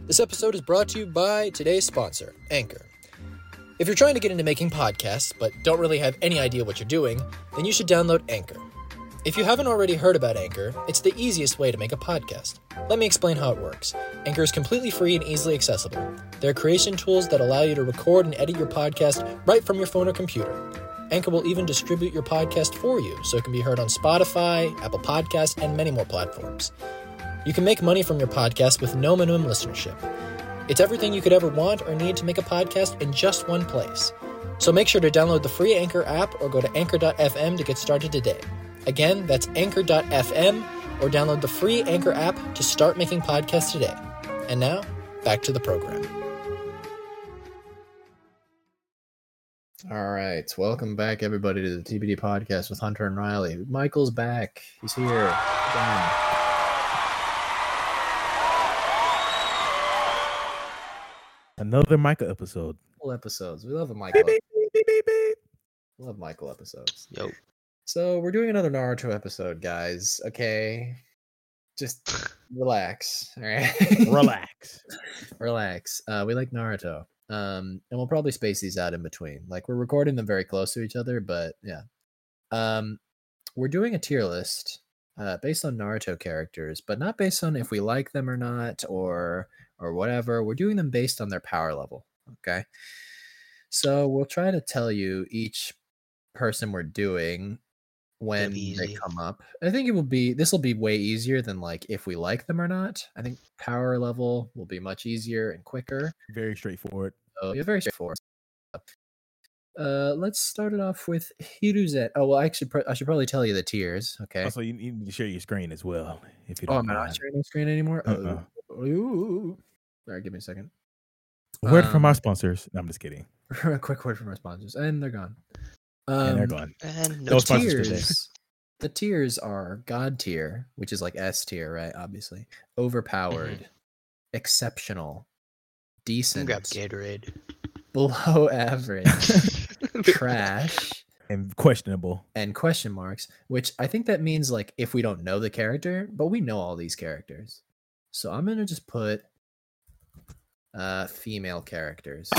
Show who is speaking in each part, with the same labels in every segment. Speaker 1: This episode is brought to you by today's sponsor, Anchor. If you're trying to get into making podcasts but don't really have any idea what you're doing, then you should download Anchor. If you haven't already heard about Anchor, it's the easiest way to make a podcast. Let me explain how it works. Anchor is completely free and easily accessible. There are creation tools that allow you to record and edit your podcast right from your phone or computer. Anchor will even distribute your podcast for you so it can be heard on Spotify, Apple Podcasts, and many more platforms. You can make money from your podcast with no minimum listenership. It's everything you could ever want or need to make a podcast in just one place. So make sure to download the free Anchor app or go to anchor.fm to get started today. Again, that's anchor.fm or download the free Anchor app to start making podcasts today. And now, back to the program. All right. Welcome back, everybody, to the TBD podcast with Hunter and Riley. Michael's back. He's here. Done.
Speaker 2: Another Micah episode.
Speaker 1: Michael episodes. We love the Michael.
Speaker 2: Beep, beep, beep, beep, beep.
Speaker 1: Love Michael episodes.
Speaker 3: Yo,
Speaker 1: So we're doing another Naruto episode, guys. Okay, just relax. All right,
Speaker 2: Relax.
Speaker 1: relax. Uh, we like Naruto. Um, and we'll probably space these out in between. Like we're recording them very close to each other, but yeah. Um, we're doing a tier list uh, based on Naruto characters, but not based on if we like them or not, or or whatever. We're doing them based on their power level. Okay. So we'll try to tell you each person we're doing when they
Speaker 3: easy.
Speaker 1: come up. I think it will be this will be way easier than like if we like them or not. I think power level will be much easier and quicker.
Speaker 2: Very straightforward.
Speaker 1: So yeah, very straightforward. Uh, let's start it off with Hiruzen. Oh well, I actually pro- I should probably tell you the tiers. Okay.
Speaker 2: Also, you, you need to share your screen as well. If you
Speaker 1: oh,
Speaker 2: don't
Speaker 1: I'm not
Speaker 2: mind.
Speaker 1: sharing my screen anymore.
Speaker 2: Uh-uh.
Speaker 1: Oh, ooh. All right, give me a second.
Speaker 2: A Word from
Speaker 1: Um,
Speaker 2: our sponsors. No, I'm just kidding.
Speaker 1: a quick word from our sponsors, and they're gone. Um,
Speaker 2: and they're gone.
Speaker 3: and
Speaker 2: No
Speaker 3: no
Speaker 1: the
Speaker 2: sponsors today.
Speaker 1: tiers. The tiers are God tier, which is like S tier, right? Obviously,
Speaker 2: Mm-hmm.
Speaker 1: overpowered, exceptional,
Speaker 3: Can
Speaker 1: decent,
Speaker 3: grab Gatorade.
Speaker 1: below average, trash.
Speaker 2: And questionable.
Speaker 1: and question marks, which I think that means like if we don't know the character, but we know all these characters. So I'm gonna just put uh female characters.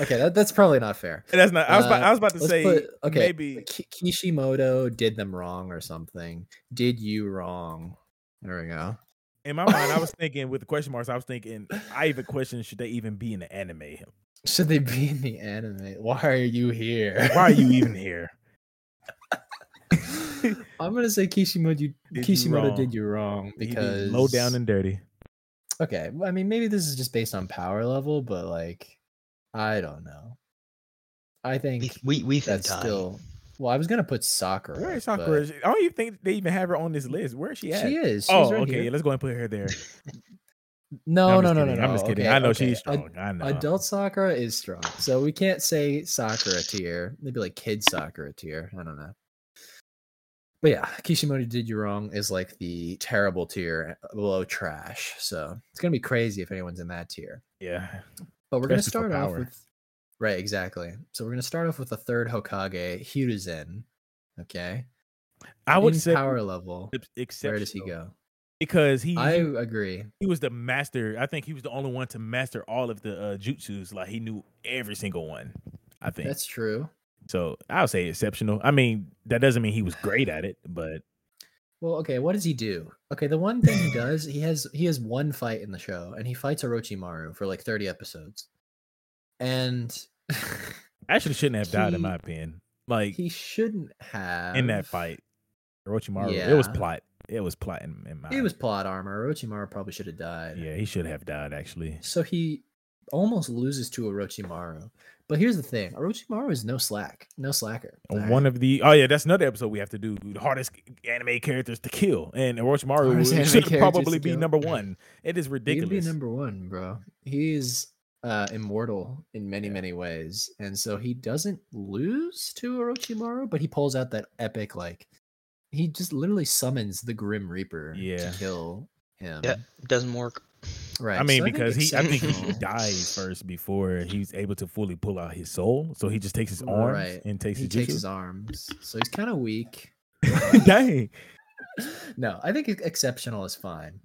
Speaker 1: okay, that, that's probably not fair.
Speaker 2: That's not. I was, about, I was about to
Speaker 1: Uh, Let's
Speaker 2: say
Speaker 1: put- okay,
Speaker 2: maybe
Speaker 1: Ki- Kishimoto did them wrong or something. Did you wrong? There we go.
Speaker 2: in my mind I was thinking with the question marks I was thinking I even questioned should they even be in the anime?
Speaker 1: Should they be in the anime? Why are you here?
Speaker 2: Why are you even here?
Speaker 1: I'm gonna say Kishimoto.
Speaker 2: Did you
Speaker 1: Kishimoto
Speaker 2: wrong.
Speaker 1: did you wrong
Speaker 2: You be
Speaker 1: because
Speaker 2: low down and dirty.
Speaker 1: okay well, i mean maybe this is just based on power level but like i don't know i
Speaker 3: We
Speaker 1: think
Speaker 3: we, we think
Speaker 1: that's
Speaker 3: time.
Speaker 1: still well i was gonna put soccer
Speaker 2: Where is Sakura? I don't even think they even have her on this list. Where is she
Speaker 1: she
Speaker 2: at?
Speaker 1: is she's
Speaker 2: oh,
Speaker 1: right
Speaker 2: okay.
Speaker 1: here.
Speaker 2: Let's go and put her there.
Speaker 1: no
Speaker 2: I'm
Speaker 1: no
Speaker 2: just
Speaker 1: no no
Speaker 2: kidding,
Speaker 1: no
Speaker 2: I'm just kidding.
Speaker 1: okay,
Speaker 2: I know
Speaker 1: okay.
Speaker 2: she's
Speaker 1: Ad-
Speaker 2: strong. I know.
Speaker 1: adult soccer is strong so we can't say soccer tier maybe like kid soccer tier i don't know but yeah kishimoto did you wrong is like the terrible tier uh, below trash so it's gonna be crazy if anyone's in that tier
Speaker 2: Yeah.
Speaker 1: But we're going to
Speaker 2: Especially for
Speaker 1: start off
Speaker 2: power.
Speaker 1: with right, exactly. So we're going to start off with the third Hokage, Hiruzen. Okay,
Speaker 2: I would
Speaker 1: In
Speaker 2: say
Speaker 1: power level.
Speaker 2: except
Speaker 1: Where does he go?
Speaker 2: Because he
Speaker 1: I agree.
Speaker 2: he was the master. I think he was the only one to master all of the uh, jutsus. Like he knew every single one. I think
Speaker 1: That's true.
Speaker 2: so. I would say exceptional. I mean, that doesn't mean he was great at it, but
Speaker 1: Well, okay. What does he do? Okay, the one thing he does, he has he has one fight in the show, and he fights Orochimaru for like thirty episodes, and
Speaker 2: actually shouldn't have died in my
Speaker 1: He-
Speaker 2: opinion. Like
Speaker 1: he shouldn't have
Speaker 2: in that fight, Orochimaru. It was
Speaker 1: Yeah.
Speaker 2: plot. It was plot in, in my.
Speaker 1: It was plot armor. Orochimaru probably should have died.
Speaker 2: Yeah, he should have died actually.
Speaker 1: So he almost loses to Orochimaru. But here's the thing Orochimaru is no slack, no slacker.
Speaker 2: One of the oh yeah, that's another episode we have to do. The hardest anime characters to kill, and Orochimaru
Speaker 1: Hardest
Speaker 2: should
Speaker 1: anime characters
Speaker 2: probably
Speaker 1: to
Speaker 2: be
Speaker 1: kill.
Speaker 2: number one. It is
Speaker 1: He'd
Speaker 2: ridiculous.
Speaker 1: be number one, bro. He's uh, immortal in many, many ways. And so he doesn't lose to Orochimaru, but he pulls out that epic, like, he just literally summons the Grim Reaper
Speaker 2: Yeah.
Speaker 1: to kill him.
Speaker 3: Yeah, doesn't work.
Speaker 1: Right.
Speaker 2: I mean,
Speaker 1: so
Speaker 2: because he, I think he
Speaker 1: exceptional-
Speaker 2: dies first before he's able to fully pull out his soul. So he just takes his arms
Speaker 1: Right.
Speaker 2: and takes
Speaker 1: He
Speaker 2: his
Speaker 1: takes his arms. So he's kind of weak.
Speaker 2: jutsu. Dang.
Speaker 1: no, I think ex- exceptional is fine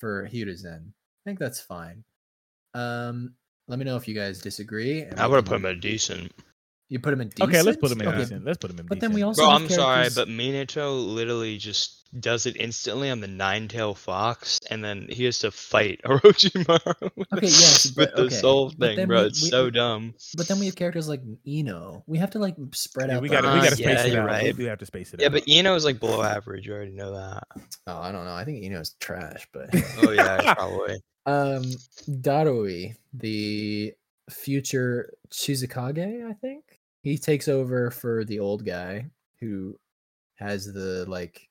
Speaker 1: for Hiruzen. I think that's fine. Um, let me know if you guys disagree. and
Speaker 4: I
Speaker 1: we
Speaker 4: would have
Speaker 1: can-
Speaker 4: put him at decent.
Speaker 1: You put him in decent.
Speaker 2: Okay, let's put him in
Speaker 1: Okay,
Speaker 2: decent. Let's put him in
Speaker 1: But then
Speaker 2: decent.
Speaker 1: we also
Speaker 4: Bro,
Speaker 1: have
Speaker 4: I'm sorry,
Speaker 1: characters-
Speaker 4: but Minato literally just does it instantly on the nine tail fox, and then he has to fight Orochimaru. with
Speaker 1: Okay,
Speaker 4: the-
Speaker 1: yes,
Speaker 4: with
Speaker 1: but-
Speaker 4: the
Speaker 1: okay,
Speaker 4: soul
Speaker 1: but
Speaker 4: thing,
Speaker 1: then
Speaker 4: bro,
Speaker 1: we-
Speaker 4: it's
Speaker 1: we-
Speaker 4: so dumb.
Speaker 1: But then we have characters like Eno. We have to like spread
Speaker 2: Yeah,
Speaker 1: out.
Speaker 2: we
Speaker 1: the
Speaker 2: gotta we
Speaker 4: Uh,
Speaker 2: gotta
Speaker 1: lines.
Speaker 2: space
Speaker 4: yeah,
Speaker 2: it
Speaker 4: you're
Speaker 2: out. We
Speaker 4: right.
Speaker 2: do have to space it
Speaker 4: Yeah,
Speaker 2: out.
Speaker 4: but Eno is like below average. You already know that.
Speaker 1: Oh, I don't know. I think Eno's trash, but
Speaker 4: Oh yeah, probably.
Speaker 1: um, Darui, the future Chizukage, I think he takes over for the old guy who has the like.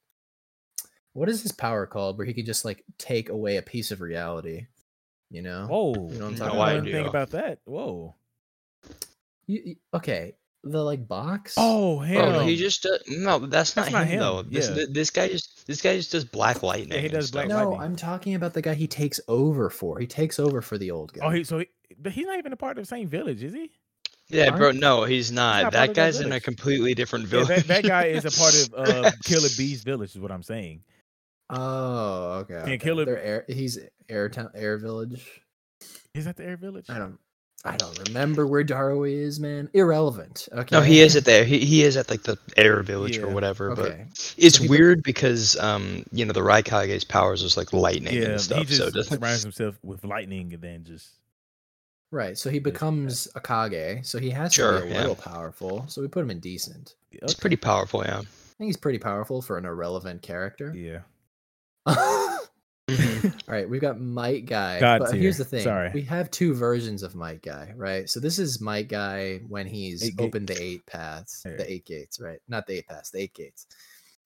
Speaker 1: What is his power called? Where he can just like take away a piece of reality, you know?
Speaker 2: Whoa,
Speaker 1: You know what I'm
Speaker 2: I
Speaker 1: talking
Speaker 2: don't know
Speaker 1: about?
Speaker 2: anything
Speaker 4: Yeah.
Speaker 2: about that. Whoa.
Speaker 1: You, you- okay, the like box.
Speaker 2: Oh
Speaker 4: Bro,
Speaker 2: hell.
Speaker 1: Bro,
Speaker 4: he just does, no. but That's,
Speaker 2: That's
Speaker 4: not,
Speaker 2: not
Speaker 4: him,
Speaker 2: him,
Speaker 4: though. This,
Speaker 2: yeah.
Speaker 4: th- this guy just this guy just does black lightning. and
Speaker 2: does
Speaker 4: stuff.
Speaker 2: Black
Speaker 1: no,
Speaker 2: Lightning.
Speaker 1: I'm talking about the guy he takes over for. He takes over for the old guy.
Speaker 2: Oh, he, so he, but he's not even a part of the same village, is he?
Speaker 4: Yeah,
Speaker 1: Aren't
Speaker 4: bro. No, he's
Speaker 2: not
Speaker 4: not.
Speaker 2: part
Speaker 4: that
Speaker 2: of that
Speaker 4: guy's in a
Speaker 2: village.
Speaker 4: completely different
Speaker 2: Yeah,
Speaker 4: village.
Speaker 2: that, that guy is a part of uh, Killer Bees Village, is what I'm saying.
Speaker 1: Oh, okay. okay.
Speaker 2: Caleb-
Speaker 1: They're air, he's air town, air village.
Speaker 2: Is that the Air Village?
Speaker 1: I don't, I don't remember where Darrow is, man. Irrelevant. Okay.
Speaker 4: No, he is at there. He, he is at like the air village or
Speaker 2: Yeah,
Speaker 4: whatever.
Speaker 1: Okay.
Speaker 4: But it's
Speaker 1: So he-
Speaker 4: weird because um you know the Raikage's powers is like lightning
Speaker 2: Yeah,
Speaker 4: and
Speaker 2: he
Speaker 4: stuff.
Speaker 2: just
Speaker 4: So it doesn't
Speaker 2: surrounds himself with lightning and then just.
Speaker 1: Right. So he
Speaker 2: Yes, okay.
Speaker 1: becomes a Kage. So he has to
Speaker 4: Sure,
Speaker 1: be a
Speaker 4: yeah.
Speaker 1: little powerful. So we put him in decent.
Speaker 4: it's
Speaker 2: Okay.
Speaker 4: pretty powerful, yeah.
Speaker 1: I think he's pretty powerful for an irrelevant character.
Speaker 2: Yeah.
Speaker 1: All right, we've got Might Guy.
Speaker 2: God
Speaker 1: but here's
Speaker 2: tier.
Speaker 1: the thing.
Speaker 2: Sorry.
Speaker 1: We have two versions of Might Guy, right? So this is Might Guy when he's
Speaker 2: Eight gate-
Speaker 1: opened the eight paths,
Speaker 2: Yeah.
Speaker 1: the eight gates, right? Not the eight paths, the eight gates.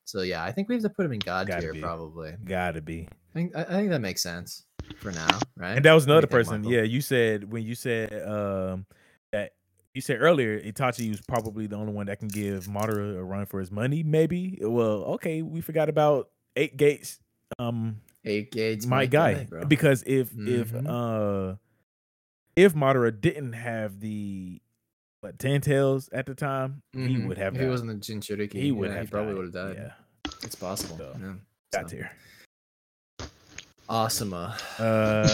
Speaker 1: So yeah, I think we have to put him in God
Speaker 2: Gotta
Speaker 1: tier
Speaker 2: be.
Speaker 1: probably.
Speaker 2: Gotta be.
Speaker 1: I think I, I think that makes sense for now, right?
Speaker 2: And that was
Speaker 1: What do you
Speaker 2: another
Speaker 1: think,
Speaker 2: person.
Speaker 1: Michael?
Speaker 2: Yeah, you said when you said um that you said earlier Itachi was probably the only one that can give Madara a run for his money, maybe. Well, okay, we forgot about eight gates. Um
Speaker 1: Eight gates,
Speaker 2: my
Speaker 1: Might
Speaker 2: guy.
Speaker 1: bro.
Speaker 2: because if if
Speaker 1: Mhm.
Speaker 2: uh if Madara didn't have the what ten tails at the time, he
Speaker 1: Mhm.
Speaker 2: would have
Speaker 1: If he
Speaker 2: died.
Speaker 1: wasn't a Jinchuriki,
Speaker 2: he would have
Speaker 1: he probably
Speaker 2: died.
Speaker 1: would have died.
Speaker 2: Yeah.
Speaker 1: It's possible.
Speaker 2: So,
Speaker 1: yeah.
Speaker 2: Got
Speaker 1: So,
Speaker 2: here.
Speaker 1: Awesome.
Speaker 2: Uh, uh,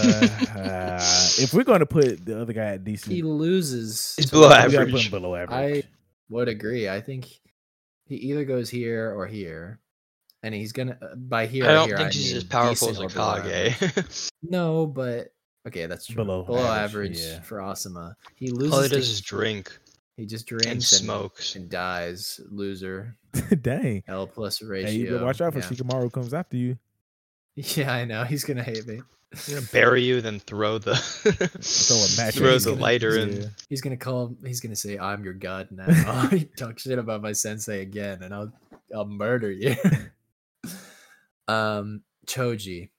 Speaker 2: if we're gonna put the other guy at decent,
Speaker 1: he loses.
Speaker 4: He's
Speaker 1: to
Speaker 4: below
Speaker 1: the-
Speaker 2: we gotta put
Speaker 4: average.
Speaker 2: him below average.
Speaker 1: would agree. I think he either goes here or here, and he's gonna uh, by here.
Speaker 4: I don't
Speaker 1: here,
Speaker 4: think he's
Speaker 1: mean
Speaker 4: as powerful as a
Speaker 1: decent or below
Speaker 4: Kage.
Speaker 1: average. No, but okay, that's true.
Speaker 2: Below
Speaker 1: below,
Speaker 2: average,
Speaker 1: average,
Speaker 2: yeah.
Speaker 1: for Asuma. He
Speaker 4: All he
Speaker 1: loses. to-
Speaker 4: does is drink
Speaker 1: he just
Speaker 4: and,
Speaker 1: drinks
Speaker 4: smokes.
Speaker 1: and dies. Loser.
Speaker 2: Dang.
Speaker 1: L plus ratio.
Speaker 2: Hey, you better watch out for
Speaker 1: yeah.
Speaker 2: Shikamaru comes after you.
Speaker 1: Yeah, I know. He's gonna hate me.
Speaker 4: He's gonna bury you, then throw the
Speaker 2: Throw a match.
Speaker 4: throw
Speaker 2: at
Speaker 1: He's
Speaker 4: the
Speaker 2: you.
Speaker 1: gonna-
Speaker 4: lighter in.
Speaker 2: Yeah.
Speaker 1: He's gonna call him. He's gonna say, "I'm your god now." you talk shit about my sensei again, and I'll I'll murder you. um, Choji.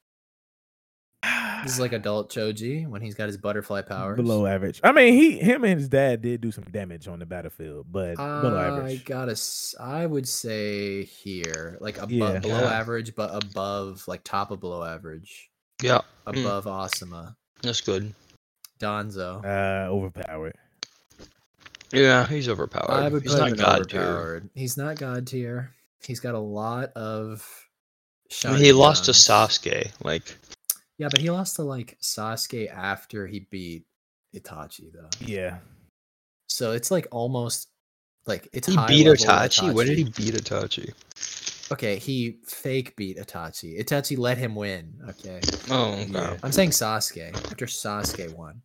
Speaker 1: This is like adult Choji when he's got his butterfly powers.
Speaker 2: Below average. I mean, he, him, and his dad did do some damage on the battlefield, but below
Speaker 1: I
Speaker 2: average.
Speaker 1: gotta. s- I would say here, like above,
Speaker 2: Yeah.
Speaker 1: below
Speaker 4: Yeah.
Speaker 1: average, but above, like top of below average,
Speaker 4: Yeah, Mm.
Speaker 1: above Asuma,
Speaker 4: that's good.
Speaker 1: Donzo.
Speaker 2: Uh, overpowered.
Speaker 4: Yeah, he's overpowered.
Speaker 1: I would
Speaker 4: he's
Speaker 1: put him
Speaker 4: not
Speaker 1: in
Speaker 4: god tier.
Speaker 1: overpowered. He's not god tier. He's got a lot of.
Speaker 4: I mean, he lost to
Speaker 1: guns.
Speaker 4: Sasuke. Like,
Speaker 1: Yeah, but he lost to like Sasuke after he beat Itachi though.
Speaker 2: Yeah.
Speaker 1: So it's like almost like it's
Speaker 4: he
Speaker 1: high
Speaker 4: beat
Speaker 1: level
Speaker 4: Itachi. When did he beat Itachi?
Speaker 1: Okay, he fake beat Itachi. Itachi let him win. Okay,
Speaker 4: Oh, okay.
Speaker 2: Yeah.
Speaker 1: I'm saying Sasuke after Sasuke won,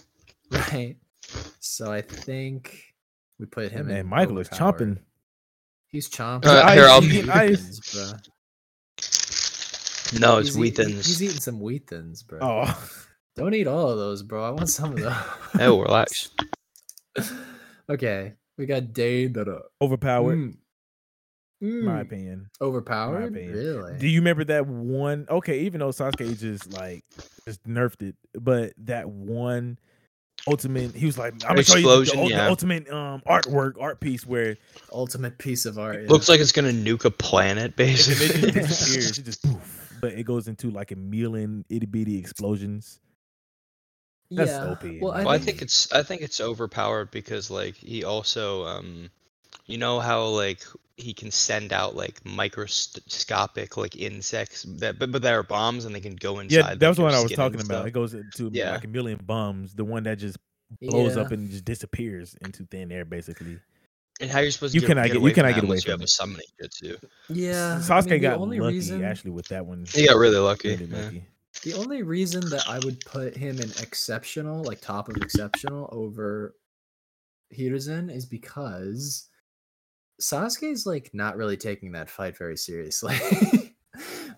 Speaker 1: right? So I think we put him in.
Speaker 2: And Michael is
Speaker 1: overpowered.
Speaker 2: chomping.
Speaker 1: He's chomping.
Speaker 4: Uh,
Speaker 1: on
Speaker 4: here, I'll-
Speaker 1: some
Speaker 2: I-
Speaker 1: Wheatins, bruh.
Speaker 4: No, it's
Speaker 1: He's eat-
Speaker 4: Wheatins.
Speaker 1: He's eating some wheat thins, bro.
Speaker 2: Oh,
Speaker 1: Don't eat all of those, bro. I want some of those.
Speaker 4: Oh, relax.
Speaker 1: okay, we got Deidara.
Speaker 2: overpowered.
Speaker 1: Mm.
Speaker 2: My
Speaker 1: Mm.
Speaker 2: opinion.
Speaker 1: Overpowered?
Speaker 2: opinion.
Speaker 1: Really?
Speaker 2: Do you remember that one? Okay, even though Sasuke just like just nerfed it, but that one ultimate, he was like, "I'm gonna show you the,
Speaker 4: Explosion,
Speaker 2: ul- the
Speaker 4: yeah.
Speaker 2: ultimate um artwork, art piece where
Speaker 1: Ultimate piece of art. yeah.
Speaker 4: Looks like it's gonna nuke a planet,
Speaker 2: and then
Speaker 4: basically.
Speaker 2: it just disappears. It just poof, but it goes into like a million itty bitty explosions. that's
Speaker 1: yeah.
Speaker 2: OP,
Speaker 1: Well, I
Speaker 4: well, I
Speaker 1: think,
Speaker 4: think it's I think it's overpowered because like he also um You know how like he can send out like microscopic like insects that but but there are bombs and they can go inside.
Speaker 2: yeah, that was the one
Speaker 4: like, your
Speaker 2: I was
Speaker 4: skin and
Speaker 2: talking about.
Speaker 4: stuff?
Speaker 2: It goes into
Speaker 4: Yeah.
Speaker 2: like a million bums. The one that just blows
Speaker 1: Yeah.
Speaker 2: up and just disappears into thin air, basically.
Speaker 4: And how you're supposed to
Speaker 2: You
Speaker 4: get,
Speaker 2: cannot
Speaker 4: get
Speaker 2: get-
Speaker 4: away
Speaker 2: you cannot
Speaker 4: from that
Speaker 2: get away
Speaker 4: unless you
Speaker 2: from
Speaker 4: have a
Speaker 2: it.
Speaker 4: summoning jutsu.
Speaker 1: Yeah, I
Speaker 2: Sasuke
Speaker 1: mean, the
Speaker 2: got
Speaker 1: only
Speaker 2: lucky
Speaker 1: reason
Speaker 2: actually with that one.
Speaker 4: He got really lucky.
Speaker 2: Really
Speaker 4: yeah.
Speaker 2: lucky.
Speaker 1: the only reason that I would put him in exceptional, like top of exceptional, over Hiruzen is because Sasuke's like not really taking that fight very seriously.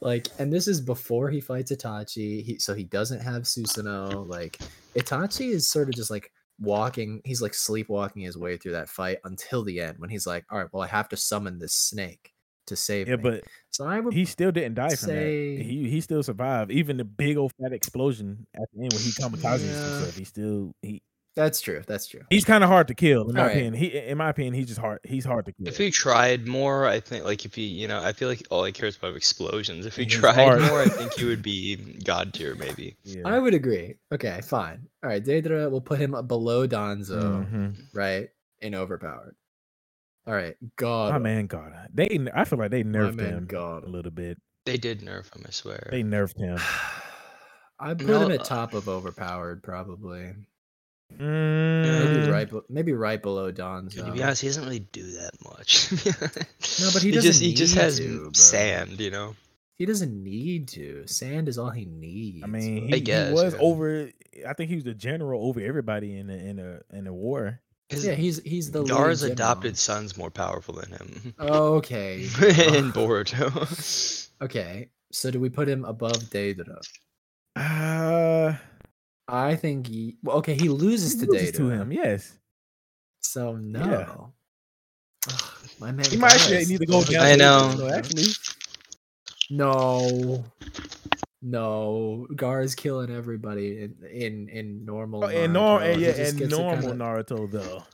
Speaker 1: like, and this is before he fights Itachi, he, so he doesn't have Susanoo. Like, Itachi is sort of just like walking, he's like sleepwalking his way through that fight until the end when he's like, all right, well, I have to summon this snake to save
Speaker 2: Yeah,
Speaker 1: me."
Speaker 2: but
Speaker 1: so I would
Speaker 2: he still didn't die from
Speaker 1: say-
Speaker 2: that. He he still survived. Even the big old fat explosion at the end when he kamikazes
Speaker 1: Yeah.
Speaker 2: himself. He still he
Speaker 1: That's true. That's true.
Speaker 2: he's kind of hard to kill. In my
Speaker 1: Alright.
Speaker 2: opinion, he in my opinion he's just hard. He's hard to kill.
Speaker 4: If he tried more, I think like if he you know, I feel like all he cares about is explosions. If he
Speaker 2: And his
Speaker 4: tried
Speaker 2: art.
Speaker 4: more, I think he would be god tier maybe.
Speaker 2: yeah.
Speaker 1: I would agree. Okay, fine. All right, Daedra, we'll put him up below Donzo,
Speaker 4: Mm-hmm.
Speaker 2: Mhm.
Speaker 1: right? And overpowered. All right,
Speaker 2: My
Speaker 1: God.
Speaker 2: man, God, they. n- I feel like they nerfed
Speaker 1: man,
Speaker 2: him
Speaker 1: God.
Speaker 2: a little bit.
Speaker 4: They did nerf him, I swear.
Speaker 2: They nerfed him.
Speaker 1: I put him
Speaker 4: No,
Speaker 1: at
Speaker 4: uh,
Speaker 1: top of overpowered, probably. Maybe
Speaker 2: Mm,
Speaker 1: right, be- maybe right below
Speaker 4: To be
Speaker 1: Donzo.
Speaker 4: honest, he doesn't really do that much. no,
Speaker 1: but he
Speaker 4: just
Speaker 1: doesn't
Speaker 4: he just
Speaker 1: need
Speaker 4: has
Speaker 1: to,
Speaker 4: m-
Speaker 1: bro.
Speaker 4: sand, you know.
Speaker 1: He doesn't need to. Sand is all he needs.
Speaker 2: I mean, he,
Speaker 4: I
Speaker 2: he
Speaker 4: guess,
Speaker 2: was
Speaker 4: yeah.
Speaker 2: over. I think he was the general over everybody in the in the in the war.
Speaker 4: His
Speaker 1: yeah, he's he's the lead
Speaker 4: Dara's
Speaker 1: general. Oh,
Speaker 4: adopted son's more powerful than him.
Speaker 1: Okay.
Speaker 4: and Boruto.
Speaker 1: okay. So do we put him above Daedra?
Speaker 2: Uh,
Speaker 1: I think. He, well, okay, he loses to
Speaker 2: he loses
Speaker 1: Daedra.
Speaker 2: to him. Yes,
Speaker 1: So no. Ugh, my man.
Speaker 2: he might actually
Speaker 1: dies.
Speaker 2: need to go down.
Speaker 4: I
Speaker 2: to
Speaker 4: know.
Speaker 2: Naruto, Actually,
Speaker 1: No. No, Gar is killing everybody in in, in normal.
Speaker 2: oh, and
Speaker 1: Naruto.
Speaker 2: normal, and,
Speaker 1: He
Speaker 2: yeah,
Speaker 1: just
Speaker 2: and
Speaker 1: gets a
Speaker 2: normal
Speaker 1: kinda-
Speaker 2: Naruto though.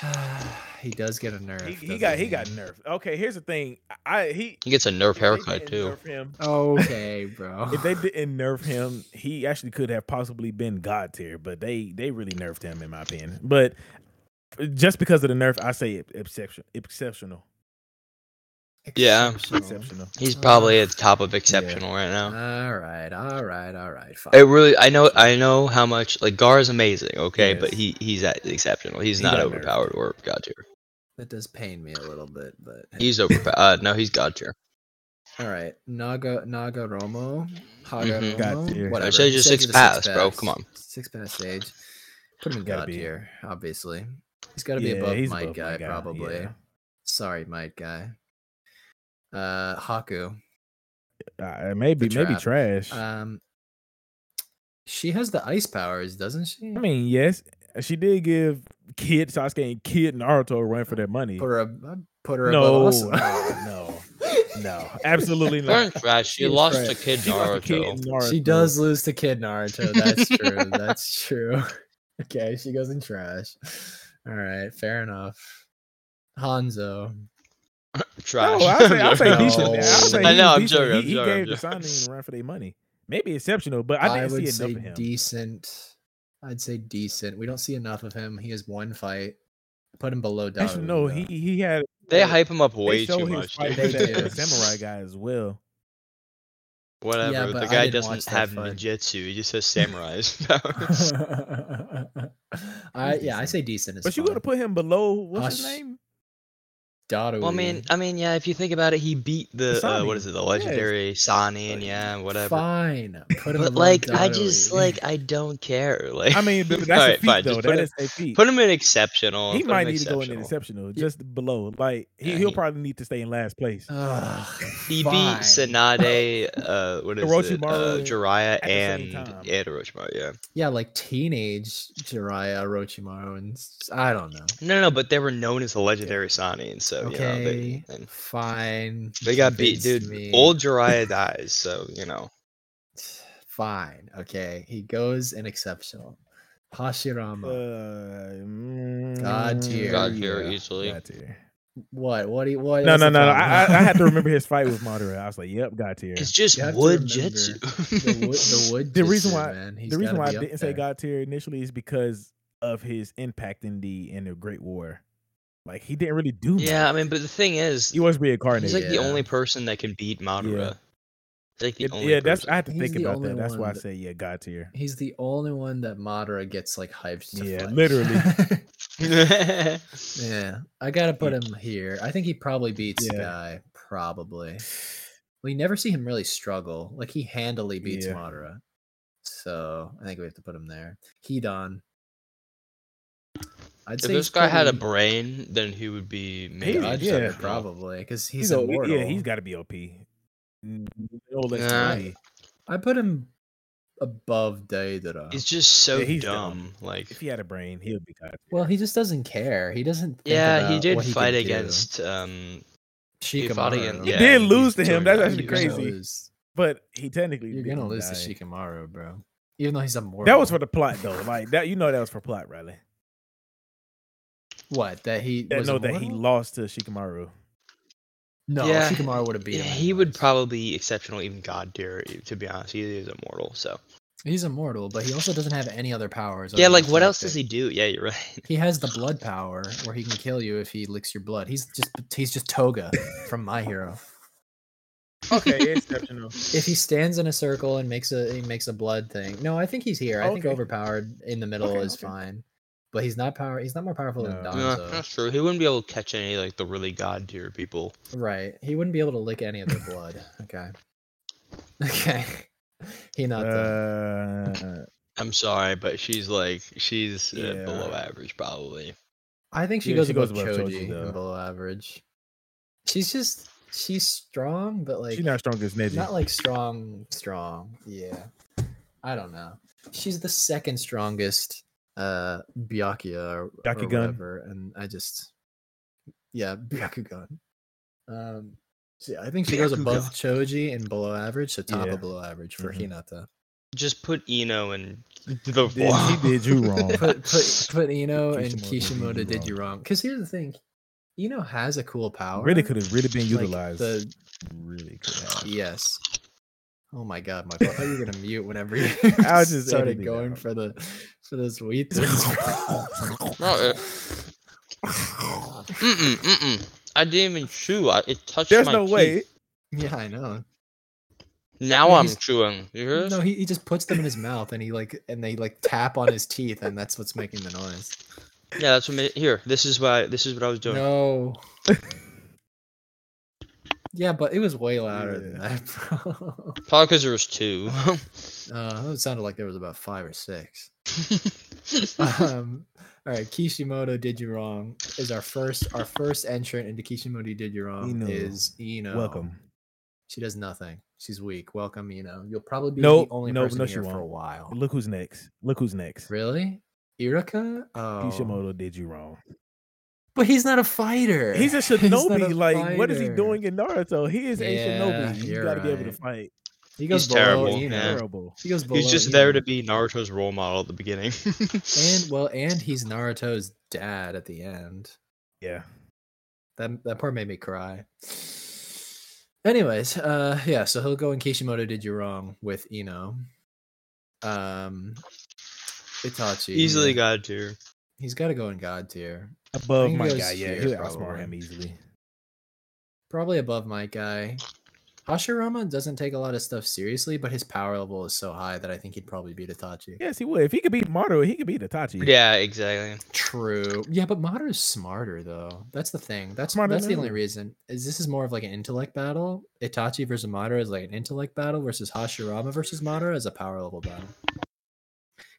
Speaker 1: he does get a nerf.
Speaker 2: He, he
Speaker 1: doesn't
Speaker 2: got he got nerfed. Okay, here's the thing. I he
Speaker 4: he gets a nerf
Speaker 2: if they
Speaker 4: haircut
Speaker 2: didn't
Speaker 4: too.
Speaker 2: nerf him-
Speaker 1: Okay, bro.
Speaker 2: If they didn't nerf him, he actually could have possibly been god tier. But they they really nerfed him in my opinion. But just because of the nerf, I say exception, exceptional,
Speaker 4: Yeah.
Speaker 2: exceptional.
Speaker 4: He's
Speaker 1: Uh,
Speaker 4: probably at the top of exceptional right now.
Speaker 1: All right, all right, all right. Fine.
Speaker 4: It really, I know, I know how much like Gar is amazing,
Speaker 2: He
Speaker 4: okay, but
Speaker 2: is.
Speaker 4: he he's at exceptional. He's
Speaker 2: He
Speaker 4: not
Speaker 2: got nerfed.
Speaker 4: overpowered or god tier.
Speaker 1: that does pain me a little bit, but hey.
Speaker 4: He's overpowered. uh, no, he's god tier.
Speaker 1: all right. Naga Naga Romo, Haga
Speaker 4: Mhm.
Speaker 2: God
Speaker 1: Romo,
Speaker 2: tier.
Speaker 1: whatever.
Speaker 4: I said you're
Speaker 1: Sage
Speaker 4: six
Speaker 1: of the
Speaker 4: pass, bro. Come on.
Speaker 1: six pass stage. Put him in
Speaker 2: Gotta
Speaker 1: God
Speaker 2: be.
Speaker 1: tier, obviously. He's got to be above
Speaker 2: he's
Speaker 1: Might
Speaker 2: above
Speaker 1: Guy,
Speaker 2: my
Speaker 1: probably.
Speaker 2: yeah.
Speaker 1: Sorry, Might Guy. Uh, Haku.
Speaker 2: Uh, maybe
Speaker 1: The
Speaker 2: maybe
Speaker 1: trap.
Speaker 2: trash.
Speaker 1: Um, she has the ice powers, doesn't she?
Speaker 2: I mean, yes, she did give kid Sasuke and kid Naruto a run for their money.
Speaker 1: put her, ab- I'd put her above.
Speaker 2: no,
Speaker 1: also.
Speaker 2: no, no, no, absolutely
Speaker 4: Burn
Speaker 2: not.
Speaker 4: trash. She
Speaker 1: He's
Speaker 4: lost
Speaker 1: trash.
Speaker 4: to Kid
Speaker 2: She lost to Kid
Speaker 4: Naruto.
Speaker 2: Naruto.
Speaker 1: She does lose to Kid Naruto. That's true. That's true. Okay, she goes in trash. All right, fair enough. Hanzo.
Speaker 4: Trash.
Speaker 2: No, I'll say, I'll say
Speaker 1: No.
Speaker 2: decent. I'll say
Speaker 1: I
Speaker 2: he
Speaker 4: know,
Speaker 2: was
Speaker 4: I'm
Speaker 2: decent.
Speaker 4: joking, I'm
Speaker 2: He, he
Speaker 4: joking, I'm
Speaker 2: gave the
Speaker 4: joking.
Speaker 2: signing a run for their money. Maybe exceptional, but I didn't
Speaker 1: would
Speaker 2: see
Speaker 1: say
Speaker 2: enough of him.
Speaker 1: decent. I'd say decent. We don't see enough of him. He has one fight. Put him below.
Speaker 2: Actually,
Speaker 1: Darude,
Speaker 2: no,
Speaker 1: though.
Speaker 2: he he had
Speaker 4: they
Speaker 2: they-
Speaker 4: hype him up way
Speaker 2: they show
Speaker 4: too
Speaker 2: his
Speaker 4: much.
Speaker 2: fight with
Speaker 4: dude.
Speaker 1: They do.
Speaker 2: that uh, samurai guy as well.
Speaker 4: Whatever.
Speaker 1: Yeah, but I
Speaker 4: the guy
Speaker 1: didn't watch
Speaker 4: doesn't
Speaker 1: that
Speaker 4: have
Speaker 1: fight.
Speaker 4: ninjutsu. He just has samurai's powers.
Speaker 1: I yeah, I
Speaker 2: decent.
Speaker 1: say decent. Is
Speaker 2: But you're gonna put him below what's his
Speaker 1: Hush.
Speaker 2: name?
Speaker 1: Darude.
Speaker 4: Well, I mean, I mean, yeah. If you think about it, he beat the uh, what
Speaker 2: Sani,
Speaker 4: is it, the legendary Sani, and yeah, whatever.
Speaker 1: Fine. Put him
Speaker 4: But
Speaker 1: above
Speaker 4: like, I just
Speaker 1: Darude.
Speaker 4: like I don't care. Like,
Speaker 2: I mean, but that's a
Speaker 4: Alright,
Speaker 2: feat
Speaker 4: fine,
Speaker 2: though.
Speaker 4: just
Speaker 2: That
Speaker 4: put,
Speaker 2: is a feat.
Speaker 4: him, put him in exceptional.
Speaker 2: he
Speaker 4: put
Speaker 2: might
Speaker 4: him
Speaker 2: need to go in an
Speaker 4: exceptional.
Speaker 2: exceptional,
Speaker 1: Yeah. Oh
Speaker 2: just below. Like he,
Speaker 4: Yeah,
Speaker 2: he'll
Speaker 4: he-
Speaker 2: probably need to stay in last place.
Speaker 1: Ugh,
Speaker 4: He beat
Speaker 1: fine.
Speaker 4: Sanade, uh, what is it, uh,
Speaker 2: Orochimaru
Speaker 4: Jiraiya,
Speaker 2: the same
Speaker 4: and
Speaker 2: time.
Speaker 4: and Orochimaru. Yeah.
Speaker 1: Yeah, like teenage Jiraiya, Orochimaru, and s- I don't know.
Speaker 4: No, no, but they were known as the legendary Sani, and so you know,
Speaker 1: Okay,
Speaker 4: they, and
Speaker 1: fine.
Speaker 4: they got beat,
Speaker 1: convince
Speaker 4: dude.
Speaker 1: me.
Speaker 4: Old Jiraiya dies, so you know.
Speaker 1: Fine. Okay, he goes in exceptional.
Speaker 2: Uh,
Speaker 1: Hashirama.
Speaker 2: mm,
Speaker 1: God tier.
Speaker 4: God tier, easily.
Speaker 2: God tier.
Speaker 1: what? What do you? What?
Speaker 2: No,
Speaker 1: what's
Speaker 2: no,
Speaker 1: the
Speaker 2: no, no.
Speaker 1: problem?
Speaker 2: I, I, I had to remember his fight with Madara. I was like, yep, God tier.
Speaker 4: It's just
Speaker 1: You have to
Speaker 4: wood
Speaker 1: remember
Speaker 4: jutsu.
Speaker 1: the wood. The wood.
Speaker 2: The reason
Speaker 1: jutsu,
Speaker 2: why-
Speaker 1: man. He's
Speaker 2: the reason
Speaker 1: gotta
Speaker 2: why I
Speaker 1: be up
Speaker 2: didn't say
Speaker 1: there.
Speaker 2: God tier initially is because of his impact in the in the Great War. Like he didn't really do.
Speaker 4: Yeah, I
Speaker 2: much.
Speaker 4: mean, but the thing is,
Speaker 2: he was reincarnated.
Speaker 4: he's like the
Speaker 1: Yeah.
Speaker 4: only person that can beat Madara.
Speaker 2: Yeah.
Speaker 4: He's like the
Speaker 2: It-
Speaker 4: only
Speaker 2: yeah, that's I
Speaker 4: person.
Speaker 2: have to
Speaker 1: He's
Speaker 2: think
Speaker 1: the
Speaker 2: about that.
Speaker 1: only
Speaker 2: That's why I
Speaker 1: one that-
Speaker 2: say yeah, God tier.
Speaker 1: He's the only one that Madara gets like hyped. To
Speaker 2: Yeah,
Speaker 1: flex.
Speaker 2: literally.
Speaker 1: yeah, I gotta put him here. I think he probably beats
Speaker 2: Yeah.
Speaker 1: Guy. Probably. We never see him really struggle. Like he handily beats
Speaker 2: Yeah.
Speaker 1: Madara. So I think we have to put him there. Hedon. I'd
Speaker 4: if
Speaker 1: say
Speaker 4: this
Speaker 1: he's
Speaker 4: guy had a
Speaker 1: pretty-
Speaker 4: brain, then he would be maybe.
Speaker 2: I'd
Speaker 1: Dodge
Speaker 2: yeah.
Speaker 1: yeah,
Speaker 4: second.
Speaker 1: probably because he's,
Speaker 2: a-
Speaker 1: immortal.
Speaker 2: yeah, he's got to be OP. Mm, no less than
Speaker 4: Nah.
Speaker 2: OP.
Speaker 1: I put him above Deidara.
Speaker 4: He's just so
Speaker 2: Yeah, he's
Speaker 4: dumb.
Speaker 2: dumb.
Speaker 4: Like,
Speaker 2: If he had a brain, he would be God. tier.
Speaker 1: well, he just doesn't care. He doesn't. think
Speaker 4: yeah, he
Speaker 1: about
Speaker 4: did
Speaker 1: what could
Speaker 4: fight
Speaker 1: do.
Speaker 4: against. Um, he fought
Speaker 1: Shikamaru.
Speaker 4: against-
Speaker 2: He
Speaker 4: yeah,
Speaker 2: did lose to
Speaker 4: totally
Speaker 2: him. That's
Speaker 4: got
Speaker 2: actually
Speaker 4: used.
Speaker 1: You're gonna
Speaker 2: crazy.
Speaker 1: lose.
Speaker 2: But he technically
Speaker 1: You're gonna
Speaker 2: didn't
Speaker 1: lose
Speaker 2: die.
Speaker 1: to Shikamaru, bro. Even though he's a mortal.
Speaker 2: That was for the plot though. Like that, you know, that was for plot, Riley.
Speaker 1: what that he
Speaker 2: That
Speaker 1: was
Speaker 2: know that he
Speaker 1: immortal?
Speaker 2: lost to Shikamaru.
Speaker 1: No,
Speaker 4: Yeah,
Speaker 1: Shikamaru would have beat
Speaker 4: yeah,
Speaker 1: him.
Speaker 4: he would
Speaker 1: anyways.
Speaker 4: probably be exceptional, even God tier. To be honest, he is immortal. So
Speaker 1: He's immortal, but he also doesn't have any other powers.
Speaker 4: yeah,
Speaker 1: other
Speaker 4: like
Speaker 1: than
Speaker 4: what else does he
Speaker 1: telepathy.
Speaker 4: do? Yeah, you're right.
Speaker 1: He has the blood power, where he can kill you if he licks your blood. He's just he's just Toga from My Hero.
Speaker 2: Okay, exceptional.
Speaker 1: if he stands in a circle and makes a he makes a blood thing. No, I think he's here. I think
Speaker 2: Okay.
Speaker 1: overpowered in the middle
Speaker 2: Okay,
Speaker 1: is
Speaker 2: okay.
Speaker 1: fine. But he's not power he's not more powerful than
Speaker 2: No.
Speaker 4: Yeah,
Speaker 1: Donzo.
Speaker 4: that's true. He wouldn't be able to catch any like the really god tier people.
Speaker 1: Right. He wouldn't be able to lick any of their blood. Okay. Okay. he not uh, done.
Speaker 2: Uh,
Speaker 4: I'm sorry, but she's like she's uh,
Speaker 2: Yeah.
Speaker 4: below average probably.
Speaker 1: I think she
Speaker 2: yeah,
Speaker 1: goes
Speaker 2: she
Speaker 1: above
Speaker 2: goes
Speaker 1: Choji,
Speaker 2: above Choji,
Speaker 1: and
Speaker 2: though.
Speaker 1: below average. She's just she's strong, but like
Speaker 2: she's not strong as Neji.
Speaker 1: not like strong strong yeah i don't know she's the second strongest uh byakuya or, or
Speaker 2: Byakugan.
Speaker 1: whatever and i just yeah byakugan um so yeah, i think she goes above choji and below average so top
Speaker 2: Yeah.
Speaker 1: of below average for
Speaker 2: Mhm.
Speaker 1: hinata
Speaker 4: Just put Eno and the
Speaker 2: Did- he did you wrong.
Speaker 1: put put put ino and
Speaker 2: Kishimoto did
Speaker 1: kishimoto
Speaker 2: you
Speaker 1: did
Speaker 2: wrong.
Speaker 1: you wrong because here's the thing ino has a cool power
Speaker 2: really could have really been
Speaker 1: Like,
Speaker 2: utilized.
Speaker 1: the-
Speaker 2: really could have.
Speaker 1: Yes. Oh my god, Michael! I thought you were gonna mute whenever you
Speaker 2: I was just
Speaker 1: started
Speaker 2: editing it
Speaker 1: going
Speaker 2: out.
Speaker 1: for the for those wheat. thins, bro.
Speaker 4: No, it- Mm-mm, mm-mm. I didn't even chew. I, it touched
Speaker 2: There's
Speaker 4: my
Speaker 2: no way.
Speaker 4: teeth.
Speaker 1: yeah, I know.
Speaker 4: Now
Speaker 1: No,
Speaker 4: I'm
Speaker 1: he's-
Speaker 4: chewing. You hear
Speaker 1: No,
Speaker 4: this?
Speaker 1: he, he just puts them in his mouth and he like and they like tap on his teeth and that's what's making the noise.
Speaker 4: Yeah, that's what. Made, here, this is why. This is what I was doing.
Speaker 1: No. yeah, but it was way louder than
Speaker 2: Yeah.
Speaker 1: that, bro.
Speaker 4: Probably because there was two.
Speaker 1: Uh, it sounded like there was about five or six. um, all right, Kishimoto did you wrong is our first our first entrant into Kishimoto did you wrong
Speaker 2: Ino.
Speaker 1: is Eno.
Speaker 2: Welcome.
Speaker 1: She does nothing. She's weak. Welcome, Eno. You'll probably be
Speaker 2: Nope,
Speaker 1: the only
Speaker 2: nope,
Speaker 1: person
Speaker 2: no, she
Speaker 1: here for a
Speaker 2: won't.
Speaker 1: while.
Speaker 2: Look who's next. Look who's next.
Speaker 1: Really, Irika? Oh,
Speaker 2: Kishimoto did you wrong.
Speaker 1: but he's not a fighter.
Speaker 2: He's a
Speaker 1: not
Speaker 2: shinobi.
Speaker 1: a
Speaker 2: like, what is he
Speaker 1: fighter.
Speaker 2: doing in Naruto? He is a
Speaker 1: Yeah,
Speaker 2: shinobi. You
Speaker 1: you're
Speaker 2: gotta be able to
Speaker 1: right.
Speaker 2: fight.
Speaker 1: He goes
Speaker 4: He's
Speaker 1: below
Speaker 4: terrible,
Speaker 1: Ino.
Speaker 4: yeah.
Speaker 2: Terrible.
Speaker 1: He goes below.
Speaker 4: He's just there
Speaker 1: Ino.
Speaker 4: to be Naruto's role model at the beginning.
Speaker 1: And well, and he's Naruto's dad at the end.
Speaker 2: Yeah.
Speaker 1: That that part made me cry. Anyways, uh yeah, so he'll go in Kishimoto did you wrong with Ino. Um Itachi.
Speaker 4: easily
Speaker 1: yeah.
Speaker 4: got tier.
Speaker 1: He's gotta go in God tier.
Speaker 2: Above
Speaker 1: He
Speaker 2: my
Speaker 1: goes
Speaker 2: guy. Yeah,
Speaker 1: here,
Speaker 2: he'll outsmart
Speaker 1: probably.
Speaker 2: him easily.
Speaker 1: Probably above my guy. Hashirama doesn't take a lot of stuff seriously, but his power level is so high that I think he'd probably beat Itachi.
Speaker 2: Yes, he would. If he could beat Maru, he could beat Itachi.
Speaker 4: Yeah, exactly.
Speaker 1: True. Yeah, but Madara's smarter though. That's the thing. That's
Speaker 2: Smarter
Speaker 1: that's the
Speaker 2: than
Speaker 1: only
Speaker 2: who?
Speaker 1: reason. Is this is more of like an intellect battle. Itachi versus Madara is like an intellect battle versus Hashirama versus Madara is a power level battle.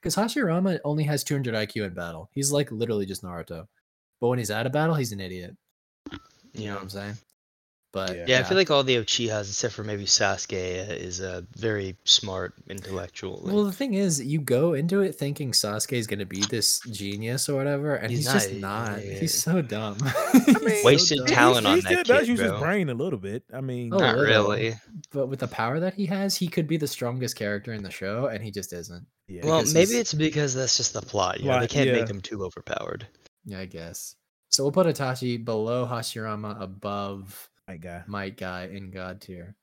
Speaker 1: Because Hashirama only has 200 IQ in battle. He's like literally just Naruto. But when he's out of battle, he's an idiot. You know
Speaker 4: Yeah.
Speaker 1: what I'm saying? But
Speaker 2: Yeah.
Speaker 4: Yeah, I feel like all the Ochihas, except for maybe Sasuke, uh, is a very smart intellectual. like-
Speaker 1: Well, the thing is, you go into it thinking Sasuke is going to be this genius or whatever, and he's,
Speaker 4: He's
Speaker 1: just
Speaker 4: not.
Speaker 1: not.
Speaker 4: Yeah.
Speaker 1: He's so dumb.
Speaker 2: mean,
Speaker 4: Wasted
Speaker 1: dumb.
Speaker 2: And he-
Speaker 4: talent
Speaker 2: he,
Speaker 4: on
Speaker 2: still
Speaker 4: that
Speaker 2: does
Speaker 4: kid,
Speaker 2: use his
Speaker 4: bro.
Speaker 2: brain a little bit. I mean,
Speaker 1: Oh,
Speaker 4: Not
Speaker 1: little.
Speaker 4: really.
Speaker 1: but with the power that he has, he could be the strongest character in the show, and he just isn't.
Speaker 2: yeah.
Speaker 4: Well,
Speaker 1: because
Speaker 4: maybe
Speaker 1: he's-
Speaker 4: it's because that's just the plot. You know? They
Speaker 2: Plot,
Speaker 4: can't
Speaker 2: yeah.
Speaker 4: make him too overpowered.
Speaker 1: Yeah, I guess. So we'll put Itachi below Hashirama, above
Speaker 2: my guy.
Speaker 1: Might Guy in God tier.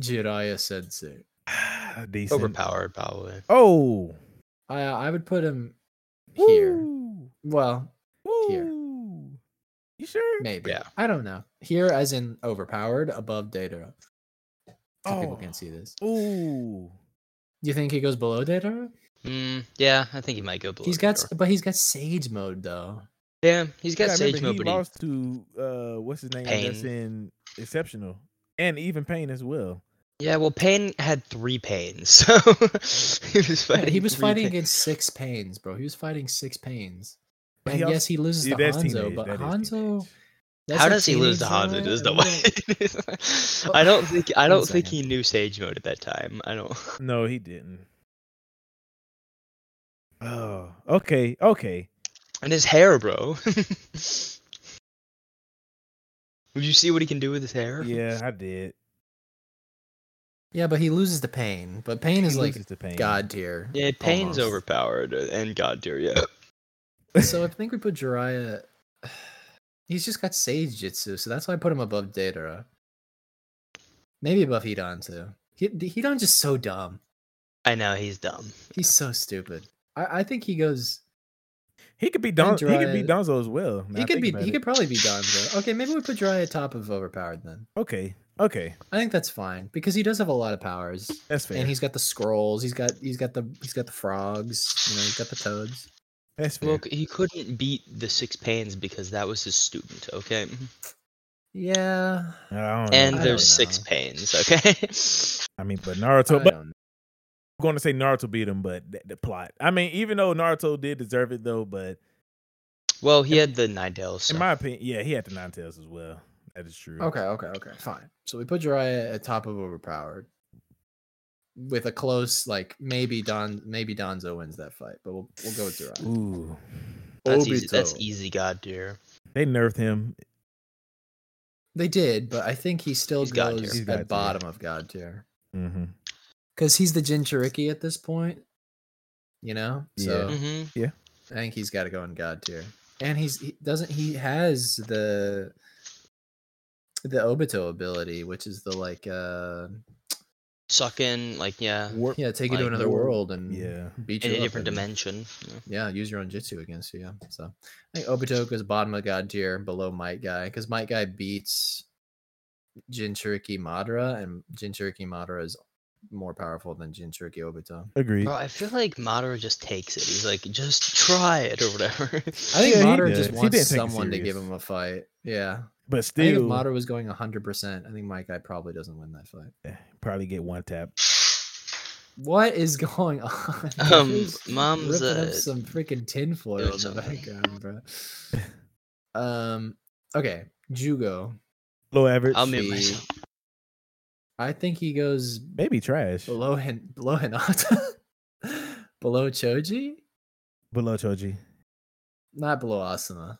Speaker 1: Jiraiya Sensei.
Speaker 2: Decent.
Speaker 4: Overpowered, probably.
Speaker 2: Oh.
Speaker 1: I I would put him here.
Speaker 2: Woo.
Speaker 1: Well,
Speaker 2: Woo.
Speaker 1: Here.
Speaker 2: You sure?
Speaker 1: Maybe.
Speaker 4: Yeah.
Speaker 1: I don't know. Here, as in overpowered, above Data. People
Speaker 2: Oh.
Speaker 1: can't see this.
Speaker 2: Ooh.
Speaker 1: You think he goes below Data?
Speaker 4: Mm, yeah, I think he might go below.
Speaker 1: He's got,
Speaker 4: Dora.
Speaker 1: s- but he's got Sage mode though.
Speaker 4: Yeah, he's got
Speaker 2: Yeah, I
Speaker 4: Sage
Speaker 2: remember
Speaker 4: Mode,
Speaker 2: he
Speaker 4: but he-
Speaker 2: lost to uh, what's his name? That's
Speaker 4: Payne.
Speaker 2: in Exceptional, and even Payne as well.
Speaker 4: Yeah, well, Payne had three pains, so he was
Speaker 1: Yeah,
Speaker 4: fighting.
Speaker 1: he was
Speaker 4: three
Speaker 1: fighting
Speaker 4: pain-
Speaker 1: against six pains, bro. He was fighting six pains.
Speaker 2: But
Speaker 1: and
Speaker 2: he also-
Speaker 1: yes, he loses
Speaker 2: Yeah,
Speaker 1: to
Speaker 2: that's
Speaker 1: Hanzo,
Speaker 2: teenage,
Speaker 1: but
Speaker 2: that is
Speaker 1: Hanzo.
Speaker 2: teenage.
Speaker 1: that's
Speaker 4: How
Speaker 1: a
Speaker 4: does he lose to
Speaker 1: teenage
Speaker 4: Hanzo?
Speaker 1: guy,
Speaker 4: Is
Speaker 1: and
Speaker 4: the
Speaker 1: we
Speaker 4: way?
Speaker 1: don't-
Speaker 4: it is.
Speaker 1: Well,
Speaker 4: I don't think I
Speaker 1: one
Speaker 4: don't think he
Speaker 1: second.
Speaker 4: knew Sage Mode at that time. I don't.
Speaker 2: No, he didn't. Oh, okay, okay.
Speaker 4: And his hair, bro. Would you see what he can do with his hair?
Speaker 2: Yeah, I did.
Speaker 1: Yeah, but he loses to Pain. But Pain is
Speaker 2: He
Speaker 1: like
Speaker 2: loses to Payne.
Speaker 1: god tier.
Speaker 4: Yeah, Payne's
Speaker 1: almost.
Speaker 4: overpowered uh, and God tier. Yeah.
Speaker 1: So I think we put Jiraiya. He's just got Sage Jitsu, so that's why I put him above Datara. Maybe above Hidan too. He, Hidan's just so dumb.
Speaker 4: I know he's dumb.
Speaker 1: He's so stupid. I, I think he goes.
Speaker 2: He could be Don. He could be
Speaker 1: Jiraiya-
Speaker 2: Donzo as well. now
Speaker 1: he
Speaker 2: I
Speaker 1: could
Speaker 2: think
Speaker 1: be.
Speaker 2: about
Speaker 1: He
Speaker 2: it.
Speaker 1: could probably be Donzo. Okay, maybe we put Jiraiya top of overpowered then.
Speaker 2: Okay, okay,
Speaker 1: I think that's fine because he does have a lot of powers,
Speaker 2: that's fair.
Speaker 1: and he's got the scrolls. He's got. He's got the. He's got the frogs. You know. He's got the toads.
Speaker 2: that's fair.
Speaker 4: Well, he couldn't beat the six pains because that was his student. Okay.
Speaker 1: Yeah.
Speaker 2: I don't
Speaker 4: And
Speaker 2: know.
Speaker 1: Mm-hmm. I
Speaker 4: there's
Speaker 1: don't
Speaker 4: six
Speaker 1: know.
Speaker 4: pains. Okay.
Speaker 2: I mean, but
Speaker 1: I
Speaker 2: Naruto. But
Speaker 1: don't know.
Speaker 2: I'm going to say Naruto beat him, but th- the plot. I mean, even though Naruto did deserve it, though, but
Speaker 4: well, he had the nine tails.
Speaker 2: in my opinion, yeah, he had the nine tails as well. That is true.
Speaker 1: Okay, okay, okay, fine. So we put Jiraiya at top of overpowered, with a close like maybe Don maybe Donzo wins that fight, but we'll we'll go with Jiraiya.
Speaker 2: Ooh,
Speaker 4: that's easy. That's
Speaker 1: Obito.
Speaker 4: easy, God tier.
Speaker 2: they nerfed him.
Speaker 1: They did, but I think he still
Speaker 4: He's God tier.
Speaker 1: goes
Speaker 2: He's
Speaker 1: at
Speaker 2: God tier.
Speaker 1: bottom of God tier
Speaker 2: Mm-hmm.
Speaker 1: because he's the Jinchuriki at this point, you know. So
Speaker 4: hmm
Speaker 1: I think he's got to go in God tier, and he's he doesn't he has the the Obito ability, which is the like uh
Speaker 4: Suck in, like Uh, yeah,
Speaker 2: Warp
Speaker 1: yeah take you to
Speaker 4: Like,
Speaker 1: another
Speaker 2: war-
Speaker 1: world and
Speaker 2: Yeah.
Speaker 1: beat you
Speaker 4: in a
Speaker 1: up
Speaker 4: different
Speaker 1: and-
Speaker 4: dimension. yeah.
Speaker 1: Yeah, use your own jitsu against you. Yeah. So I think Obito goes bottom of God tier below Might Guy because Might Guy beats Jinchuriki Madara, and Jinchuriki Madara is more powerful than Jinchuriki Obito.
Speaker 2: agreed.
Speaker 4: Bro, I feel like Madara just takes it. He's like, just try it or whatever.
Speaker 1: I think
Speaker 2: Yeah, he
Speaker 1: Madara
Speaker 2: does.
Speaker 1: just
Speaker 2: He
Speaker 1: wants
Speaker 2: didn't take it
Speaker 1: someone to give
Speaker 2: serious.
Speaker 1: him a fight. Yeah.
Speaker 2: But
Speaker 1: I think if
Speaker 2: still,
Speaker 1: Madara was going 100%, I think Might Guy probably doesn't win that fight.
Speaker 2: eh, probably get one tap.
Speaker 1: What is going on?
Speaker 4: Um,
Speaker 1: Who's
Speaker 4: Mom's,
Speaker 1: ripping up
Speaker 4: uh,
Speaker 1: some freaking tinfoil
Speaker 4: doing
Speaker 1: in the
Speaker 4: something.
Speaker 1: background, bro. Um, okay, Jugo.
Speaker 2: Low average.
Speaker 4: I'll mute
Speaker 1: see.
Speaker 4: myself.
Speaker 1: I think he goes
Speaker 2: Maybe trash.
Speaker 1: below Hin- below Hinata, below Choji,
Speaker 2: Below Choji.
Speaker 1: not below Asuna,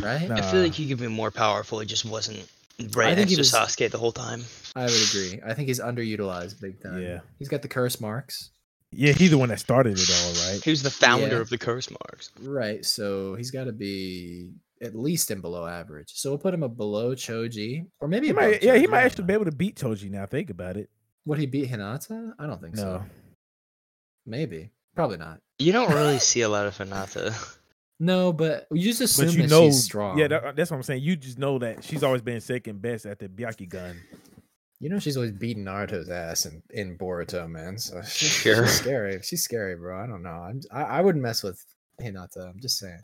Speaker 1: right?
Speaker 2: No.
Speaker 4: I feel like he could be more powerful. He just wasn't right
Speaker 1: I think
Speaker 4: next
Speaker 1: he
Speaker 4: to
Speaker 1: was-
Speaker 4: Sasuke the whole time.
Speaker 1: I would agree. I think he's underutilized big time.
Speaker 2: Yeah.
Speaker 1: he's got the curse marks,
Speaker 2: Yeah, he's the one that started it all, right?
Speaker 4: He was the founder
Speaker 1: Yeah.
Speaker 4: of the curse marks.
Speaker 1: right? So he's got to be at least in below average. So we'll put him a below Choji, or maybe
Speaker 2: He
Speaker 1: above
Speaker 2: might, yeah,
Speaker 1: Choji,
Speaker 2: he
Speaker 1: I
Speaker 2: might
Speaker 1: don't
Speaker 2: actually
Speaker 1: know.
Speaker 2: be able to beat Choji now. Think about it.
Speaker 1: Would he beat Hinata? I don't think
Speaker 2: No,
Speaker 1: so. Maybe, probably not.
Speaker 4: You don't really see a lot of Hinata.
Speaker 1: No, but you just assume
Speaker 2: but you
Speaker 1: that
Speaker 2: know,
Speaker 1: she's strong.
Speaker 2: yeah, that, that's what I'm saying. You just know that she's always been second best at the Byaki gun.
Speaker 1: You know she's always beating Naruto's ass in, in Boruto, man. So she-
Speaker 4: Sure.
Speaker 1: she's scary. She's scary, bro. I don't know. I'm, I I wouldn't mess with Hinata. I'm just saying.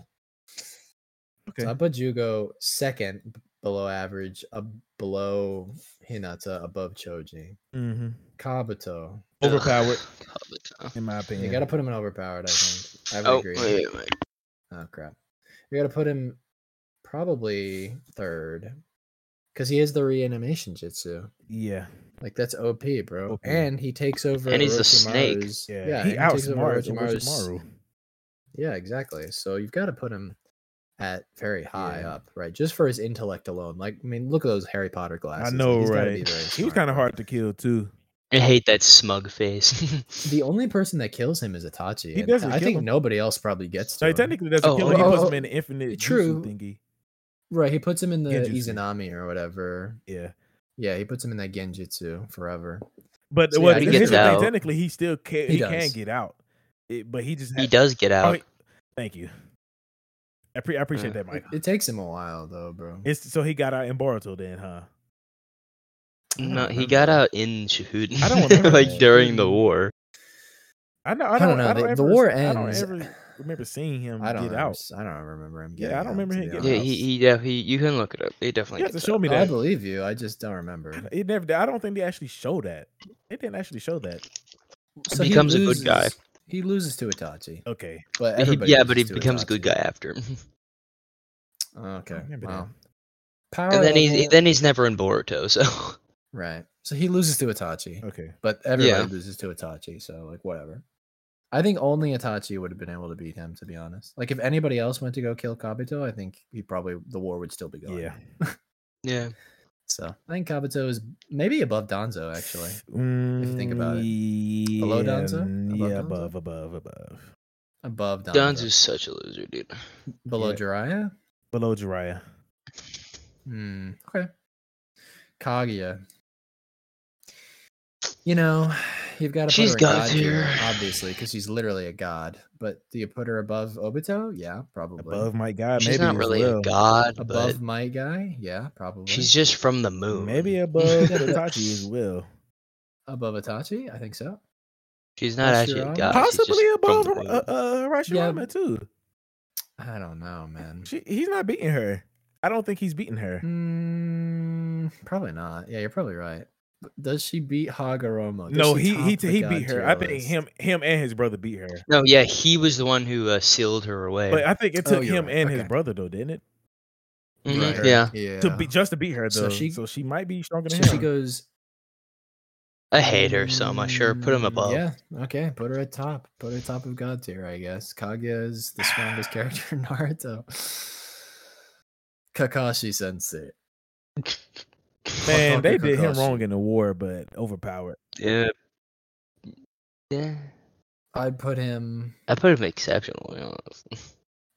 Speaker 2: Okay,
Speaker 1: So I put Jugo second b- below average, uh, below Hinata, above Choji.
Speaker 2: mm-hmm.
Speaker 1: Kabuto.
Speaker 2: overpowered
Speaker 4: Kabuto.
Speaker 2: in my
Speaker 1: You
Speaker 2: opinion.
Speaker 1: gotta put him in overpowered. I think. I would
Speaker 4: Oh,
Speaker 1: agree.
Speaker 4: wait, wait.
Speaker 1: Oh crap. You gotta put him probably third, because he is the reanimation jutsu.
Speaker 2: yeah,
Speaker 1: Like that's OP, bro.
Speaker 2: OP.
Speaker 1: And he takes over.
Speaker 4: And he's the snake.
Speaker 1: Orochimaru's-
Speaker 2: yeah,
Speaker 1: yeah.
Speaker 2: he
Speaker 1: and takes over
Speaker 2: outsmarts
Speaker 1: Orochimaru's-
Speaker 2: Orochimaru.
Speaker 1: Yeah, exactly. So you've got to put him at very high
Speaker 2: Yeah.
Speaker 1: up, right? Just for his intellect alone. Like, I mean, look at those Harry Potter
Speaker 2: I
Speaker 1: glasses.
Speaker 2: know,
Speaker 1: like, he's gotta
Speaker 2: right?
Speaker 1: be very
Speaker 2: He was
Speaker 1: smart,
Speaker 2: kind of
Speaker 1: bro.
Speaker 2: hard to kill too.
Speaker 4: I hate that smug face.
Speaker 1: The only person that kills him is Itachi.
Speaker 2: He
Speaker 1: and
Speaker 2: doesn't
Speaker 1: I
Speaker 2: kill
Speaker 1: think
Speaker 2: him.
Speaker 1: nobody else probably gets to.
Speaker 2: So he
Speaker 1: him.
Speaker 2: technically doesn't
Speaker 4: Oh,
Speaker 2: kill him. He
Speaker 1: oh,
Speaker 2: puts
Speaker 1: oh,
Speaker 2: him in the infinite
Speaker 1: true.
Speaker 2: jutsu thingy.
Speaker 1: right? He puts him in the
Speaker 2: Genjutsu.
Speaker 1: Izanami or whatever.
Speaker 2: Yeah,
Speaker 1: Yeah, he puts him in that Genjutsu forever.
Speaker 2: Oh but
Speaker 1: So, yeah,
Speaker 2: well,
Speaker 1: he
Speaker 2: here's
Speaker 1: gets
Speaker 2: the thing,
Speaker 4: out.
Speaker 2: technically he still can,
Speaker 1: He
Speaker 2: he, can
Speaker 1: does.
Speaker 2: get out, It- but he just
Speaker 4: he
Speaker 2: had-
Speaker 4: does get
Speaker 2: oh,
Speaker 4: out.
Speaker 2: he- thank you. I, pre- I appreciate that,
Speaker 1: It,
Speaker 2: Mike.
Speaker 1: it takes him a while though, bro.
Speaker 2: It's so he got out in Boruto then, huh?
Speaker 1: I don't
Speaker 4: No, he
Speaker 1: remember.
Speaker 4: got out in Shahud.
Speaker 2: I don't remember
Speaker 4: like
Speaker 1: that.
Speaker 4: during the war.
Speaker 2: I know.
Speaker 1: I
Speaker 2: I
Speaker 1: don't
Speaker 2: don't,
Speaker 1: know,
Speaker 2: I don't
Speaker 1: the- the
Speaker 2: ever-
Speaker 1: war
Speaker 2: I don't
Speaker 1: ends.
Speaker 2: ever remember seeing him
Speaker 1: I don't
Speaker 2: get
Speaker 1: remember,
Speaker 2: out.
Speaker 1: I don't remember him.
Speaker 2: Yeah, I
Speaker 1: getting
Speaker 2: don't remember
Speaker 1: out, to
Speaker 2: him
Speaker 1: be
Speaker 2: getting
Speaker 4: Yeah,
Speaker 2: out.
Speaker 1: honest.
Speaker 4: he, he, yeah, he, you can look it up. He definitely
Speaker 2: You have to
Speaker 4: gets
Speaker 2: show
Speaker 4: out.
Speaker 2: me
Speaker 1: Oh, I
Speaker 2: that.
Speaker 1: believe you. I just don't remember.
Speaker 2: It never. I don't think they actually show that. They didn't actually show that.
Speaker 4: He becomes a good guy.
Speaker 1: loses- He loses to Itachi,
Speaker 2: Okay.
Speaker 1: but
Speaker 4: He-
Speaker 1: everybody
Speaker 4: yeah, but he
Speaker 1: loses to
Speaker 4: becomes a good
Speaker 1: Itachi.
Speaker 4: guy after.
Speaker 1: Okay.
Speaker 2: remember that.
Speaker 1: Wow. Power
Speaker 4: and
Speaker 2: Oh,
Speaker 4: then he's
Speaker 1: level-
Speaker 4: then he's never in Boruto. So
Speaker 1: right. So he loses to Itachi,
Speaker 2: Okay.
Speaker 1: but everybody
Speaker 4: Yeah.
Speaker 1: loses to Itachi. So like whatever. I think only Itachi would have been able to beat him, to be honest. Like if anybody else went to go kill Kabuto, I think he probably the war would still be going.
Speaker 2: Yeah.
Speaker 4: yeah,
Speaker 1: So I think Kabuto is maybe above Donzo actually.
Speaker 2: Mm,
Speaker 1: you think about it.
Speaker 2: Yeah,
Speaker 1: Below Danzo?
Speaker 2: mm,
Speaker 1: Above
Speaker 2: yeah,
Speaker 1: Danzo?
Speaker 2: above, above, above.
Speaker 1: Above Donzo.
Speaker 4: Don's is such a loser, dude.
Speaker 1: below
Speaker 2: yeah.
Speaker 1: Jiraiya.
Speaker 2: Below Jiraiya.
Speaker 1: Hmm. Okay. Kaguya. You know, you've got to
Speaker 4: She's
Speaker 1: put her in
Speaker 4: God
Speaker 1: God tier,
Speaker 4: tier.
Speaker 1: obviously, because she's literally a god. But do you put her above Obito? Yeah, probably.
Speaker 2: Above my guy.
Speaker 4: She's
Speaker 2: maybe
Speaker 4: not
Speaker 2: as
Speaker 4: really
Speaker 2: well.
Speaker 4: a god,
Speaker 1: Above my guy? Yeah, probably.
Speaker 4: but she's just from the moon.
Speaker 2: Maybe above Itachi as well.
Speaker 1: above Itachi. I think so.
Speaker 4: she's not actually a
Speaker 1: Hashirama?
Speaker 4: god. she's just
Speaker 2: Possibly
Speaker 4: from
Speaker 2: above
Speaker 4: the
Speaker 2: uh,
Speaker 4: moon.
Speaker 2: uh, Hirashirama
Speaker 1: Yeah.
Speaker 2: too.
Speaker 1: I don't know, man.
Speaker 2: She, he's not beating her. I don't think he's beating
Speaker 1: Mm.
Speaker 2: her.
Speaker 1: Hmm, probably not. Yeah, you're probably right. But does she beat Hagoromo? Does
Speaker 2: No,
Speaker 1: she
Speaker 2: he he
Speaker 1: top the
Speaker 2: he
Speaker 1: god
Speaker 2: beat her.
Speaker 1: tier
Speaker 2: I think
Speaker 1: list?
Speaker 2: him him and his brother beat her.
Speaker 4: no, yeah, he was the one who uh, sealed her away.
Speaker 2: But I think it
Speaker 1: Oh,
Speaker 2: took
Speaker 1: you're
Speaker 2: him
Speaker 1: right.
Speaker 2: and his
Speaker 1: Okay.
Speaker 2: brother though, didn't it?
Speaker 4: Mhm,
Speaker 1: Right.
Speaker 4: Yeah,
Speaker 1: Yeah.
Speaker 2: To be just to beat her
Speaker 1: So
Speaker 2: though, so
Speaker 1: she-
Speaker 2: she, might be stronger
Speaker 1: so
Speaker 2: than
Speaker 1: she
Speaker 2: him.
Speaker 1: goes
Speaker 4: I hate her so much. Sure, put him
Speaker 1: Mm,
Speaker 4: above.
Speaker 1: Yeah, okay, put her at top. Put her top of God tier, I guess. Kaguya is the strongest character in Naruto. Kakashi Sensei.
Speaker 2: Man,
Speaker 1: Fuck
Speaker 2: they
Speaker 1: Kakashi.
Speaker 2: did him wrong in the war, but overpowered.
Speaker 4: yeah, yeah.
Speaker 1: I'd put him.
Speaker 4: I put him exceptional. You know.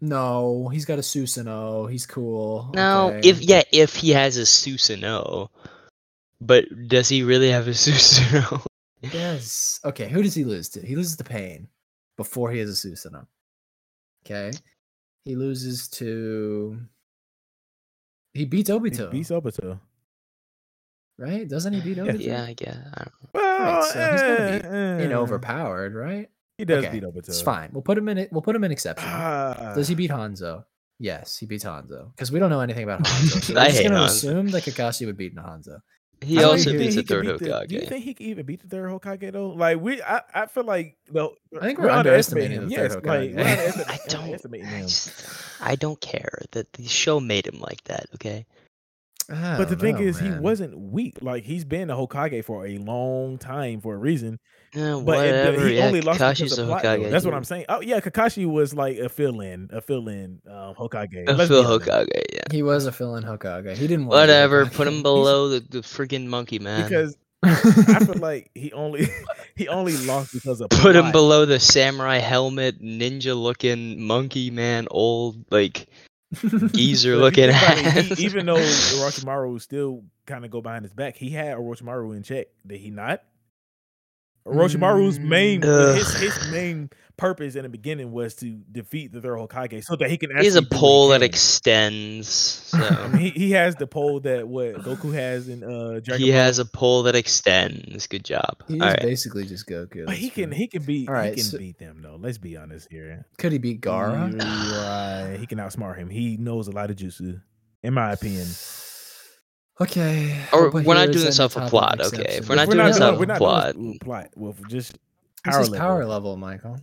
Speaker 1: No, he's got a Susanoo. He's cool.
Speaker 4: No,
Speaker 1: okay.
Speaker 4: if yeah, if he has a Susanoo, but does he really have a Susanoo?
Speaker 1: yes. Okay, who does he lose to? He loses to Pain before he has a Susanoo. Okay, he loses to. He beats
Speaker 2: He
Speaker 1: Obito,
Speaker 2: beats Obito.
Speaker 1: right? Doesn't he beat
Speaker 2: Yeah.
Speaker 1: Obito?
Speaker 4: yeah, I guess. I don't
Speaker 2: Well,
Speaker 1: so he's gonna be
Speaker 2: eh,
Speaker 1: In
Speaker 2: eh.
Speaker 1: overpowered, right?
Speaker 2: He does
Speaker 1: Okay,
Speaker 2: beat Obito.
Speaker 1: It's fine. We'll put him in. We'll put him in exception.
Speaker 2: Ah,
Speaker 1: Does he beat Hanzo? Yes, he beats Hanzo because we don't know anything about Hanzo. So we're
Speaker 4: I
Speaker 1: just
Speaker 4: hate
Speaker 1: gonna
Speaker 4: Hanzo.
Speaker 1: assume that Kakashi would beat Hanzo.
Speaker 4: He
Speaker 1: I don't
Speaker 4: also
Speaker 1: even
Speaker 4: beats the
Speaker 2: think he
Speaker 4: third
Speaker 2: could beat the- Do you
Speaker 4: Hokage.
Speaker 2: think he could even beat the third Hokage though? Like we, I, I feel like no.
Speaker 1: I think we're underestimating
Speaker 2: him.
Speaker 1: the third
Speaker 2: Yes, like,
Speaker 1: Hokage.
Speaker 2: we're underestim-
Speaker 4: I don't-
Speaker 2: underestimating
Speaker 4: I
Speaker 2: him.
Speaker 4: just, I don't care that the show made him like that. Okay.
Speaker 1: I
Speaker 2: But the
Speaker 1: don't
Speaker 2: thing
Speaker 1: know,
Speaker 2: is, he
Speaker 1: Oh, man.
Speaker 2: wasn't weak. Like he's been a Hokage for a long time for a reason.
Speaker 4: Yeah,
Speaker 2: But it-
Speaker 4: Eh, whatever.
Speaker 2: he
Speaker 4: yeah,
Speaker 2: only lost
Speaker 4: Kakashi's
Speaker 2: because
Speaker 4: a
Speaker 2: of plot.
Speaker 4: Hokage.
Speaker 2: though. That's what I'm saying. Oh yeah, Kakashi was like a fill-in, a fill-in um, Hokage.
Speaker 4: A
Speaker 2: Let's
Speaker 4: Phil
Speaker 2: be honest.
Speaker 4: Hokage. Yeah.
Speaker 1: He was a fill-in Hokage. He didn't. wanna be
Speaker 4: Whatever.
Speaker 1: Hokage.
Speaker 4: Put him below the, the freaking monkey man.
Speaker 2: because I feel like he only he only lost because of
Speaker 4: Put him
Speaker 2: plot.
Speaker 4: below the samurai helmet, ninja looking monkey man, old like geezer
Speaker 2: But if you
Speaker 4: looking
Speaker 2: think about it,
Speaker 4: ass.
Speaker 2: he- even though Orochimaru still kind of go behind his back, he had Orochimaru in check. Did he not? Orochimaru's main
Speaker 4: Mm.
Speaker 2: his,
Speaker 4: Ugh.
Speaker 2: his main purpose in the beginning was to defeat the third Hokage so that he can.
Speaker 4: he's
Speaker 2: actually
Speaker 4: a
Speaker 2: do what he
Speaker 4: pole that
Speaker 2: can.
Speaker 4: extends.
Speaker 2: I
Speaker 4: So
Speaker 2: mean, he, he has the pole that what Goku has in uh Dragon
Speaker 4: he
Speaker 2: Ball.
Speaker 4: has a pole that extends. Good job.
Speaker 1: He
Speaker 4: All
Speaker 1: is
Speaker 4: right.
Speaker 1: basically just Goku.
Speaker 2: But he
Speaker 1: that's
Speaker 2: can
Speaker 1: true.
Speaker 2: he can beat
Speaker 1: All right,
Speaker 2: he can
Speaker 1: so-
Speaker 2: beat them though. Let's be honest here.
Speaker 1: Could he beat Gara?
Speaker 2: He, uh, he can outsmart him. He knows a lot of jutsu, in my opinion.
Speaker 1: Okay.
Speaker 4: Or
Speaker 1: we'll put
Speaker 4: we're not
Speaker 1: Hiruzen
Speaker 4: doing this
Speaker 1: in
Speaker 4: off
Speaker 1: top
Speaker 4: of
Speaker 1: of
Speaker 4: plot, okay?
Speaker 1: exception.
Speaker 4: If we're not
Speaker 2: We're
Speaker 4: doing
Speaker 2: not
Speaker 4: this
Speaker 2: doing
Speaker 4: off
Speaker 2: we're
Speaker 4: of
Speaker 2: not
Speaker 4: plot,
Speaker 2: doing this plot. Well, just
Speaker 1: This
Speaker 2: power
Speaker 1: is
Speaker 2: level.
Speaker 1: power level, Michael.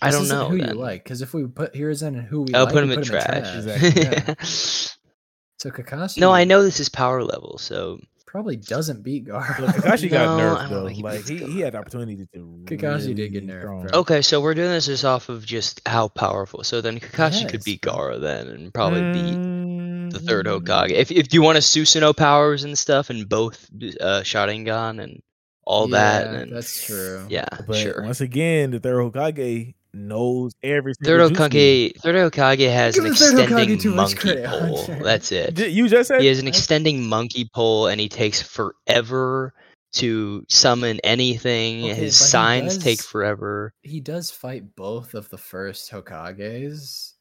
Speaker 4: I
Speaker 1: This
Speaker 4: don't
Speaker 1: isn't
Speaker 4: know.
Speaker 1: Who you
Speaker 4: then.
Speaker 1: like? Because if we put Hiruzen and who we
Speaker 4: I'll
Speaker 1: like,
Speaker 4: put him
Speaker 1: we
Speaker 4: in trash.
Speaker 2: Exactly.
Speaker 1: Yeah.
Speaker 4: Yeah.
Speaker 1: So Kakashi.
Speaker 4: no, I know this is power level, so
Speaker 1: Probably doesn't beat Gara.
Speaker 2: Look, Kakashi got
Speaker 4: No, I
Speaker 2: nerfed
Speaker 4: don't
Speaker 2: though.
Speaker 4: think he
Speaker 2: Like
Speaker 4: beats
Speaker 2: he, he had opportunity to.
Speaker 1: Kakashi did get
Speaker 2: really
Speaker 1: nerfed,
Speaker 2: strong.
Speaker 1: bro.
Speaker 4: okay. So we're doing this just off of just how powerful. So then Kakashi
Speaker 1: Yes,
Speaker 4: could beat
Speaker 1: bro.
Speaker 4: Gara then, and probably beat the third
Speaker 2: Mm.
Speaker 4: Hokage. If if you want to Susanoo powers and stuff, and both uh, Sharingan and all that,
Speaker 1: Yeah,
Speaker 4: and
Speaker 1: that's true.
Speaker 4: yeah,
Speaker 2: But
Speaker 4: sure.
Speaker 2: once again, the third Hokage knows every
Speaker 4: Third
Speaker 2: single jutsu.
Speaker 4: Hokage, Third Hokage has
Speaker 1: Give
Speaker 4: an
Speaker 1: the Third Hokage
Speaker 4: extending
Speaker 1: too much
Speaker 4: monkey
Speaker 1: credit, I'm
Speaker 4: pole.
Speaker 1: sorry.
Speaker 4: That's it.
Speaker 2: J- You just said
Speaker 4: He has an
Speaker 2: that?
Speaker 4: extending monkey pole, and he takes forever to summon anything.
Speaker 1: Okay,
Speaker 4: His
Speaker 1: but he
Speaker 4: signs take
Speaker 1: does-
Speaker 4: forever.
Speaker 1: He does fight both of the first Hokages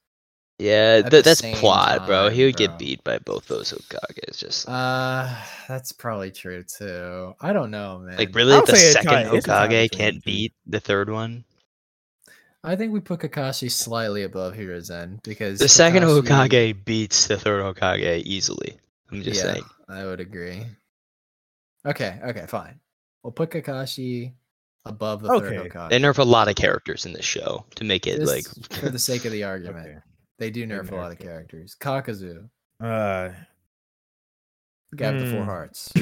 Speaker 4: Yeah,
Speaker 1: At
Speaker 4: th-
Speaker 1: the
Speaker 4: that's
Speaker 1: same
Speaker 4: plot, bro. He
Speaker 1: time,
Speaker 4: would
Speaker 1: bro.
Speaker 4: get beat by both those Hokages. Just
Speaker 1: Uh, that's probably true too. I don't know, man.
Speaker 4: like really,
Speaker 2: I'll
Speaker 4: the
Speaker 2: say it's
Speaker 4: second
Speaker 2: tied- it's a tie
Speaker 4: Hokage
Speaker 2: between the
Speaker 4: can't
Speaker 2: two.
Speaker 4: beat the third one.
Speaker 1: I think we put Kakashi slightly above Hiruzen because
Speaker 4: The second
Speaker 1: Kakashi-
Speaker 4: Hokage beats the third Hokage easily. I'm just
Speaker 1: yeah,
Speaker 4: saying.
Speaker 1: I would agree. Okay, okay, fine. We'll put Kakashi above the
Speaker 2: Okay.
Speaker 1: third Hokage.
Speaker 4: They nerf a lot of characters in this show to make it
Speaker 1: Just
Speaker 4: like
Speaker 1: for the sake of the argument.
Speaker 2: Okay.
Speaker 1: They do
Speaker 2: They
Speaker 1: nerf a lot of
Speaker 2: nerfed it.
Speaker 1: characters. Kakazu,
Speaker 2: Uh,
Speaker 1: guy with the four
Speaker 2: Hmm.
Speaker 1: hearts.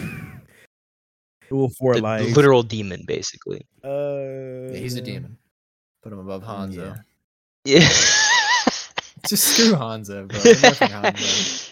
Speaker 2: Duel for
Speaker 4: the
Speaker 2: life.
Speaker 4: literal demon, basically.
Speaker 2: Uh,
Speaker 1: Yeah, he's a demon. Put him above Hanzo.
Speaker 2: Mm, Yeah.
Speaker 4: Yeah.
Speaker 1: Just screw Hanzo, bro. We're nerfing Hanzo.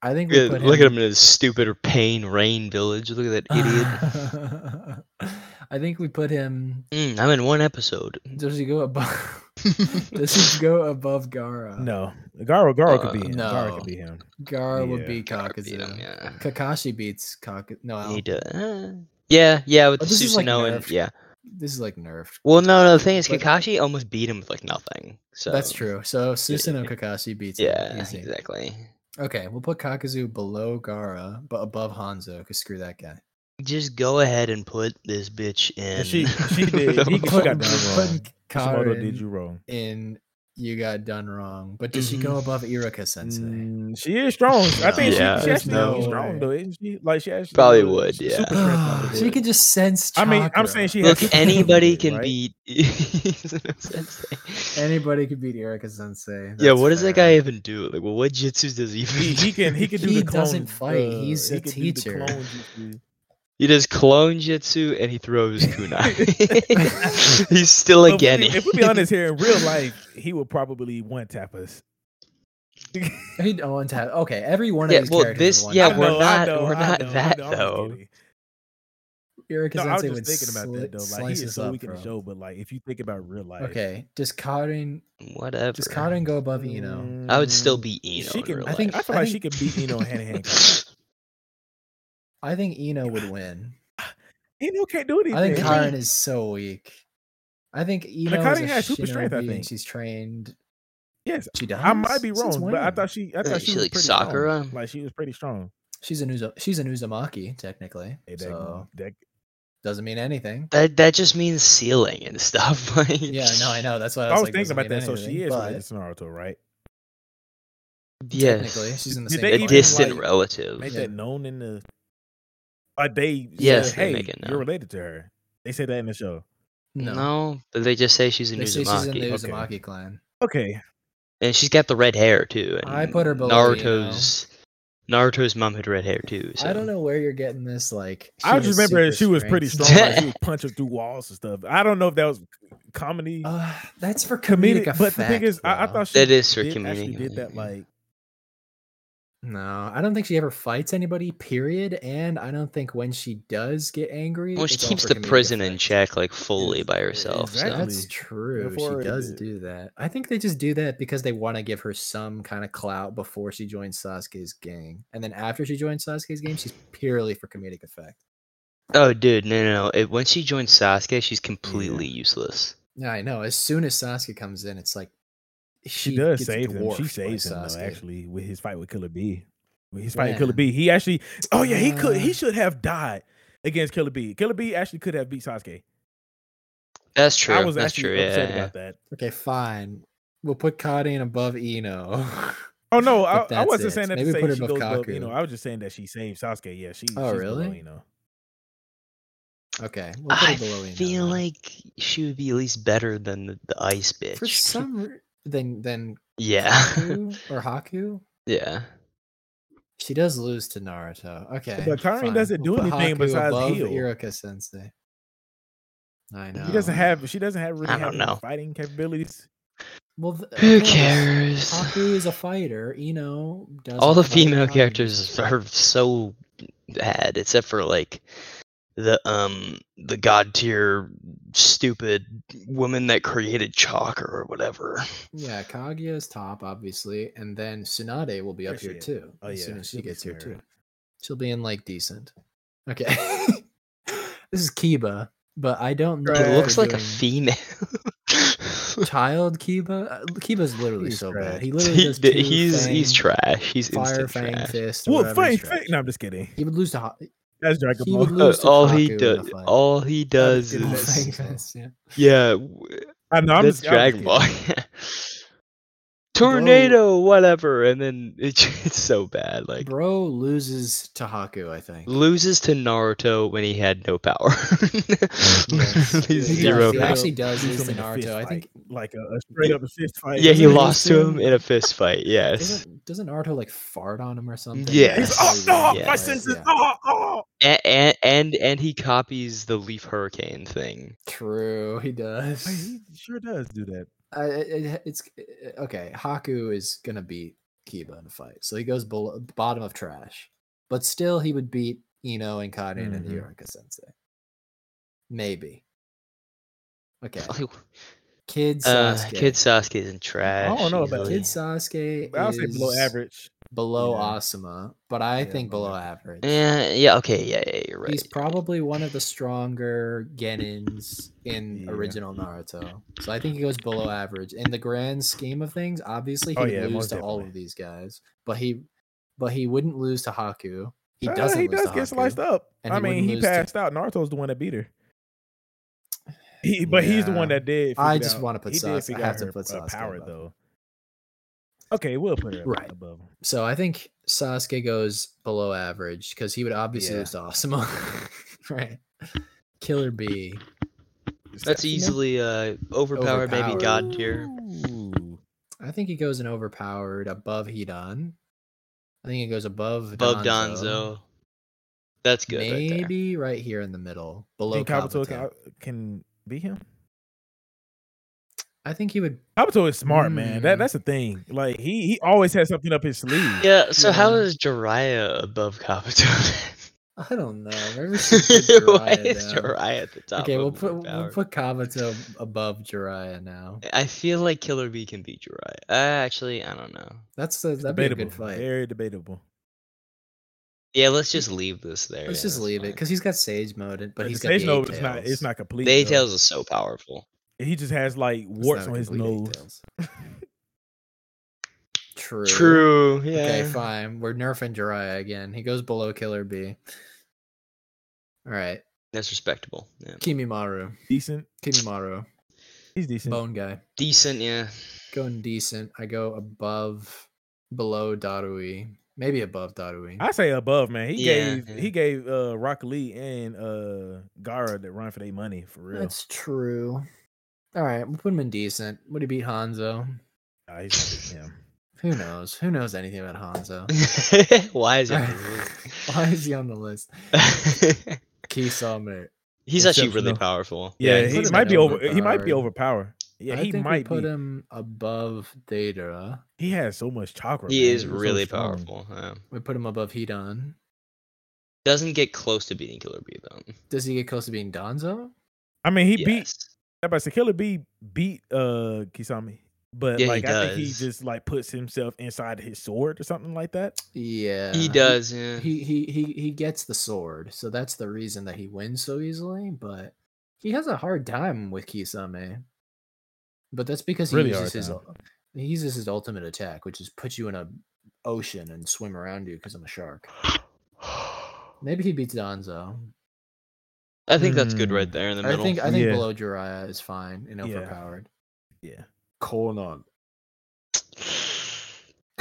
Speaker 1: I think we
Speaker 4: Yeah,
Speaker 1: put
Speaker 4: look at him in his stupid or pain rain village. Look at that idiot.
Speaker 1: Ah. idiot. I think we put him.
Speaker 4: Mm, I'm in one episode.
Speaker 1: Does he go above? does he go above Gara?
Speaker 2: No, Garo. Garo
Speaker 4: Uh,
Speaker 2: could be him. Garo
Speaker 1: no.
Speaker 2: could be him.
Speaker 1: Gara would
Speaker 2: Yeah.
Speaker 1: be
Speaker 4: Gotta beat
Speaker 1: Kakazu.
Speaker 4: him, yeah.
Speaker 1: Kakashi beats Kakazu. No, I don't-
Speaker 4: Need to- uh, yeah, yeah, with
Speaker 1: But
Speaker 4: the
Speaker 1: Oh, this is, like,
Speaker 4: Susanoo and
Speaker 1: nerfed.
Speaker 4: yeah.
Speaker 1: this is like nerfed.
Speaker 4: Well, no, no. The thing is,
Speaker 1: But-
Speaker 4: Kakashi almost beat him with like nothing. So
Speaker 1: That's true. So Susanoo Kakashi beats him
Speaker 4: Yeah,
Speaker 1: easy.
Speaker 4: exactly.
Speaker 1: Okay, we'll put Kakazu below Gara, but above Hanzo, because screw that guy.
Speaker 4: Just go ahead and put this bitch in.
Speaker 2: she- she did. He- she
Speaker 4: Without-
Speaker 2: got done wrong.
Speaker 1: putting
Speaker 2: Kishimoto
Speaker 1: Karen
Speaker 2: did you wrong.
Speaker 1: in you got done wrong. But does she
Speaker 4: Mm-hmm.
Speaker 1: go above Iruka Sensei?
Speaker 2: Mm, she is strong. I think
Speaker 4: Yeah,
Speaker 2: she, she
Speaker 4: there's
Speaker 2: actually
Speaker 4: no
Speaker 2: is strong
Speaker 1: way.
Speaker 2: though, isn't she? Like she actually
Speaker 4: Probably
Speaker 2: uh,
Speaker 4: would,
Speaker 2: super
Speaker 4: yeah.
Speaker 2: strength probably
Speaker 1: she
Speaker 2: would.
Speaker 1: could just sense.
Speaker 2: I mean, I'm
Speaker 1: chakra.
Speaker 2: saying she has
Speaker 4: Look,
Speaker 2: super
Speaker 4: anybody
Speaker 2: strength,
Speaker 4: can
Speaker 2: right?
Speaker 4: beat. yeah,
Speaker 1: anybody could beat Iruka Sensei.
Speaker 4: what does that
Speaker 1: fair.
Speaker 4: guy even do? Like, well, what jutsu does he even?
Speaker 2: He, he can he can do
Speaker 1: He
Speaker 2: the clone,
Speaker 1: doesn't fight,
Speaker 2: uh,
Speaker 1: he's
Speaker 2: he
Speaker 1: a
Speaker 2: can do the
Speaker 1: teacher.
Speaker 2: clone jutsu.
Speaker 4: He does clone jutsu and he throws kunai. He's still a
Speaker 2: But if we-
Speaker 4: Genny.
Speaker 2: If we be honest here, in real life, he would probably one tap us.
Speaker 1: He'd want to have. oh, Okay, every one of
Speaker 4: Yeah,
Speaker 1: these
Speaker 4: well,
Speaker 1: characters.
Speaker 4: this-
Speaker 1: would want to
Speaker 2: I
Speaker 4: yeah,
Speaker 1: have-
Speaker 4: we're
Speaker 2: know, I
Speaker 4: not-
Speaker 2: know,
Speaker 4: we're
Speaker 2: I
Speaker 4: not
Speaker 2: know, I
Speaker 4: that,
Speaker 2: know, I'm just
Speaker 4: though.
Speaker 2: kidding.
Speaker 1: Iruka
Speaker 2: No, I was
Speaker 1: Sensei
Speaker 2: just
Speaker 1: would
Speaker 2: thinking about
Speaker 1: sli-
Speaker 2: that though. Like
Speaker 1: slice
Speaker 2: he is
Speaker 1: us
Speaker 2: so
Speaker 1: up,
Speaker 2: weak in the
Speaker 1: bro.
Speaker 2: show, but like if you think about real life,
Speaker 1: Okay, does Karin
Speaker 4: Whatever.
Speaker 1: does Karin go above Ino?
Speaker 4: I would still
Speaker 2: Mm,
Speaker 4: be Eno.
Speaker 2: She
Speaker 4: in
Speaker 2: can.
Speaker 4: real
Speaker 2: I think.
Speaker 4: life.
Speaker 2: I feel
Speaker 1: I
Speaker 2: like she
Speaker 1: think-
Speaker 2: could beat Eno hand in hand.
Speaker 1: I think Ino would win.
Speaker 2: Eno can't do anything.
Speaker 1: I think
Speaker 2: She-
Speaker 1: Karin is so weak. I think Ino is
Speaker 2: Karin
Speaker 1: a
Speaker 2: has super strength, I
Speaker 1: shinobi and
Speaker 2: think.
Speaker 1: she's trained.
Speaker 2: Yes,
Speaker 1: She does.
Speaker 2: I might be
Speaker 1: Since
Speaker 2: wrong, but I
Speaker 1: when?
Speaker 2: thought she. I
Speaker 4: Uh,
Speaker 2: thought
Speaker 4: she
Speaker 2: she was
Speaker 4: like
Speaker 2: pretty
Speaker 4: Sakura?
Speaker 2: Strong. Like she was pretty strong.
Speaker 1: she's an Uzo- she's an Uzumaki technically.
Speaker 2: Hey, that,
Speaker 1: so
Speaker 2: that,
Speaker 1: doesn't mean anything.
Speaker 4: That that just means sealing and stuff. Like,
Speaker 1: Yeah, no, I know. That's why
Speaker 2: I
Speaker 1: I
Speaker 2: was
Speaker 1: was, like,
Speaker 2: thinking
Speaker 1: doesn't
Speaker 2: about
Speaker 1: mean
Speaker 2: that. So she
Speaker 1: anything,
Speaker 2: is
Speaker 1: but
Speaker 2: related to Naruto, right?
Speaker 4: Yeah,
Speaker 1: Technically, she's in the
Speaker 2: Did
Speaker 1: same.
Speaker 2: they
Speaker 4: a
Speaker 2: even,
Speaker 1: class.
Speaker 4: distant
Speaker 2: like,
Speaker 4: relative.
Speaker 2: Make
Speaker 1: Yeah.
Speaker 2: that known in the. Like they
Speaker 4: Yes,
Speaker 2: said,
Speaker 4: they
Speaker 2: hey,
Speaker 4: make it known.
Speaker 2: you're related to her. They said that in the show.
Speaker 4: No.
Speaker 1: no.
Speaker 4: but they just say she's a
Speaker 1: They say she's in the
Speaker 4: Uzumaki,
Speaker 2: okay.
Speaker 1: Uzumaki clan.
Speaker 2: Okay,
Speaker 4: and she's got the red hair too. And
Speaker 1: I put her below
Speaker 4: Naruto's Naruto's mom had red hair too. So.
Speaker 1: I don't know where you're getting this. Like,
Speaker 2: I
Speaker 1: she
Speaker 2: just
Speaker 1: has
Speaker 2: remember
Speaker 1: super
Speaker 2: she was pretty
Speaker 1: strength.
Speaker 2: strong. like, she was punching through walls and stuff. I don't know if that was comedy,
Speaker 1: Uh, that's for comedic,
Speaker 2: comedic, but the thing
Speaker 1: effect,
Speaker 2: is, I, I
Speaker 1: bro.
Speaker 2: thought she
Speaker 4: That is for
Speaker 2: did, actually
Speaker 4: comedic
Speaker 2: did that
Speaker 4: effect.
Speaker 2: like
Speaker 1: no, I don't think she ever fights anybody. Period. And I don't think when she does get angry,
Speaker 4: Well, she
Speaker 1: it's all
Speaker 4: keeps
Speaker 1: for
Speaker 4: the
Speaker 1: comedic
Speaker 4: prison in
Speaker 1: effect.
Speaker 4: check like fully
Speaker 2: Yes,
Speaker 4: by
Speaker 2: e-
Speaker 4: herself.
Speaker 2: exactly.
Speaker 1: That's true.
Speaker 2: Before
Speaker 1: she does
Speaker 2: it-
Speaker 1: do that. I think they just do that because they want to give her some kind of clout before she joins Sasuke's gang. And then after she joins Sasuke's gang, she's purely for comedic effect.
Speaker 4: So. Oh, dude, no, no, no. It, once she joins Sasuke, she's completely useless.
Speaker 1: Yeah, I know. As soon as Sasuke comes in, it's like
Speaker 2: she, does
Speaker 1: gets
Speaker 2: save him. She
Speaker 1: dwarfed by
Speaker 2: saves him though,
Speaker 1: Sasuke.
Speaker 2: actually, with his fight with Killer B. With his fight with Killer
Speaker 1: Yeah.
Speaker 2: B, he actually. Oh yeah, he could. He
Speaker 1: Uh.
Speaker 2: should have died against Killer B. Killer B actually could have beat Sasuke.
Speaker 4: That's true.
Speaker 2: I was
Speaker 4: That's
Speaker 2: actually
Speaker 4: true. Yeah.
Speaker 2: upset
Speaker 4: yeah.
Speaker 2: about that.
Speaker 1: Okay, fine. We'll put Karin above Ino.
Speaker 2: Oh no, I,
Speaker 1: But
Speaker 2: I
Speaker 1: that's
Speaker 2: wasn't
Speaker 1: it.
Speaker 2: saying that
Speaker 1: Maybe put
Speaker 2: to say
Speaker 1: her
Speaker 2: she
Speaker 1: above
Speaker 2: goes above, you know.
Speaker 1: Kaku.
Speaker 2: I was just saying that she saved Sasuke. Yeah, she.
Speaker 1: Oh,
Speaker 2: she's
Speaker 1: really?
Speaker 2: You know.
Speaker 1: okay, we'll put
Speaker 4: I
Speaker 1: her below Ino.
Speaker 4: feel like she would be at least better than the, the ice bitch.
Speaker 1: for some re- then then
Speaker 4: yeah,
Speaker 1: Haku or Haku.
Speaker 4: yeah.
Speaker 1: She does lose to Naruto. Okay.
Speaker 2: But Karin
Speaker 1: fine.
Speaker 2: doesn't do
Speaker 1: put
Speaker 2: anything
Speaker 1: Haku
Speaker 2: besides
Speaker 1: above
Speaker 2: heal.
Speaker 1: Iruka sensei. I know.
Speaker 2: He doesn't have. She doesn't have really
Speaker 4: I
Speaker 2: have
Speaker 4: don't
Speaker 2: any
Speaker 4: know.
Speaker 2: fighting capabilities.
Speaker 1: Well, th- of
Speaker 4: Who
Speaker 1: course,
Speaker 4: cares?
Speaker 1: Haku is a fighter. Ino does
Speaker 4: All the female characters are so bad, except for like the um the god tier stupid woman that created Chakra or whatever.
Speaker 1: Yeah, Kaguya is top, obviously, and then Tsunade will be
Speaker 2: There
Speaker 1: up
Speaker 2: she
Speaker 1: here
Speaker 2: is.
Speaker 1: too.
Speaker 2: Oh,
Speaker 1: as soon
Speaker 2: yeah,
Speaker 1: as she
Speaker 2: she'll be
Speaker 1: gets here
Speaker 2: fair.
Speaker 1: too, she'll be in like decent. Okay, this is Kiba, but I don't know.
Speaker 2: Right.
Speaker 1: if
Speaker 4: It looks
Speaker 1: they're
Speaker 4: like a
Speaker 1: doing-
Speaker 4: female.
Speaker 1: child Kiba. Uh, Kiba's literally
Speaker 2: He's
Speaker 1: so
Speaker 2: trash.
Speaker 1: bad. He literally
Speaker 4: He,
Speaker 1: does two
Speaker 4: he's he's
Speaker 1: Fang-
Speaker 4: trash. He's
Speaker 1: Fire
Speaker 4: instant
Speaker 1: Fang
Speaker 4: trash.
Speaker 1: Fist. or
Speaker 2: Well,
Speaker 1: whatever
Speaker 2: fang,
Speaker 1: he's
Speaker 2: fang.
Speaker 1: trash.
Speaker 2: No, I'm just kidding.
Speaker 1: He would lose to Hot.
Speaker 2: That's Dragon
Speaker 1: He
Speaker 2: Ball.
Speaker 1: would
Speaker 4: Uh,
Speaker 1: lose to
Speaker 4: all he
Speaker 1: Kaku in a
Speaker 4: does,
Speaker 1: fight.
Speaker 4: all he does
Speaker 2: kidding,
Speaker 1: Hot
Speaker 2: that's-
Speaker 4: is
Speaker 1: Fang Fist, yeah.
Speaker 4: yeah, w-
Speaker 2: I know. I'm
Speaker 4: that's
Speaker 2: just, I'm just
Speaker 4: Dragon
Speaker 2: kidding.
Speaker 4: Ball. Tornado, whatever, and then it, it's so bad. Like
Speaker 1: Bro loses to Haku, I think.
Speaker 4: loses to Naruto when he had no power. Literally
Speaker 1: He
Speaker 4: zero
Speaker 1: does. He
Speaker 4: power.
Speaker 1: actually does
Speaker 2: He's
Speaker 1: lose to
Speaker 2: in a fist
Speaker 1: Naruto. I
Speaker 2: fight,
Speaker 1: think.
Speaker 2: like a, a straight up fist fight.
Speaker 4: Yeah, he
Speaker 2: Isn't it
Speaker 4: lost to
Speaker 2: just
Speaker 4: him in a fist fight. Yes,
Speaker 1: Doesn't, doesn't Naruto like fart on him or something?
Speaker 4: Yes.
Speaker 2: He's,
Speaker 4: Yes.
Speaker 2: oh no,
Speaker 4: Yeah.
Speaker 2: my
Speaker 4: Yeah.
Speaker 2: senses. Oh, oh.
Speaker 4: and, and and and he copies the Leaf Hurricane thing.
Speaker 1: True, he does.
Speaker 2: Wait, he sure does do that.
Speaker 1: I, I- it, it's uh, okay. Haku is gonna beat Kiba in a fight, so he goes below, bottom of trash. But still, he would beat Ino and Kaden and
Speaker 2: Mhm.
Speaker 1: Yorika Sensei. Maybe. Okay,
Speaker 4: Like,
Speaker 1: Kid
Speaker 4: Uh,
Speaker 1: Oh, Sasuke.
Speaker 4: kid Sasuke is in trash.
Speaker 2: I don't know about
Speaker 4: easily.
Speaker 1: Kid Sasuke
Speaker 2: But I'll say below
Speaker 1: is
Speaker 2: average.
Speaker 1: below
Speaker 2: Yeah.
Speaker 1: Asuma, but I
Speaker 2: Yeah,
Speaker 1: think
Speaker 2: below
Speaker 1: below average.
Speaker 4: Yeah, Eh, yeah, okay, yeah, yeah, you're right.
Speaker 1: He's probably one of the stronger Genins in
Speaker 2: Yeah.
Speaker 1: original Naruto. So I think he goes below average. In the grand scheme of things, obviously he
Speaker 2: Oh,
Speaker 1: would
Speaker 2: yeah,
Speaker 1: lose
Speaker 2: most
Speaker 1: to all of
Speaker 2: definitely.
Speaker 1: these guys. But he but he wouldn't lose to Haku. He
Speaker 2: Uh,
Speaker 1: doesn't
Speaker 2: he
Speaker 1: lose
Speaker 2: does
Speaker 1: to
Speaker 2: get sliced
Speaker 1: Haku.
Speaker 2: up.
Speaker 1: And
Speaker 2: I
Speaker 1: he
Speaker 2: mean,
Speaker 1: wouldn't
Speaker 2: he
Speaker 1: lose to-
Speaker 2: passed out. Naruto's the one that beat her. He, but he's the one
Speaker 1: Yeah.
Speaker 2: that did.
Speaker 1: I
Speaker 2: figure
Speaker 1: just
Speaker 2: out-
Speaker 1: wanna put
Speaker 2: he did
Speaker 1: Sas- I
Speaker 2: figure
Speaker 1: have
Speaker 2: out
Speaker 1: to
Speaker 2: her,
Speaker 1: put
Speaker 2: uh,
Speaker 1: Sasuke
Speaker 2: power
Speaker 1: above.
Speaker 2: though. Okay, we'll put her ab-
Speaker 1: Right.
Speaker 2: above. him.
Speaker 1: So I think Sasuke goes below average because he would obviously
Speaker 2: Yeah.
Speaker 1: lose to Asuma. right. Killer B.
Speaker 4: That's easily uh overpowered, maybe
Speaker 1: Overpowered.
Speaker 4: god tier.
Speaker 2: Ooh.
Speaker 1: I think he goes in overpowered above Hedon. I think he goes above
Speaker 4: Above
Speaker 1: Danzo.
Speaker 4: Donzo. That's good right there.
Speaker 1: Maybe right, here in the middle, below
Speaker 2: Think
Speaker 1: Kabuto.
Speaker 2: Kabuto can, can beat him.
Speaker 1: I think he would.
Speaker 2: Kabuto is smart, man. That
Speaker 1: Mm.
Speaker 2: that's the thing. Like he he always has something up his sleeve.
Speaker 4: Yeah, so how
Speaker 1: Yeah.
Speaker 4: is Jiraiya above Kabuto?
Speaker 1: I don't know. Maybe we should put
Speaker 4: Why
Speaker 1: Jiraiya
Speaker 4: is
Speaker 1: down.
Speaker 4: Jiraiya at the top?
Speaker 1: Okay,
Speaker 4: of
Speaker 1: we'll put we'll
Speaker 4: overpowered?
Speaker 1: put Kabuto above Jiraiya now.
Speaker 4: I feel like Killer B can beat Jiraiya. Uh, actually, I don't know.
Speaker 1: That's the, that'd be a
Speaker 2: debatable.
Speaker 1: good fight.
Speaker 2: Very debatable.
Speaker 4: Yeah, let's just leave this there.
Speaker 1: Let's
Speaker 4: yeah,
Speaker 1: just
Speaker 4: that's
Speaker 1: leave it
Speaker 4: fine.
Speaker 1: because he's got Sage mode, and- but
Speaker 2: Like,
Speaker 1: he's
Speaker 2: the
Speaker 1: got
Speaker 2: stage
Speaker 1: the
Speaker 2: node
Speaker 1: eight
Speaker 2: is not
Speaker 1: tails.
Speaker 2: it's not complete.
Speaker 4: the eight
Speaker 2: though.
Speaker 4: tails is so powerful.
Speaker 2: He just has like
Speaker 1: It's
Speaker 2: warts
Speaker 1: not
Speaker 2: on
Speaker 1: a
Speaker 2: his
Speaker 1: complete eight
Speaker 2: nose.
Speaker 1: tails. True.
Speaker 4: True. Yeah.
Speaker 1: Okay, fine. We're nerfing Jiraiya again. He goes below Killer B. All right,
Speaker 4: That's respectable. Yeah.
Speaker 1: Kimimaru.
Speaker 2: decent.
Speaker 1: Kimimaru,
Speaker 2: He's decent.
Speaker 1: bone guy.
Speaker 4: Decent. Yeah.
Speaker 1: going decent. I go above, below Darui, maybe above Darui.
Speaker 2: I say above, man. He
Speaker 4: Yeah,
Speaker 2: gave
Speaker 4: yeah.
Speaker 2: he gave uh Rock Lee and uh Gara that run for their money for real.
Speaker 1: That's true. All right, we'll put him in decent. Would he beat Hanzo?
Speaker 2: Nah, he's not beating him.
Speaker 1: Who knows? Who knows anything about Hanzo?
Speaker 4: Why is he? on
Speaker 1: Why is he on the list?
Speaker 4: the list?
Speaker 1: Kisame.
Speaker 4: He's actually really
Speaker 2: Exceptional.
Speaker 4: powerful.
Speaker 2: Yeah,
Speaker 1: put
Speaker 2: he
Speaker 1: him
Speaker 2: might
Speaker 1: at
Speaker 2: be over he might be
Speaker 1: overpowered.
Speaker 2: overpowered. Yeah,
Speaker 1: I
Speaker 2: he
Speaker 1: think we
Speaker 2: might
Speaker 1: put
Speaker 2: be.
Speaker 1: him above Deidara.
Speaker 2: He has so much chakra.
Speaker 4: he
Speaker 2: man.
Speaker 4: is
Speaker 2: He's so
Speaker 4: really
Speaker 2: strong.
Speaker 4: powerful. yeah.
Speaker 1: We put him above Hidan.
Speaker 4: Doesn't get close to beating Killer B though.
Speaker 1: Does he get close to being Danzo?
Speaker 2: I mean, he beat
Speaker 4: Yes.
Speaker 2: I about to say Killer B beat uh Kisame, but
Speaker 4: Yeah, he
Speaker 2: like I think he
Speaker 4: does.
Speaker 2: just like puts himself inside his sword or something like that.
Speaker 1: Yeah.
Speaker 4: He does. Yeah.
Speaker 1: uh, he he he he gets the sword, so that's the reason that he wins so easily. But he has a hard time with Kisame. But that's because he
Speaker 2: Really hard
Speaker 1: uses his
Speaker 2: time.
Speaker 1: ul- he uses his ultimate attack, which is put you in a ocean and swim around you because I'm a shark. Maybe he beats Danzo.
Speaker 4: I think that's good
Speaker 2: Hmm.
Speaker 4: right there in the
Speaker 1: I
Speaker 4: middle.
Speaker 1: think I think
Speaker 2: Yeah.
Speaker 1: below Jiraiya is fine and
Speaker 2: Yeah.
Speaker 1: overpowered.
Speaker 2: Yeah,
Speaker 1: Konon.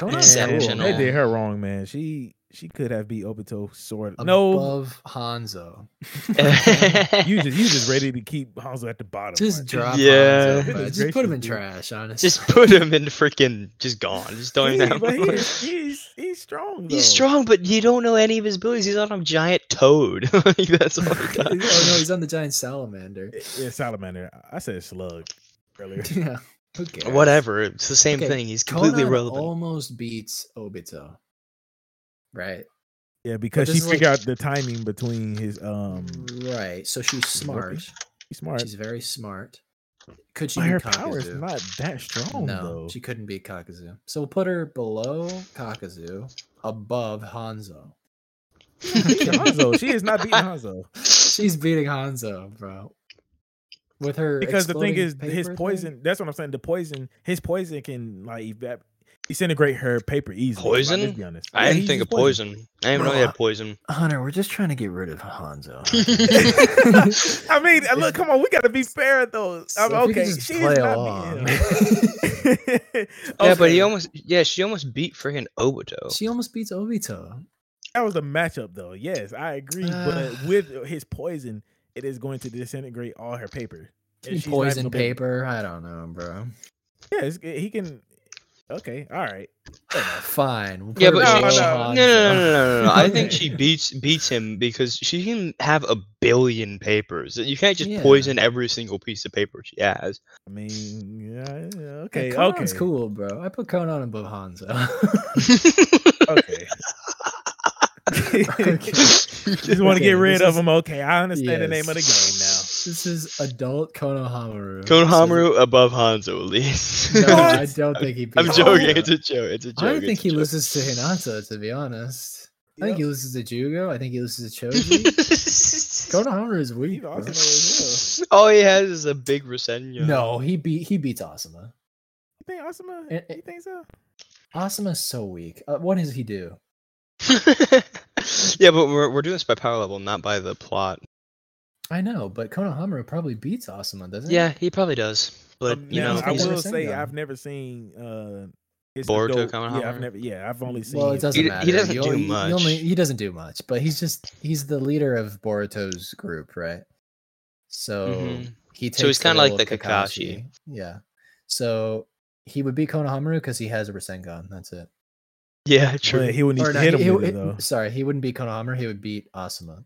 Speaker 2: Man,
Speaker 4: Exceptional.
Speaker 2: They did her wrong, man. She she could have beat Obito sword. No,
Speaker 1: above Hanzo.
Speaker 2: you just you just ready to keep Hanzo at the bottom.
Speaker 1: Just
Speaker 2: like,
Speaker 1: drop
Speaker 4: Yeah.
Speaker 1: Hanzo. bro.
Speaker 2: Goodness
Speaker 1: Just put him
Speaker 2: gracious,
Speaker 1: in
Speaker 2: dude.
Speaker 1: trash, honestly.
Speaker 4: Just put him in freaking just gone. Just don't
Speaker 2: he,
Speaker 4: even have
Speaker 2: but
Speaker 4: him.
Speaker 2: he is, he's he's strong. Though.
Speaker 4: He's strong, but you don't know any of his abilities. He's on a giant toad. like, that's all he
Speaker 1: oh no,
Speaker 4: does.
Speaker 1: he's on the giant salamander.
Speaker 2: Yeah, salamander. I said slug earlier.
Speaker 1: yeah. Who cares?
Speaker 4: Whatever. It's the same
Speaker 1: Okay,
Speaker 4: thing. He's completely
Speaker 1: Conan
Speaker 4: relevant.
Speaker 1: Almost beats Obito. Right.
Speaker 2: Yeah, because
Speaker 1: this
Speaker 2: she
Speaker 1: is like-
Speaker 2: figured out the timing between his um.
Speaker 1: right. So she's smart.
Speaker 2: He's smart.
Speaker 1: She's very smart. Could she
Speaker 2: But
Speaker 1: beat
Speaker 2: her
Speaker 1: Kakuzu?
Speaker 2: power is not that strong
Speaker 1: no,
Speaker 2: though.
Speaker 1: she couldn't beat Kakazu. So we'll put her below Kakazu, above Hanzo.
Speaker 2: Hanzo. She is not beating Hanzo.
Speaker 1: She's beating Hanzo, bro. with her
Speaker 2: because the thing
Speaker 1: exploding
Speaker 2: is his
Speaker 1: paper
Speaker 2: poison.
Speaker 1: thing?
Speaker 2: That's what I'm saying. The poison, his poison can like evap- disintegrate her paper easily.
Speaker 4: Poison?
Speaker 2: Like, let's be honest.
Speaker 4: I
Speaker 2: Yeah,
Speaker 4: didn't
Speaker 2: he
Speaker 4: think of
Speaker 2: used
Speaker 4: poison. I didn't know
Speaker 5: Bro,
Speaker 4: he
Speaker 5: I-
Speaker 4: had poison.
Speaker 5: Hunter, we're just trying to get rid of Hanzo.
Speaker 2: I mean, uh, look, come on, we gotta be fair though.
Speaker 1: So
Speaker 2: I'm
Speaker 1: if we could
Speaker 2: okay.
Speaker 1: just
Speaker 2: She is
Speaker 5: play
Speaker 2: not Oh,
Speaker 5: along.
Speaker 2: being- okay.
Speaker 4: Yeah, but he almost yeah, she almost beat freaking Obito.
Speaker 1: she almost beats Obito.
Speaker 2: that was a matchup though. Yes, I agree.
Speaker 1: Ah.
Speaker 2: but with his poison, it is going to disintegrate all her paper. And she's not
Speaker 1: Poison
Speaker 2: even gonna-
Speaker 1: paper. I don't know, bro.
Speaker 2: Yeah, it's, he can. Okay, all right.
Speaker 1: Fine. we'll
Speaker 4: Yeah,
Speaker 1: put
Speaker 4: but
Speaker 1: her
Speaker 2: No,
Speaker 1: below
Speaker 4: she,
Speaker 2: no.
Speaker 4: no, no,
Speaker 1: Hanzo.
Speaker 4: no, no, no, no. I think
Speaker 1: Okay.
Speaker 4: she beats beats him because she can have a billion papers. You can't just
Speaker 1: Yeah.
Speaker 4: poison every single piece of paper she has.
Speaker 2: I mean, yeah, yeah,
Speaker 1: Yeah,
Speaker 2: okay, okay,
Speaker 1: Conan's cool, bro. I put Conan above Hanzo.
Speaker 2: Okay. just want to
Speaker 1: Okay,
Speaker 2: get rid
Speaker 1: this
Speaker 2: of
Speaker 1: is-
Speaker 2: him. Okay, I understand the name of the game now.
Speaker 1: This is adult Konohamaru. So-
Speaker 4: Konohamaru above Hanzo, at least.
Speaker 1: No,
Speaker 2: What?
Speaker 1: I don't think he.
Speaker 4: I'm
Speaker 1: beats
Speaker 4: joking.
Speaker 1: Hanzo.
Speaker 4: It's a joke. It's a joke.
Speaker 1: I don't think
Speaker 4: it's a
Speaker 1: he
Speaker 4: joke.
Speaker 1: listens to Hinata, to be honest. I think he listens to Jugo. I think he listens to Choji. Konohamaru is weak.
Speaker 2: He's
Speaker 1: bro.
Speaker 2: awesome as
Speaker 4: All he has is a big Rasengan.
Speaker 1: No, he beat he beats Asuma.
Speaker 2: well. You think Asuma?
Speaker 1: Eh, eh.
Speaker 2: You think so?
Speaker 1: Asuma's so weak. Uh, what does he do?
Speaker 4: yeah, but we're we're doing this by power level, not by the plot.
Speaker 1: I know, but Konohamaru probably beats Asuma, doesn't he?
Speaker 4: Yeah, he probably does. But
Speaker 2: Um,
Speaker 4: you
Speaker 2: now,
Speaker 4: know,
Speaker 2: I
Speaker 4: he's-
Speaker 2: will
Speaker 1: Rasengan.
Speaker 2: say I've never seen uh, his
Speaker 4: Boruto
Speaker 2: adult-
Speaker 4: Kamen
Speaker 2: Yeah, I've
Speaker 4: Rider?
Speaker 2: never. Yeah, I've only seen.
Speaker 1: Well, it
Speaker 2: his-
Speaker 1: doesn't
Speaker 4: He- he
Speaker 1: matter.
Speaker 4: doesn't do
Speaker 1: only-
Speaker 4: much.
Speaker 1: He, only, he doesn't do much, but he's just he's the leader of Boruto's group, right? So
Speaker 4: Mhm.
Speaker 1: he takes
Speaker 4: So he's
Speaker 1: the
Speaker 4: kinda like
Speaker 1: role of
Speaker 4: the Kakashi.
Speaker 1: Yeah. So he would beat Konohamaru because he has a Rasengan. That's it.
Speaker 4: yeah, true.
Speaker 2: But he would need
Speaker 1: Or
Speaker 2: to
Speaker 1: no,
Speaker 2: hit
Speaker 1: he-
Speaker 2: him
Speaker 1: he-
Speaker 2: with it
Speaker 1: he-
Speaker 2: though.
Speaker 1: Sorry, he wouldn't beat Konohamaru. He would beat Asuma.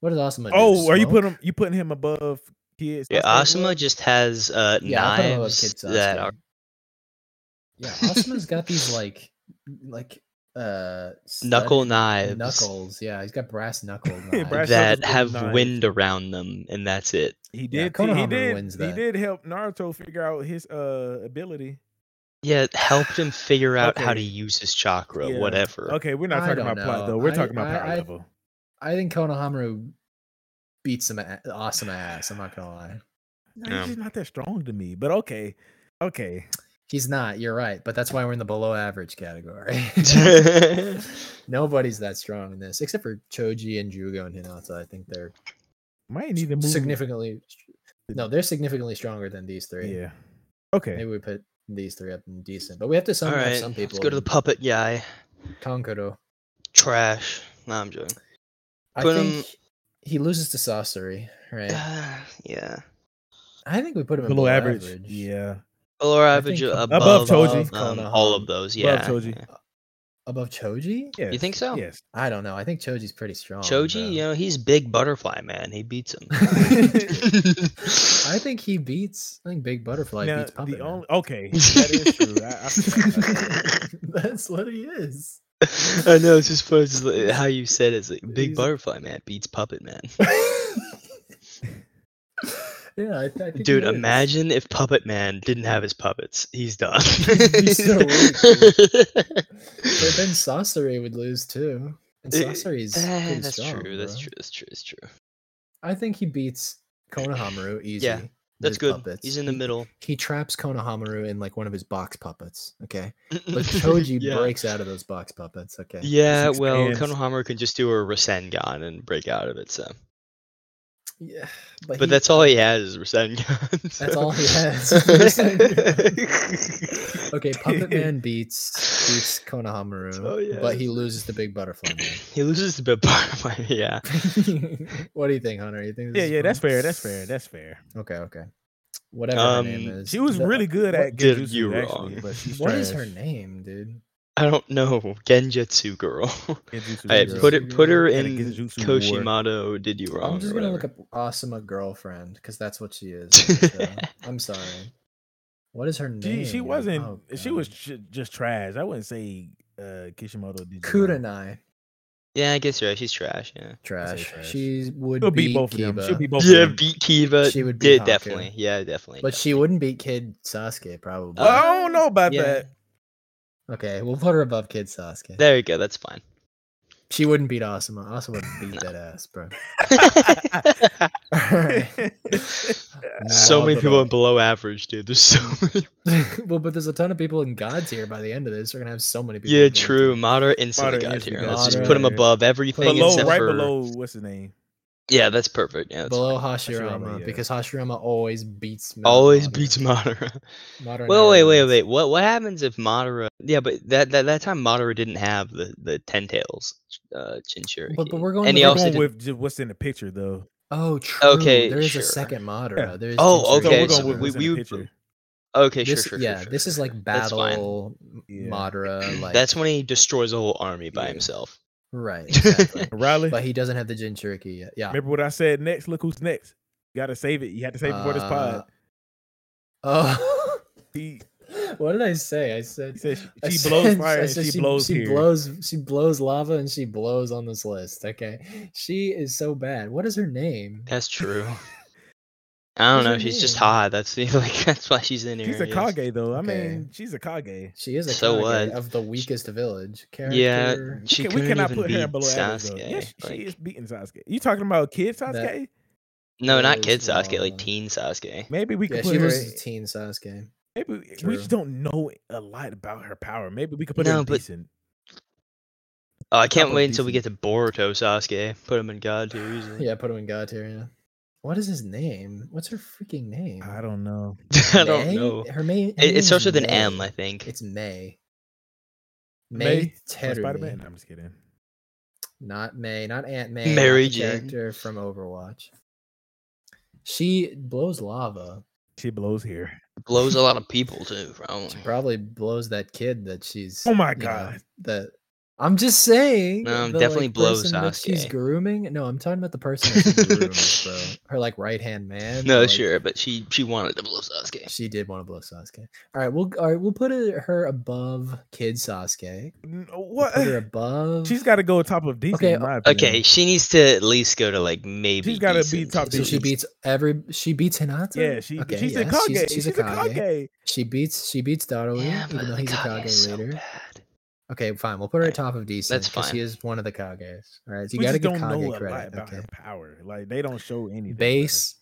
Speaker 1: What does Asuma do?
Speaker 2: Oh, are you
Speaker 1: Smoke?
Speaker 2: putting him? You putting him above kids?
Speaker 4: Yeah,
Speaker 2: Sasuke as
Speaker 4: Asuma
Speaker 2: well?
Speaker 4: just has uh,
Speaker 1: Yeah, I'll put him above
Speaker 4: knives
Speaker 1: Kid
Speaker 4: that
Speaker 1: Sasuke.
Speaker 4: are.
Speaker 1: Yeah, Asuma's got these like like uh
Speaker 4: Knuckle
Speaker 1: studded
Speaker 4: knives.
Speaker 1: Knuckles, yeah, he's got brass knuckles.
Speaker 2: Yeah, brass knuckles
Speaker 4: that
Speaker 2: with
Speaker 4: have
Speaker 2: knives.
Speaker 4: wind around them, and that's it.
Speaker 2: He
Speaker 1: Yeah,
Speaker 2: did. he
Speaker 1: Konohamaru
Speaker 2: did.
Speaker 1: wins
Speaker 2: He
Speaker 1: that.
Speaker 2: did help Naruto figure out his uh ability.
Speaker 4: Yeah, it helped him figure out how
Speaker 2: Okay.
Speaker 4: to use his chakra,
Speaker 2: Yeah.
Speaker 4: whatever.
Speaker 2: Okay, we're not
Speaker 1: I
Speaker 2: talking
Speaker 1: don't
Speaker 2: about plot
Speaker 1: know.
Speaker 2: though. We're
Speaker 1: I-
Speaker 2: talking about
Speaker 1: I-
Speaker 2: power
Speaker 1: I-
Speaker 2: level.
Speaker 1: I think Konohamaru beats some a- awesome ass. I'm not gonna lie.
Speaker 2: No,
Speaker 4: Yeah.
Speaker 2: he's just not that strong to me. But okay, okay.
Speaker 1: He's not. You're right, but that's why we're in the below average category. Nobody's that strong in this, except for Choji and Jugo and Hinata. I think they're
Speaker 2: Might need to move.
Speaker 1: significantly. No, they're significantly stronger than these three.
Speaker 2: Yeah. Okay.
Speaker 1: Maybe we put these three up in decent, but we have to some
Speaker 4: All
Speaker 1: have
Speaker 4: right,
Speaker 1: some people.
Speaker 4: let's go to the
Speaker 1: in
Speaker 4: puppet guy.
Speaker 1: Konkoro.
Speaker 4: Trash. No, I'm joking.
Speaker 1: I
Speaker 4: Put 'em-
Speaker 1: think he loses to Saucery, right?
Speaker 4: Uh, yeah.
Speaker 1: I think we put him in
Speaker 2: Below average. Yeah.
Speaker 4: Or average uh,
Speaker 1: think
Speaker 4: above,
Speaker 2: above Choji.
Speaker 4: um,
Speaker 1: Konoha-
Speaker 4: all of those. Yeah.
Speaker 2: Choji.
Speaker 4: yeah.
Speaker 1: above Choji.
Speaker 2: Yes.
Speaker 4: think so?
Speaker 2: Yes.
Speaker 1: I don't know. I think Choji's pretty strong.
Speaker 4: Choji, you
Speaker 1: yeah.
Speaker 4: know, he's big butterfly man. He beats him.
Speaker 1: I think he beats. I think Big Butterfly
Speaker 2: Now,
Speaker 1: beats Puppet.
Speaker 2: the
Speaker 1: Man.
Speaker 2: only, okay, that is true. I, I forgot about that.
Speaker 1: That's what he is.
Speaker 4: I know it's just funny it's just like, how you said it. It's like big
Speaker 2: He's-
Speaker 4: butterfly man beats puppet man.
Speaker 1: yeah, I, th- I think he
Speaker 4: Dude,
Speaker 1: is.
Speaker 4: imagine if puppet man didn't have his puppets. He's done.
Speaker 1: He's so weak, But then Saucery would lose too. And
Speaker 4: Eh,
Speaker 1: Saucery's
Speaker 4: Eh,
Speaker 1: pretty
Speaker 4: that's
Speaker 1: strong.
Speaker 4: true. That's
Speaker 1: bro.
Speaker 4: true. That's true. That's true.
Speaker 1: I think he beats Konohamaru easy.
Speaker 4: Yeah,
Speaker 1: with
Speaker 4: That's
Speaker 1: his
Speaker 4: good.
Speaker 1: puppets.
Speaker 4: He's in the
Speaker 1: He-
Speaker 4: middle.
Speaker 1: He traps Konohamaru in like one of his box puppets. Okay, but Choji
Speaker 4: yeah.
Speaker 1: breaks out of those box puppets. Okay,
Speaker 4: Yeah,
Speaker 2: Six
Speaker 4: well,
Speaker 2: hands.
Speaker 4: Konohamaru can just do a Rasengan and break out of it. So,
Speaker 1: yeah,
Speaker 4: but,
Speaker 1: he-
Speaker 4: that's all he has is Rasengan.
Speaker 1: That's
Speaker 4: so-
Speaker 1: all he has is Rasengan. Okay, Puppet Man beats beats Konohamaru,
Speaker 4: Oh, yeah,
Speaker 1: but he
Speaker 4: that's-
Speaker 1: loses the Big Butterfly
Speaker 4: he loses the bit part of my yeah.
Speaker 1: Man. what do you think, Hunter? You think? This
Speaker 2: Yeah,
Speaker 1: is
Speaker 2: yeah, that's
Speaker 1: fun?
Speaker 2: fair. That's fair. That's fair.
Speaker 1: Okay, okay. Whatever her name
Speaker 4: Um,
Speaker 1: is,
Speaker 2: She was
Speaker 1: The- uh,
Speaker 2: really good at
Speaker 4: did
Speaker 2: Genjutsu,
Speaker 4: you
Speaker 2: actually,
Speaker 4: wrong?
Speaker 2: but she's
Speaker 1: What is her
Speaker 2: trash.
Speaker 1: name, dude?
Speaker 4: I don't know. Genjutsu girl.
Speaker 2: Genjutsu
Speaker 4: Alright,
Speaker 2: girl.
Speaker 4: put it. Put her
Speaker 2: Had a
Speaker 4: in
Speaker 2: Genjutsu war.
Speaker 4: Koshimoto. Did you wrong?
Speaker 1: I'm just
Speaker 4: or
Speaker 1: gonna look
Speaker 4: whatever.
Speaker 1: up Asuma girlfriend because that's what she is. on the show. I'm sorry. What is her name?
Speaker 2: She she
Speaker 1: dude?
Speaker 2: wasn't.
Speaker 1: Oh,
Speaker 2: she was
Speaker 1: God.
Speaker 2: ju- just trash. I wouldn't say uh, Kishimoto did. you wrong.
Speaker 1: Kurenai
Speaker 4: Yeah, I guess you're right. She's trash. Yeah.
Speaker 1: trash.
Speaker 2: trash.
Speaker 1: She would
Speaker 2: She'll
Speaker 1: beat
Speaker 2: beat both of them. She'll
Speaker 1: Kiba.
Speaker 2: beat both.
Speaker 4: yeah,
Speaker 2: Of them.
Speaker 4: beat Kiva.
Speaker 1: She would beat
Speaker 4: did
Speaker 1: Haku.
Speaker 4: definitely. Yeah, definitely.
Speaker 1: But she wouldn't beat Kid Sasuke, probably.
Speaker 4: Uh,
Speaker 2: Well, I don't know about
Speaker 4: yeah.
Speaker 2: that.
Speaker 1: okay, we'll put her above Kid Sasuke.
Speaker 4: There you go. That's fine.
Speaker 1: She wouldn't beat Asuma. Asuma would beat that ass, bro.
Speaker 4: so
Speaker 2: Nah,
Speaker 4: many
Speaker 2: but,
Speaker 4: people
Speaker 2: uh,
Speaker 4: are below average, dude. There's so many.
Speaker 1: well, but there's a ton of people in God tier by the end of this. We're gonna have so many people.
Speaker 4: Yeah,
Speaker 1: in God
Speaker 4: true.
Speaker 1: tier.
Speaker 4: Moderate instantly
Speaker 2: Moderate
Speaker 4: got
Speaker 2: instantly
Speaker 4: here.
Speaker 1: got
Speaker 4: Let's just
Speaker 1: here.
Speaker 4: put him above everything
Speaker 2: below,
Speaker 4: except
Speaker 2: right
Speaker 4: for
Speaker 2: below what's the name?
Speaker 4: Yeah, that's perfect. Yeah, that's
Speaker 1: Below
Speaker 2: Hashirama,
Speaker 1: Hashirama,
Speaker 2: yeah.
Speaker 1: because Hashirama always beats. Madara.
Speaker 4: always beats Madara.
Speaker 1: Madara never
Speaker 4: Well, wait, wait,
Speaker 1: wins.
Speaker 4: wait. What what happens if Madara? Yeah, but that that, that time Madara didn't have the the ten tails, uh, Jinchuriki.
Speaker 1: But, but we're going.
Speaker 4: And
Speaker 1: to
Speaker 4: he
Speaker 1: the
Speaker 2: We're
Speaker 4: also
Speaker 1: back-
Speaker 2: going
Speaker 4: did-
Speaker 2: with just what's in the picture though.
Speaker 1: Oh, true.
Speaker 4: Okay,
Speaker 1: There is
Speaker 4: sure.
Speaker 1: a second Madara.
Speaker 2: Yeah.
Speaker 1: There is
Speaker 4: Oh,
Speaker 1: Jinchuriki.
Speaker 2: So
Speaker 4: okay,
Speaker 2: we're
Speaker 4: so
Speaker 2: going with
Speaker 4: we-
Speaker 2: what's in
Speaker 4: we
Speaker 2: the
Speaker 4: would-
Speaker 2: picture.
Speaker 4: Okay, sure,
Speaker 1: This-
Speaker 4: sure,
Speaker 1: yeah,
Speaker 4: sure, sure,
Speaker 1: this is
Speaker 4: sure.
Speaker 1: like
Speaker 4: That's fine.
Speaker 1: battle
Speaker 2: Yeah. uh,
Speaker 1: Madara. Like
Speaker 4: That's when he destroys a whole army by
Speaker 1: Yeah.
Speaker 4: himself.
Speaker 1: right. Exactly.
Speaker 2: Riley,
Speaker 1: but he doesn't have the Jinchuriki yet. Yeah.
Speaker 2: remember what I said next? Look who's next. You gotta save it. You had to save it for this pod.
Speaker 1: Uh,
Speaker 2: He,
Speaker 1: oh, what did I say? I said.
Speaker 2: he said
Speaker 1: I
Speaker 2: she, she blows
Speaker 1: said-
Speaker 2: fire
Speaker 1: I
Speaker 2: and
Speaker 1: said
Speaker 2: she, blows
Speaker 1: she
Speaker 2: here.
Speaker 1: blows she blows lava and she blows on this list okay she is so bad what is her name
Speaker 4: That's true. I don't
Speaker 1: What's
Speaker 4: know.
Speaker 1: her
Speaker 4: She's just
Speaker 1: name?
Speaker 4: hot. That's the, like that's why she's in here.
Speaker 2: She's a
Speaker 4: yes.
Speaker 2: Kage though. I
Speaker 1: Okay.
Speaker 2: mean, she's a Kage.
Speaker 1: she is a
Speaker 4: So
Speaker 1: Kage
Speaker 4: what?
Speaker 1: of the weakest village
Speaker 4: Yeah,
Speaker 1: character
Speaker 4: she
Speaker 2: Can- we
Speaker 4: couldn't
Speaker 2: cannot
Speaker 4: even
Speaker 2: put
Speaker 4: beat
Speaker 2: her below average though.
Speaker 4: Sasuke.
Speaker 2: Yeah, she, she
Speaker 4: like-
Speaker 2: is beating Sasuke. You talking about kid Sasuke?
Speaker 4: no, not
Speaker 1: was
Speaker 4: kid Sasuke, like
Speaker 1: wrong.
Speaker 4: teen Sasuke.
Speaker 2: Maybe we
Speaker 1: yeah,
Speaker 2: could put
Speaker 1: she
Speaker 2: her.
Speaker 1: was
Speaker 2: at-
Speaker 1: a teen Sasuke
Speaker 2: Maybe we-
Speaker 1: True.
Speaker 2: we just don't know a lot about her power. Maybe we could put her
Speaker 4: No,
Speaker 2: in
Speaker 4: but-
Speaker 2: decent.
Speaker 4: Oh, I can't
Speaker 2: Proper
Speaker 4: wait until we
Speaker 2: decent.
Speaker 4: get to Boruto Sasuke. Put him in God tier easily.
Speaker 1: yeah put him in God tier yeah what is his name what's her freaking name
Speaker 2: I don't know.
Speaker 4: I don't
Speaker 1: May?
Speaker 4: know.
Speaker 1: her main her
Speaker 4: It, it
Speaker 1: name's
Speaker 4: starts with an M,
Speaker 1: May.
Speaker 4: I think.
Speaker 1: it's May
Speaker 2: May
Speaker 1: May,
Speaker 2: From Spider-Man.
Speaker 1: Terumi,
Speaker 2: I'm just kidding.
Speaker 1: not May, not Aunt May, not
Speaker 4: Mary
Speaker 1: the
Speaker 4: Jane.
Speaker 1: character from Overwatch. She blows lava.
Speaker 2: She blows here.
Speaker 4: blows a lot of people too, probably.
Speaker 1: She probably blows that kid that she's.
Speaker 2: Oh my
Speaker 1: you know,
Speaker 2: God.
Speaker 1: that I'm just saying.
Speaker 4: No,
Speaker 1: the,
Speaker 4: definitely blows
Speaker 1: person that She's
Speaker 4: Sasuke.
Speaker 1: grooming. No, I'm talking about the person that she grooms, bro. Her like right hand man.
Speaker 4: No,
Speaker 1: like,
Speaker 4: sure, but she she wanted to blow Sasuke.
Speaker 1: She did want to blow Sasuke. All right, we'll all right, we'll put it- her above kid Sasuke.
Speaker 2: N- uh,
Speaker 1: We'll
Speaker 2: What?
Speaker 1: put her above.
Speaker 2: She's got to go top of decent.
Speaker 1: Okay,
Speaker 2: in my opinion.
Speaker 4: Okay, she needs to at least go to like maybe.
Speaker 2: She's gotta be
Speaker 4: decent.
Speaker 2: top
Speaker 1: so she
Speaker 2: decent.
Speaker 1: beats every. She beats Hinata.
Speaker 2: Yeah, she
Speaker 1: Okay,
Speaker 2: she's,
Speaker 1: yes, she's-
Speaker 2: a Kage.
Speaker 1: she's a Kage. She beats she beats Daru,
Speaker 4: Yeah, but
Speaker 1: even though
Speaker 4: the
Speaker 1: he's a
Speaker 4: Kage
Speaker 1: Kage
Speaker 4: is so
Speaker 1: later.
Speaker 4: bad.
Speaker 1: okay, fine. We'll put her
Speaker 4: Right.
Speaker 1: at top of decent.
Speaker 4: That's
Speaker 1: 'cause She
Speaker 4: fine.
Speaker 1: is one of the Kages. All right, so you
Speaker 2: we
Speaker 1: got to
Speaker 2: just
Speaker 1: give
Speaker 2: don't
Speaker 1: Kage
Speaker 2: know a lot
Speaker 1: credit.
Speaker 2: about
Speaker 1: Okay.
Speaker 2: her power. Like they don't show anything. about her.
Speaker 1: Base.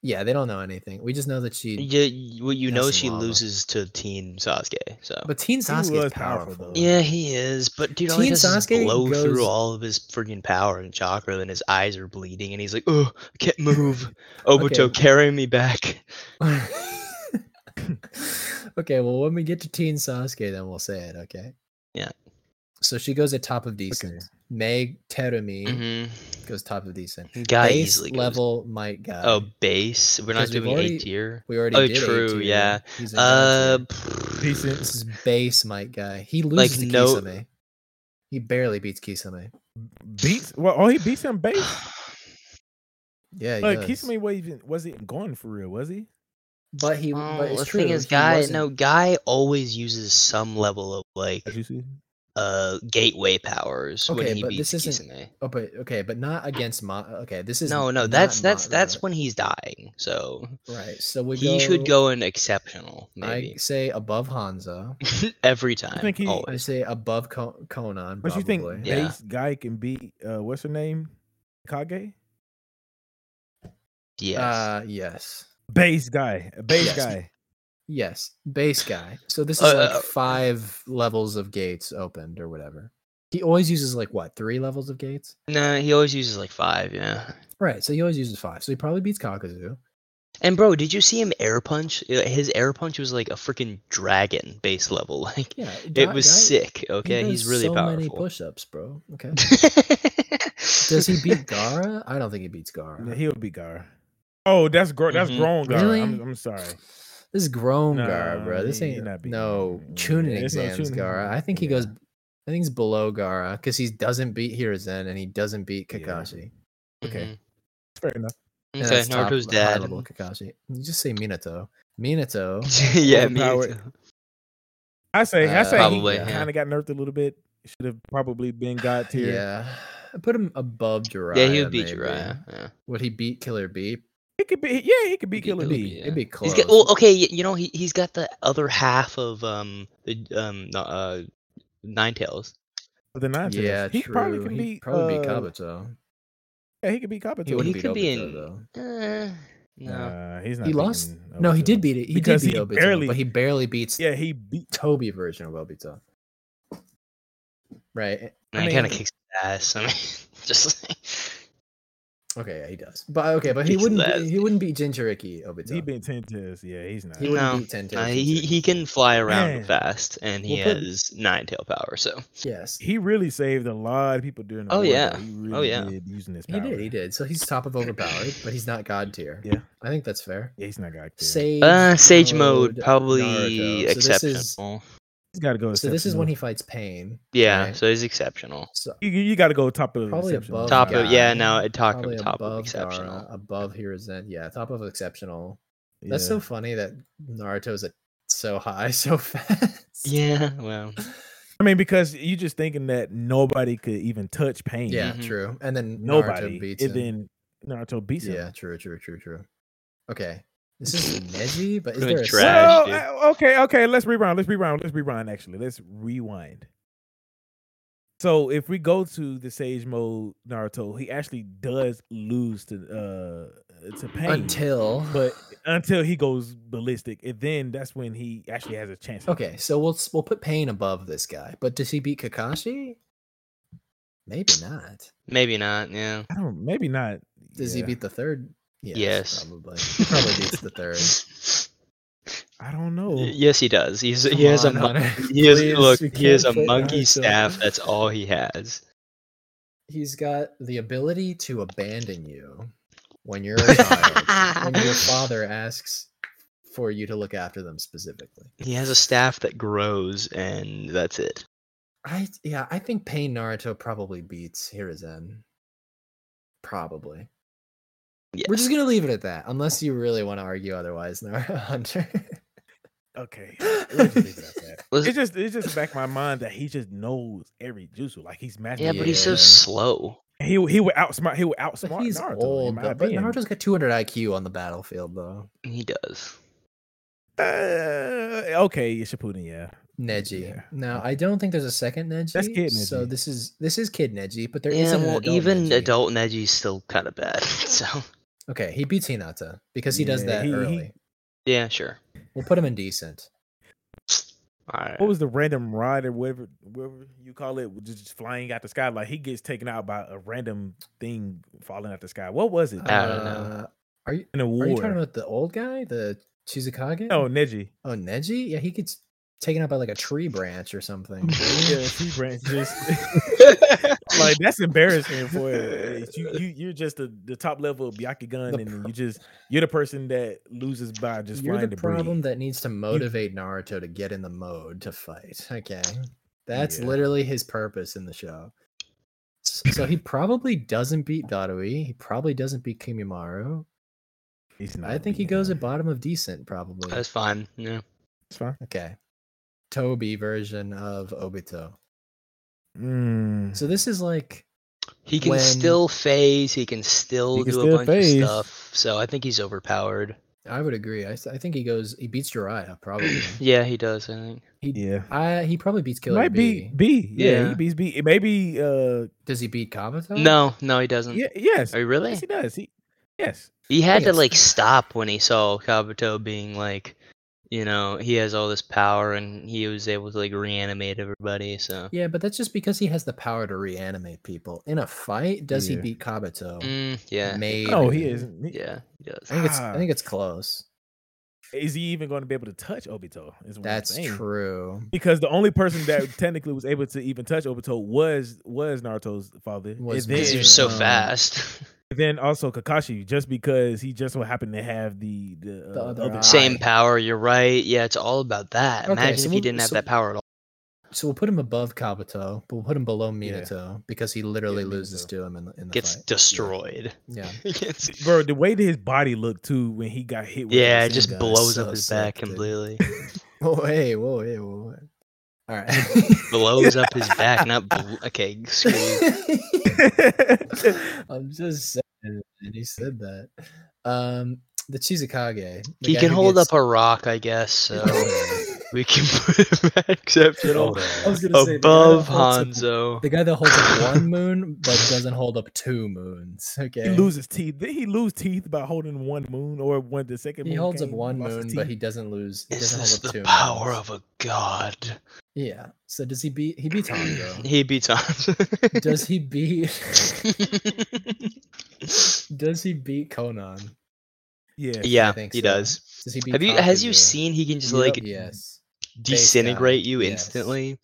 Speaker 1: Yeah, they don't know anything. We just know that she.
Speaker 4: Yeah, you- well, you
Speaker 1: That's
Speaker 4: know
Speaker 1: some
Speaker 4: she
Speaker 1: lava.
Speaker 4: loses to Teen Sasuke. So
Speaker 1: But Teen Sasuke
Speaker 2: was
Speaker 1: is
Speaker 2: powerful,
Speaker 1: powerful.
Speaker 2: though.
Speaker 4: yeah, he is. But dude, all he
Speaker 1: Teen
Speaker 4: does is
Speaker 1: Sasuke
Speaker 4: blow
Speaker 1: goes-
Speaker 4: through all of his freaking power and chakra, and his eyes are bleeding, and he's like, "Oh, I can't move." Obito,
Speaker 1: Okay.
Speaker 4: carry me back.
Speaker 1: okay, well, when we get to Teen Sasuke, then we'll say it. Okay.
Speaker 4: Yeah.
Speaker 1: So she goes at top of decent. Meg Terumi
Speaker 4: Mm-hmm.
Speaker 1: goes top of decent.
Speaker 4: Guy
Speaker 1: Base
Speaker 4: easily goes-
Speaker 1: level might guy.
Speaker 4: Oh, base. We're not
Speaker 1: Because we've
Speaker 4: doing
Speaker 1: already-
Speaker 4: A tier.
Speaker 1: we already
Speaker 4: oh,
Speaker 1: did A
Speaker 4: true,
Speaker 1: tier.
Speaker 4: yeah.
Speaker 1: He's in God
Speaker 4: Uh,
Speaker 1: tier. This
Speaker 2: Decent.
Speaker 1: is base Mike guy. He loses to
Speaker 4: no-
Speaker 1: Kisame. He barely beats Kisame.
Speaker 2: Beats. Well, oh, he beats him base.
Speaker 1: Yeah, he
Speaker 2: Like
Speaker 1: does.
Speaker 2: Kisame was even was he going for real? Was he?
Speaker 1: But he.
Speaker 4: Oh,
Speaker 1: but it's
Speaker 4: the
Speaker 1: true.
Speaker 4: thing is,
Speaker 1: he
Speaker 4: guy.
Speaker 1: wasn't-
Speaker 4: No, guy always uses some level of like
Speaker 2: As you see,
Speaker 4: uh gateway powers
Speaker 1: Okay,
Speaker 4: when he
Speaker 1: but
Speaker 4: beats
Speaker 1: this isn't-
Speaker 4: Kisame.
Speaker 1: Oh, but okay, but not against Ma. Okay, this is
Speaker 4: No, no,
Speaker 1: not
Speaker 4: that's that's that's
Speaker 1: Madara.
Speaker 4: when he's dying. So
Speaker 1: Right. So we
Speaker 4: he should go in exceptional,
Speaker 1: I
Speaker 4: maybe
Speaker 1: say above Hanzo.
Speaker 4: every time.
Speaker 2: think he-
Speaker 1: I
Speaker 4: always.
Speaker 1: say above Ko- Conan.
Speaker 2: but
Speaker 1: Probably.
Speaker 2: you think
Speaker 4: Yeah.
Speaker 2: base guy can beat uh what's her name? Kage.
Speaker 4: Yes.
Speaker 1: Uh, yes.
Speaker 2: Base guy. Base
Speaker 1: Yes.
Speaker 2: guy.
Speaker 1: Yes, base guy. So this is
Speaker 4: Uh,
Speaker 1: like
Speaker 4: uh,
Speaker 1: five levels of gates opened or whatever. He always uses like what three levels of gates?
Speaker 4: no, he always uses like five. Yeah.
Speaker 1: Right. So he always uses five. So he probably beats Kakazu.
Speaker 4: And bro, did you see him air punch? Uh, His air punch was like a freaking dragon base level. Like
Speaker 1: Yeah,
Speaker 4: it
Speaker 1: Guy-
Speaker 4: was
Speaker 1: Guy-
Speaker 4: sick.
Speaker 1: he
Speaker 4: Okay, he's
Speaker 1: does
Speaker 4: really
Speaker 1: so many
Speaker 4: powerful.
Speaker 1: push-ups, bro. Okay. Does he beat Gara? I don't think he beats Gara.
Speaker 2: Yeah, he'll be Gar. Oh, that's gro- that's
Speaker 4: Mhm.
Speaker 1: Mm-hmm.
Speaker 2: grown Gar.
Speaker 1: Really?
Speaker 2: I'm, I'm sorry.
Speaker 1: This is grown Gara, bro.
Speaker 2: Nah,
Speaker 1: This
Speaker 2: he- he
Speaker 1: ain't
Speaker 2: not beating
Speaker 1: no
Speaker 2: him.
Speaker 1: Chunin
Speaker 2: Yeah, it's no
Speaker 1: exams
Speaker 2: Chunin.
Speaker 1: Gara. I think he
Speaker 2: Yeah.
Speaker 1: goes. I think he's below Gara because he doesn't beat Hiruzen and he doesn't beat
Speaker 2: Yeah.
Speaker 1: Kakashi.
Speaker 2: Okay.
Speaker 4: Mhm.
Speaker 2: Fair enough.
Speaker 1: And
Speaker 4: Okay,
Speaker 1: that's top
Speaker 4: Naruto's
Speaker 1: high
Speaker 4: dad.
Speaker 1: level Kakashi. You just say Minato. Minato.
Speaker 4: yeah, me
Speaker 2: Overpowered.
Speaker 4: too.
Speaker 2: I say I
Speaker 1: Uh,
Speaker 2: say
Speaker 4: Probably,
Speaker 2: he
Speaker 4: yeah.
Speaker 2: kind of got nerfed a little bit. Should have probably been God tier.
Speaker 1: Yeah. I put him above Jiraiya.
Speaker 4: Yeah, he would beat
Speaker 1: maybe.
Speaker 4: Jiraiya. Yeah.
Speaker 1: Would he beat Killer B?
Speaker 2: He could be. Yeah, he could be
Speaker 4: He could
Speaker 2: Killer
Speaker 4: be,
Speaker 2: B.
Speaker 4: yeah.
Speaker 1: It'd be close.
Speaker 4: He's got well, okay. y- You know, he he's got the other half of um the um no- uh Nine Tails.
Speaker 2: of the nine.
Speaker 1: yeah,
Speaker 2: tails. he
Speaker 1: true.
Speaker 2: probably can
Speaker 1: He'd
Speaker 2: beat
Speaker 1: probably beat
Speaker 2: uh,
Speaker 1: Kabuto.
Speaker 2: Yeah, he could beat Kabuto.
Speaker 1: He wouldn't
Speaker 4: He
Speaker 1: beat
Speaker 4: could be
Speaker 1: Obito,
Speaker 4: in-
Speaker 1: though.
Speaker 4: Eh, no.
Speaker 2: Nah, he's not.
Speaker 1: He lost?
Speaker 2: beating
Speaker 1: No, he
Speaker 2: Obito.
Speaker 1: did beat it. He
Speaker 2: Because
Speaker 1: did beat
Speaker 2: he
Speaker 1: Obito,
Speaker 2: barely-
Speaker 1: but he barely beats
Speaker 2: Yeah, he beat.
Speaker 1: Toby version of Obito. Right. eh,
Speaker 2: I
Speaker 4: I mean, he
Speaker 2: mean-
Speaker 4: kind of kicks ass. I mean, just like,
Speaker 1: Okay, yeah, he does. But okay, but he
Speaker 4: Beats
Speaker 1: wouldn't
Speaker 4: that.
Speaker 1: be, he wouldn't beat Jinchuriki Obito.
Speaker 2: He beat ten tails. Yeah, he's not.
Speaker 1: He wouldn't
Speaker 4: No,
Speaker 1: beat Ten
Speaker 4: nah,
Speaker 1: Tails.
Speaker 4: he he can fly around
Speaker 2: Man.
Speaker 4: fast, and he
Speaker 2: Well, put-
Speaker 4: has nine tail power. So
Speaker 1: Yes.
Speaker 2: He really saved a lot of people during the
Speaker 4: Oh,
Speaker 2: war,
Speaker 4: yeah.
Speaker 2: though. He really
Speaker 4: yeah.
Speaker 2: did using this
Speaker 1: He
Speaker 2: power.
Speaker 1: did, he did. So he's top of overpowered, but he's not god tier.
Speaker 2: Yeah.
Speaker 1: I think that's fair.
Speaker 2: Yeah, he's not got
Speaker 1: Ah, Sage,
Speaker 4: uh, Sage mode
Speaker 1: Naruto.
Speaker 4: probably
Speaker 1: So this
Speaker 4: exceptional.
Speaker 1: is-
Speaker 2: He's got to go.
Speaker 1: So this is
Speaker 2: exceptional.
Speaker 1: when he fights Pain.
Speaker 4: yeah,
Speaker 1: right?
Speaker 4: so he's exceptional.
Speaker 1: So
Speaker 2: You, you got to go top of
Speaker 1: Probably
Speaker 2: exceptional.
Speaker 1: above
Speaker 4: Top of yeah,
Speaker 1: God.
Speaker 4: no, it talk
Speaker 1: probably
Speaker 4: of top
Speaker 1: above
Speaker 4: of exceptional.
Speaker 1: Dara, above Hiruzen. Yeah, top of exceptional.
Speaker 2: Yeah.
Speaker 1: That's so funny that Naruto's at so high so fast.
Speaker 4: Yeah, well,
Speaker 2: I mean, because you just thinking that nobody could even touch pain.
Speaker 1: Yeah,
Speaker 4: Mhm.
Speaker 1: true. And then
Speaker 2: nobody.
Speaker 1: Naruto beats
Speaker 2: and
Speaker 1: him.
Speaker 2: then Naruto beats him.
Speaker 1: yeah, true, true, true, true. Okay, this is Neji, but is
Speaker 4: Gonna
Speaker 1: there a
Speaker 4: trash
Speaker 1: second-
Speaker 2: Well,
Speaker 4: dude.
Speaker 2: uh, okay, okay. Let's rewind. Let's rewind. Let's rewind. Actually, let's rewind. So if we go to the Sage Mode Naruto, he actually does lose to uh to pain
Speaker 1: until?
Speaker 2: but until he goes ballistic, and then that's when he actually has a chance.
Speaker 1: Okay, so we'll s- we'll put Pain above this guy, but does he beat Kakashi? Maybe not.
Speaker 4: maybe not. Yeah.
Speaker 2: I don't. Maybe not.
Speaker 1: Does
Speaker 2: Yeah.
Speaker 1: he beat the third?
Speaker 4: Yes.
Speaker 1: probably. He probably beats the third.
Speaker 2: I don't know.
Speaker 4: Y- Yes, he does. He's
Speaker 1: Come
Speaker 4: he has a
Speaker 1: on,
Speaker 4: mon-
Speaker 1: Hunter,
Speaker 4: he has
Speaker 1: please,
Speaker 4: look
Speaker 1: we
Speaker 4: he has a
Speaker 1: can't put
Speaker 4: monkey
Speaker 1: Naruto-
Speaker 4: staff. That's all he has.
Speaker 1: He's got the ability to abandon you when you're a child, when your father asks for you to look after them specifically.
Speaker 4: He has a staff that grows, and that's it.
Speaker 1: I yeah, I think Pain Naruto probably beats Hiruzen. Probably.
Speaker 4: Yeah.
Speaker 1: We're just gonna leave it at that, unless you really want to argue otherwise, Naruto Hunter.
Speaker 2: Okay. We'll just leave it at that.
Speaker 4: Let's-
Speaker 2: It's just it's just back of my mind that he just knows every jutsu. Like he's master.
Speaker 4: yeah, but he's so
Speaker 1: Yeah.
Speaker 4: slow.
Speaker 2: he he would outsmart he would
Speaker 1: but
Speaker 2: outsmart
Speaker 1: he's
Speaker 2: Naruto. in
Speaker 1: old,
Speaker 2: my
Speaker 1: though, but
Speaker 2: opinion.
Speaker 1: Naruto's got 200 IQ on the battlefield, though.
Speaker 4: He does.
Speaker 2: Uh, okay, yeah, Shippuden. Yeah,
Speaker 1: Neji.
Speaker 2: Yeah.
Speaker 1: Now, I don't think there's a second Neji.
Speaker 2: Kid
Speaker 1: So
Speaker 2: Neji.
Speaker 1: this is this is Kid Neji, but there
Speaker 4: yeah,
Speaker 1: not
Speaker 4: well,
Speaker 1: an adult
Speaker 4: even
Speaker 1: Neji.
Speaker 4: adult Neji's still kind of bad. So
Speaker 1: Okay, he beats Hinata because he does
Speaker 2: Yeah,
Speaker 1: that
Speaker 2: he- he-
Speaker 1: early.
Speaker 4: yeah, sure.
Speaker 1: We'll put him in decent.
Speaker 4: All right.
Speaker 2: what was the random rod or whatever, whatever you call it, just just flying out the sky? Like he gets taken out by a random thing falling out the sky. What was it?
Speaker 4: I don't know.
Speaker 1: Are you
Speaker 2: In a war?
Speaker 1: Uh, are you talking about the old guy, the Chizukage?
Speaker 2: no, Neji.
Speaker 1: Oh, Neji? Yeah, he gets taken out by like a tree branch or something.
Speaker 2: Yeah, tree branch just like that's embarrassing for you. You, you. You're just the, the top level of Byakugan,
Speaker 1: The
Speaker 2: and
Speaker 1: pro-
Speaker 2: you just you're the person that loses by just
Speaker 1: You're
Speaker 2: flying
Speaker 1: the
Speaker 2: debris.
Speaker 1: problem that needs to motivate Naruto to get in the mode to fight. Okay. That's
Speaker 2: Yeah.
Speaker 1: literally his purpose in the show. S- So he probably doesn't beat Dadoi. He probably doesn't beat Kimimaru.
Speaker 2: He's not
Speaker 1: I think he
Speaker 2: beating
Speaker 1: goes
Speaker 2: him.
Speaker 1: at bottom of decent, probably.
Speaker 4: That's fine. Yeah.
Speaker 2: It's fine.
Speaker 1: Okay. Toby version of Obito.
Speaker 2: Mm.
Speaker 1: So this is like
Speaker 4: He can
Speaker 1: When-
Speaker 4: still phase. He can still
Speaker 2: He can
Speaker 4: do
Speaker 2: still
Speaker 4: a bunch
Speaker 2: phase.
Speaker 4: of stuff. So I think he's overpowered.
Speaker 1: I would agree. I, s- I think he goes. He beats Jiraiya probably.
Speaker 4: Yeah, he does. I think.
Speaker 2: yeah.
Speaker 1: I he probably beats Killer
Speaker 2: Might
Speaker 1: B.
Speaker 2: be B. Yeah,
Speaker 4: Yeah.
Speaker 2: he beats B. It may be uh
Speaker 1: Does he beat Kabuto?
Speaker 4: No, no, he doesn't.
Speaker 2: yeah, yes.
Speaker 4: Are you really?
Speaker 2: Yes, he does. He yes.
Speaker 4: He had to
Speaker 1: Yes.
Speaker 4: like stop when he saw Kabuto being like, you know, he has all this power and he was able to like reanimate everybody. So
Speaker 1: Yeah, but that's just because he has the power to reanimate people. In a fight, does
Speaker 2: Yeah.
Speaker 1: he beat Kabuto?
Speaker 4: Mm, yeah,
Speaker 1: Maybe.
Speaker 2: Oh, he isn't. He-
Speaker 4: yeah, he does.
Speaker 1: I think it's. I
Speaker 2: Ah.
Speaker 1: think it's close.
Speaker 2: Is he even going to be able to touch Obito? Is what I'm
Speaker 1: That's
Speaker 2: saying.
Speaker 1: true.
Speaker 2: Because the only person that technically was able to even touch Obito was was Naruto's father.
Speaker 1: Was
Speaker 2: and
Speaker 4: Because
Speaker 2: then,
Speaker 4: he was so
Speaker 1: um,
Speaker 4: fast.
Speaker 2: and then also Kakashi, just because he just so happened to have the the,
Speaker 1: The
Speaker 2: uh,
Speaker 1: other eye.
Speaker 4: Same
Speaker 2: eye.
Speaker 4: power. You're right. Yeah, it's all about that.
Speaker 1: Okay,
Speaker 4: Imagine
Speaker 1: so
Speaker 4: if
Speaker 1: we'll-
Speaker 4: he didn't have
Speaker 1: so-
Speaker 4: that power at all.
Speaker 1: So we'll put him above Kabuto, but we'll put him below
Speaker 2: Yeah.
Speaker 1: Minato because he literally
Speaker 2: Minato.
Speaker 1: loses to him in the, in the
Speaker 4: Gets
Speaker 1: fight.
Speaker 4: destroyed.
Speaker 1: Yeah.
Speaker 4: Gets-
Speaker 2: Bro, the way that his body looked too when he got hit. With
Speaker 4: yeah, it
Speaker 2: the
Speaker 4: just
Speaker 2: Rasengan.
Speaker 4: blows
Speaker 1: so
Speaker 4: up his
Speaker 1: sick,
Speaker 4: back
Speaker 1: dude.
Speaker 4: completely.
Speaker 1: Whoa, hey, whoa, hey, whoa. whoa. All right.
Speaker 4: blows up his back. Not bl- okay. Screw you.
Speaker 1: I'm just saying. And he said that. Um, the Chizukage. the
Speaker 4: He
Speaker 1: guy
Speaker 4: can
Speaker 1: who
Speaker 4: hold
Speaker 1: gets- Oh,
Speaker 4: up a rock, I guess. So. we can put Max Epsilon
Speaker 1: I was gonna say, the guy that
Speaker 4: above
Speaker 1: holds up-
Speaker 4: Hanzo.
Speaker 1: The guy that holds up one moon but doesn't hold up two moons.
Speaker 2: He
Speaker 1: Okay.
Speaker 2: loses teeth. Did he lose teeth by holding one moon or one the second
Speaker 1: He
Speaker 2: moon?
Speaker 1: holds up
Speaker 2: came?
Speaker 1: one
Speaker 2: Lost his
Speaker 1: moon, but he
Speaker 2: teeth?
Speaker 1: doesn't lose. He
Speaker 4: Is
Speaker 1: doesn't
Speaker 4: this
Speaker 1: hold up
Speaker 4: the
Speaker 1: two
Speaker 4: power
Speaker 1: moons.
Speaker 4: of a god?
Speaker 1: Yeah. So does he beat? He beats Hanzo.
Speaker 4: he beats Hanzo.
Speaker 1: does he beat? Does he beat Conan?
Speaker 2: Yeah.
Speaker 4: yeah,
Speaker 1: I think
Speaker 4: he
Speaker 1: so.
Speaker 4: does.
Speaker 1: Does he beat?
Speaker 4: Have you has you
Speaker 1: Kakuzu?
Speaker 4: seen he can just
Speaker 2: Yep.
Speaker 4: like
Speaker 1: Yes.
Speaker 4: disintegrate you
Speaker 1: yes.
Speaker 4: instantly?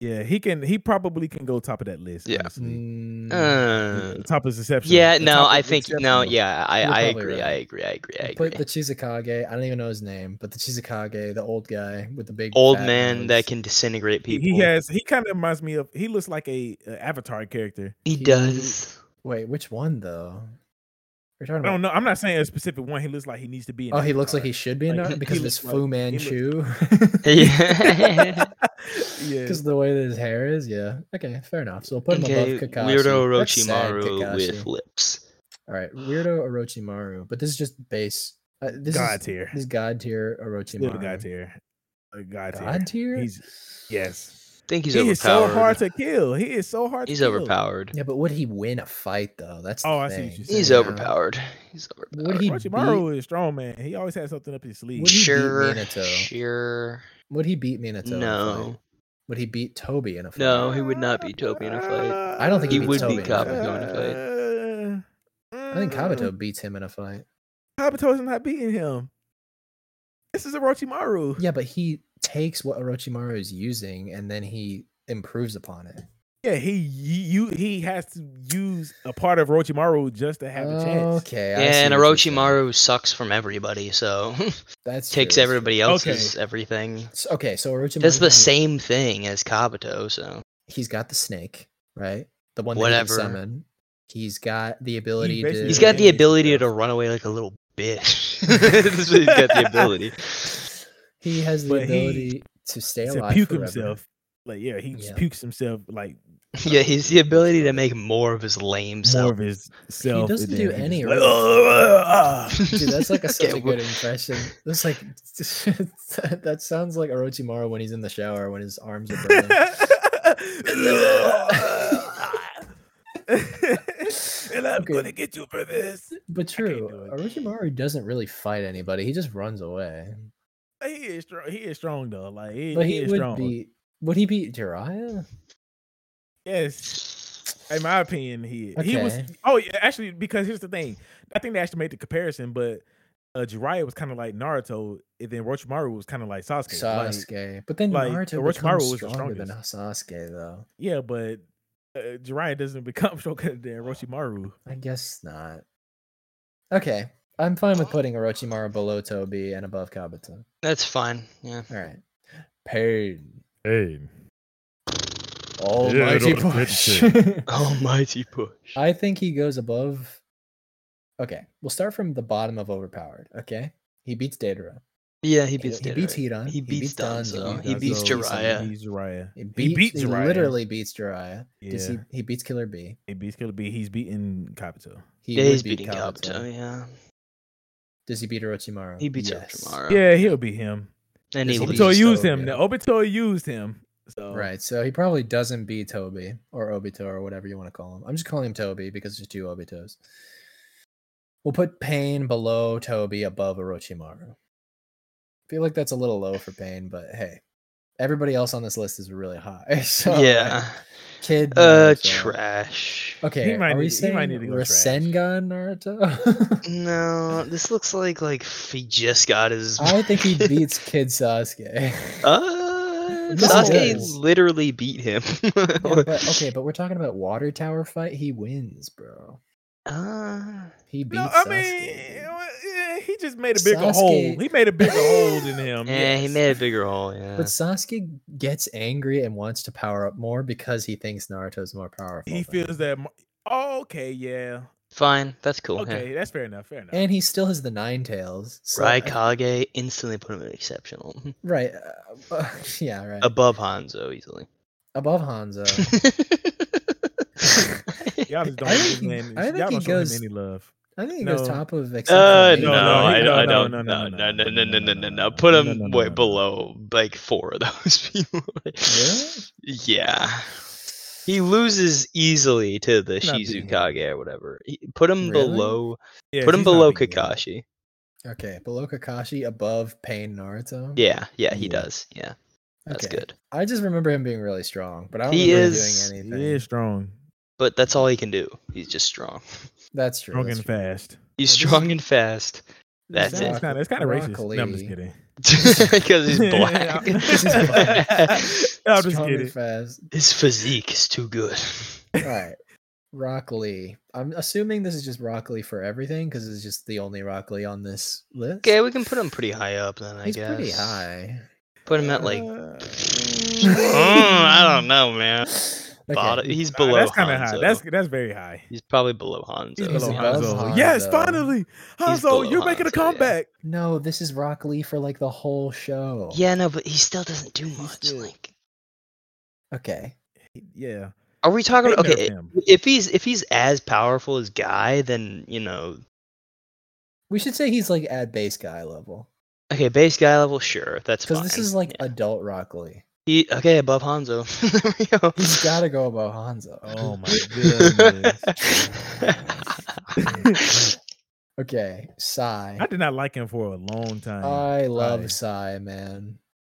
Speaker 2: Yeah. He can. He probably can go top of that list.
Speaker 4: Yeah.
Speaker 2: honestly.
Speaker 1: Mm,
Speaker 4: Uh,
Speaker 2: The top is exception.
Speaker 4: yeah,
Speaker 2: The
Speaker 4: no,
Speaker 2: top
Speaker 4: I
Speaker 2: is
Speaker 4: think
Speaker 2: exception,
Speaker 4: no,
Speaker 2: though.
Speaker 4: yeah, I,
Speaker 1: You're
Speaker 4: I
Speaker 1: probably
Speaker 4: agree, I
Speaker 1: right.
Speaker 4: agree, I agree, I
Speaker 1: he
Speaker 4: agree.
Speaker 1: put the Chizukage. I don't even know his name, but the Chizukage, the old guy with the big
Speaker 4: Old
Speaker 1: fat
Speaker 4: man
Speaker 1: nose.
Speaker 4: that can disintegrate
Speaker 2: He-
Speaker 4: people.
Speaker 2: He has. He kind of reminds me of. He looks like a, a Avatar character.
Speaker 4: He
Speaker 1: he-
Speaker 4: does.
Speaker 1: Wait, which one though? We're talking
Speaker 2: I
Speaker 1: about.
Speaker 2: don't know. I'm not saying a specific one. He looks like he needs to be. An
Speaker 1: Oh, he looks like he
Speaker 2: Avatar.
Speaker 1: should be in
Speaker 2: Like,
Speaker 1: it
Speaker 2: he-
Speaker 1: because
Speaker 2: he
Speaker 1: of his
Speaker 2: looks like-
Speaker 1: Fu
Speaker 2: he
Speaker 1: Manchu.
Speaker 4: yeah.
Speaker 2: yeah.
Speaker 1: Because the way that his hair is, yeah. Okay, fair enough. So we'll put him
Speaker 4: Okay,
Speaker 1: above Kakashi.
Speaker 4: weirdo
Speaker 1: That's sad,
Speaker 4: Orochimaru with
Speaker 1: Kakashi.
Speaker 4: lips.
Speaker 1: All right, weirdo Orochimaru. But this is just base. Uh, this
Speaker 2: God
Speaker 1: is
Speaker 2: tier.
Speaker 1: this god tier Orochimaru.
Speaker 2: Little God tier. A God tier.
Speaker 1: God tier?
Speaker 2: He's yes.
Speaker 4: I think he's
Speaker 2: he
Speaker 4: overpowered.
Speaker 2: is so hard to kill. He is so hard.
Speaker 4: he's
Speaker 2: to kill.
Speaker 4: overpowered.
Speaker 1: Yeah, but would he win a fight though? That's the
Speaker 2: Oh, I see
Speaker 1: thing.
Speaker 2: what you're saying.
Speaker 4: He's
Speaker 2: Yeah.
Speaker 4: overpowered. He's overpowered.
Speaker 1: Would he
Speaker 2: Orochimaru is strong man. He always has something up his sleeve.
Speaker 1: Would he beat
Speaker 4: sure,
Speaker 1: Minato?
Speaker 4: sure.
Speaker 1: Would he beat Minato? in a
Speaker 4: No.
Speaker 1: fight? Would he beat Toby in a fight?
Speaker 4: No, he would not beat Toby in a fight.
Speaker 1: I don't think
Speaker 4: He
Speaker 1: he, beats
Speaker 4: would
Speaker 1: Toby
Speaker 4: beat
Speaker 1: in a
Speaker 4: Kaba
Speaker 1: fight.
Speaker 4: going to
Speaker 2: to Uh,
Speaker 1: I think Kabuto beats him in a fight.
Speaker 2: Kabuto is not beating him. This is Orochimaru.
Speaker 1: Yeah, but he takes what Orochimaru is using and then he improves upon it.
Speaker 2: Yeah, he you he has to use a part of Orochimaru just to have a chance.
Speaker 1: Okay. I
Speaker 4: Yeah,
Speaker 1: see
Speaker 4: and
Speaker 1: what you're saying.
Speaker 4: Orochimaru sucks from everybody, so
Speaker 1: That's
Speaker 4: takes
Speaker 1: true, that's
Speaker 4: everybody
Speaker 2: Okay.
Speaker 4: else's everything.
Speaker 1: true. So- Okay, so Orochimaru.
Speaker 4: That's the
Speaker 1: has-
Speaker 4: same thing as Kabuto, so
Speaker 1: He's got the snake, right? The one that
Speaker 4: Whatever.
Speaker 1: he can summon. He's got the ability to.
Speaker 2: basically-
Speaker 4: he's
Speaker 2: Yeah,
Speaker 4: got the
Speaker 2: yeah, yeah.
Speaker 4: ability to run away like a little bitch. That's what he's got the ability.
Speaker 1: He has the
Speaker 2: But he-
Speaker 1: ability to stay
Speaker 2: To
Speaker 1: alive.
Speaker 2: puke
Speaker 1: forever.
Speaker 2: himself. Like yeah, he
Speaker 1: Yeah.
Speaker 2: pukes himself like
Speaker 4: Yeah, he's the ability to make more of his lame
Speaker 2: more
Speaker 4: self.
Speaker 2: of his self. and
Speaker 1: doesn't
Speaker 2: then
Speaker 1: do
Speaker 2: he
Speaker 1: any
Speaker 2: just like,
Speaker 1: of
Speaker 2: "Ugh, ugh, ugh."
Speaker 1: Dude, that's like a, such a
Speaker 4: Okay,
Speaker 1: good impression. That's like that sounds like Orochimaru when he's in the shower when his arms are burning.
Speaker 2: and I'm
Speaker 1: Okay.
Speaker 2: gonna get you for this.
Speaker 1: But true,
Speaker 2: do it.
Speaker 1: Orochimaru doesn't really fight anybody. He just runs away.
Speaker 2: He is strong. He is strong though. Like he,
Speaker 1: But
Speaker 2: he
Speaker 1: he
Speaker 2: is
Speaker 1: would
Speaker 2: strong.
Speaker 1: beat. Would he beat Jiraiya?
Speaker 2: Yes, in my opinion, he he was.
Speaker 1: Okay.
Speaker 2: Oh yeah, actually, because here's the thing. I think they actually made the comparison, but uh, Jiraiya was kind of like Naruto, and then Orochimaru was kind of like Sasuke. Like,
Speaker 1: Sasuke. but then
Speaker 2: like,
Speaker 1: Naruto
Speaker 2: Orochimaru
Speaker 1: becomes
Speaker 2: was the
Speaker 1: stronger than Sasuke, though.
Speaker 2: yeah, but uh, Jiraiya doesn't become stronger than Orochimaru.
Speaker 1: I guess not. Okay, I'm fine with putting Orochimaru below Tobi and above Kabuto.
Speaker 4: That's fine. Yeah.
Speaker 1: All right, pain.
Speaker 2: Hey,
Speaker 1: Almighty
Speaker 2: don't
Speaker 1: push.
Speaker 4: Almighty push.
Speaker 1: I think he goes above. Okay, we'll start from the bottom of overpowered. Okay, he beats Datara.
Speaker 4: Yeah, he
Speaker 1: He-
Speaker 4: beats
Speaker 1: he
Speaker 4: Deidara.
Speaker 1: beats Hidan,
Speaker 4: He
Speaker 1: he
Speaker 4: beats
Speaker 1: beats
Speaker 4: Danzo.
Speaker 1: Danzo,
Speaker 4: He beats
Speaker 1: Danzo,
Speaker 4: Jiraiya.
Speaker 2: He beats Jiraiya.
Speaker 1: He,
Speaker 2: He
Speaker 1: beats,
Speaker 2: beats
Speaker 1: he
Speaker 2: Jiraiya.
Speaker 1: literally beats Jiraiya.
Speaker 2: Yeah,
Speaker 1: Does He, he beats Killer B.
Speaker 2: he beats Killer B. He's beating Kabuto.
Speaker 1: He
Speaker 4: Yeah,
Speaker 1: would
Speaker 4: he's
Speaker 1: beat
Speaker 4: beating Kabuto, yeah.
Speaker 1: Does he beat Orochimaru?
Speaker 4: He beats
Speaker 1: Yes.
Speaker 4: Orochimaru.
Speaker 2: Yeah, he'll be him.
Speaker 4: And he
Speaker 1: Does he
Speaker 4: leaves.
Speaker 2: Obito
Speaker 1: beats
Speaker 2: used
Speaker 1: Tobi.
Speaker 2: him. The Obito used him. So
Speaker 1: Right, so he probably doesn't beat Toby or Obito or whatever you want to call him. I'm just calling him Toby because there's two Obitos. We'll put Pain below Toby, above Orochimaru. I feel like that's a little low for Pain, but hey, everybody else on this list is really high. So like,
Speaker 4: Yeah.
Speaker 1: kid.
Speaker 4: Uh,
Speaker 1: Naruto.
Speaker 4: trash.
Speaker 1: Okay,
Speaker 2: He might
Speaker 1: are we
Speaker 2: need- he
Speaker 1: saying
Speaker 2: might need to go trash.
Speaker 1: Rasengan Naruto?
Speaker 4: No, this looks like like f- he just got his.
Speaker 1: I think he beats Kid Sasuke.
Speaker 4: Uh, Sasuke
Speaker 1: does.
Speaker 4: literally beat him.
Speaker 1: Yeah, but, okay, but we're talking about water tower fight. He wins, bro.
Speaker 4: Uh,
Speaker 1: He beats
Speaker 2: No, I
Speaker 1: Sasuke.
Speaker 2: mean,
Speaker 1: dude.
Speaker 2: uh, yeah, he just made a bigger hole.
Speaker 1: Sasuke-
Speaker 2: He made a bigger hole than him.
Speaker 4: yeah, he
Speaker 2: yes.
Speaker 4: made a bigger hole. Yeah.
Speaker 1: But Sasuke gets angry and wants to power up more because he thinks Naruto's more powerful.
Speaker 2: He
Speaker 1: than
Speaker 2: feels
Speaker 1: him.
Speaker 2: that. mo- Oh, okay, yeah.
Speaker 4: Fine, that's cool.
Speaker 2: Okay,
Speaker 4: Okay.
Speaker 2: that's fair enough. Fair enough.
Speaker 1: and he still has the nine tails. So, uh,
Speaker 4: Raikage instantly put him in exceptional.
Speaker 1: right? uh, uh, yeah, right.
Speaker 4: Above Hanzo easily.
Speaker 1: Above Hanzo,
Speaker 2: Y'all just don't
Speaker 1: I
Speaker 2: give
Speaker 1: think
Speaker 2: this
Speaker 1: he-
Speaker 2: man.
Speaker 1: I think
Speaker 2: y'all
Speaker 1: he
Speaker 2: don't show him
Speaker 1: goes-
Speaker 2: any love.
Speaker 1: I think it goes
Speaker 2: No.
Speaker 1: top of
Speaker 4: Uh,
Speaker 1: exceptional
Speaker 4: no,
Speaker 2: no,
Speaker 1: leader.
Speaker 2: no,
Speaker 4: I
Speaker 2: he-
Speaker 4: don't, I
Speaker 2: no,
Speaker 4: don't,
Speaker 2: no,
Speaker 4: no,
Speaker 2: no,
Speaker 4: no,
Speaker 2: no, no,
Speaker 4: no, no,
Speaker 2: no,
Speaker 4: no,
Speaker 2: no, no,
Speaker 4: no, no.
Speaker 2: no,
Speaker 4: Put
Speaker 2: no,
Speaker 4: him
Speaker 2: no, no,
Speaker 4: way
Speaker 2: no, no.
Speaker 4: below, like four of those people.
Speaker 1: Really?
Speaker 4: yeah, he loses easily to the
Speaker 2: Not being-
Speaker 4: Shizukage or whatever. He- Put him
Speaker 1: Really?
Speaker 4: below.
Speaker 2: Yeah,
Speaker 4: put him
Speaker 2: he's not
Speaker 4: below
Speaker 2: being good.
Speaker 4: Kakashi.
Speaker 1: Okay, below Kakashi, above Pain Naruto.
Speaker 4: Yeah, yeah, he
Speaker 1: Yeah.
Speaker 4: does. Yeah, that's
Speaker 1: Okay.
Speaker 4: good.
Speaker 1: I just remember him being really strong, but I don't
Speaker 4: He
Speaker 1: remember
Speaker 4: is-
Speaker 1: him doing anything.
Speaker 2: He is strong,
Speaker 4: But that's all he can do. He's just strong.
Speaker 1: That's true.
Speaker 2: strong
Speaker 1: that's
Speaker 2: and
Speaker 1: true.
Speaker 2: fast.
Speaker 1: Well,
Speaker 4: He's
Speaker 1: this-
Speaker 4: strong and fast That's
Speaker 1: This
Speaker 4: it.
Speaker 1: is
Speaker 2: It's kind of it's kind of racist. No, I'm just
Speaker 1: broccoli.
Speaker 2: kidding.
Speaker 4: because he's black.
Speaker 1: He's black.
Speaker 2: I'm just
Speaker 1: Strong and
Speaker 2: kidding.
Speaker 1: Fast.
Speaker 4: His physique is too good.
Speaker 1: All right. Rock Lee. I'm assuming this is just Rock Lee for everything because it's just the only Rock Lee on this list.
Speaker 4: Okay, we can put him pretty high up then. I
Speaker 1: He's
Speaker 4: guess
Speaker 1: pretty high.
Speaker 4: Put him at like
Speaker 2: Uh,
Speaker 4: Mm, I don't know, man.
Speaker 1: Okay.
Speaker 4: Bottom- he's
Speaker 2: nah,
Speaker 4: below.
Speaker 2: that's
Speaker 4: kind of
Speaker 2: high. That's that's very high.
Speaker 4: he's probably below Hanzo.
Speaker 1: He's
Speaker 2: He's below
Speaker 1: above
Speaker 2: Hanzo.
Speaker 1: Hanzo.
Speaker 2: Yes, finally, Hanzo,
Speaker 4: below
Speaker 2: you're making a
Speaker 4: Hanzo, yeah.
Speaker 2: comeback.
Speaker 1: No, this is Rock Lee for like the whole show.
Speaker 4: Yeah, no, but he still doesn't do much.
Speaker 2: still-
Speaker 4: Like,
Speaker 1: Okay.
Speaker 2: Yeah.
Speaker 4: are we talking?
Speaker 2: Take note
Speaker 4: Okay,
Speaker 2: of him.
Speaker 4: if he's if he's as powerful as Guy, then you know,
Speaker 1: We should say he's like at base guy level
Speaker 4: okay, base Guy level, sure, that's
Speaker 1: because
Speaker 4: fine.
Speaker 1: this is like
Speaker 4: Yeah.
Speaker 1: adult Rock Lee.
Speaker 4: he okay above Hanzo. there we go.
Speaker 1: He's got to go above Hanzo.
Speaker 2: Oh my goodness.
Speaker 1: Okay, Sai.
Speaker 2: I did not like him for a long time.
Speaker 1: I love
Speaker 2: Sai.
Speaker 1: Sai, man.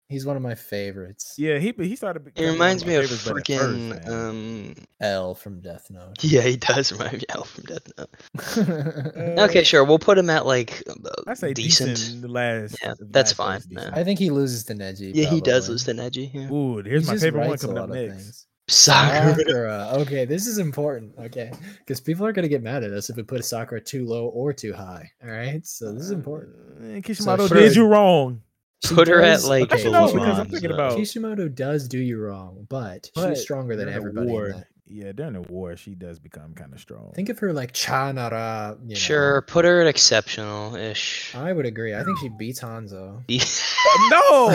Speaker 1: He's one of my favorites.
Speaker 2: Yeah, he he started.
Speaker 4: It
Speaker 2: becoming one
Speaker 4: reminds
Speaker 2: my
Speaker 4: me of
Speaker 2: favorites, but at first,
Speaker 4: freaking.
Speaker 2: man,
Speaker 4: um,
Speaker 1: L from Death Note.
Speaker 4: yeah, he does remind me of Al from Death Note.
Speaker 2: Uh,
Speaker 4: Okay, sure. We'll put him at like
Speaker 2: I say decent.
Speaker 4: decent.
Speaker 2: the last.
Speaker 4: Yeah,
Speaker 2: the
Speaker 4: that's
Speaker 2: last place
Speaker 4: fine,
Speaker 2: decent.
Speaker 1: I think he loses to Neji.
Speaker 4: Yeah, he does
Speaker 1: probably.
Speaker 4: lose to Neji. Yeah.
Speaker 2: Ooh,
Speaker 1: He
Speaker 2: here's my
Speaker 1: just
Speaker 2: favorite one
Speaker 1: writes a
Speaker 2: coming up
Speaker 1: lot of
Speaker 2: next.
Speaker 1: things.
Speaker 4: Sakura.
Speaker 1: Sakura. Okay, this is important. Okay, because people are gonna get mad at us if we put Sakura too low or too high. All right, so this is important.
Speaker 2: Uh, Kishimoto
Speaker 1: So
Speaker 2: did
Speaker 1: should-
Speaker 2: you wrong.
Speaker 1: She
Speaker 4: Put her at
Speaker 1: does-
Speaker 4: like
Speaker 2: Actually,
Speaker 4: below
Speaker 2: no, because I'm
Speaker 4: Hanzo.
Speaker 2: thinking about-
Speaker 1: Kishimoto does do you wrong, but,
Speaker 2: oh. But
Speaker 1: she's stronger than
Speaker 2: During the
Speaker 1: everybody. in
Speaker 2: war-
Speaker 1: that.
Speaker 2: Yeah, during the war, she does become kind of strong.
Speaker 1: Think of her like Chanara. You know.
Speaker 4: Sure, put her at exceptional ish.
Speaker 1: I would agree. I think she beats Hanzo.
Speaker 2: Uh, no,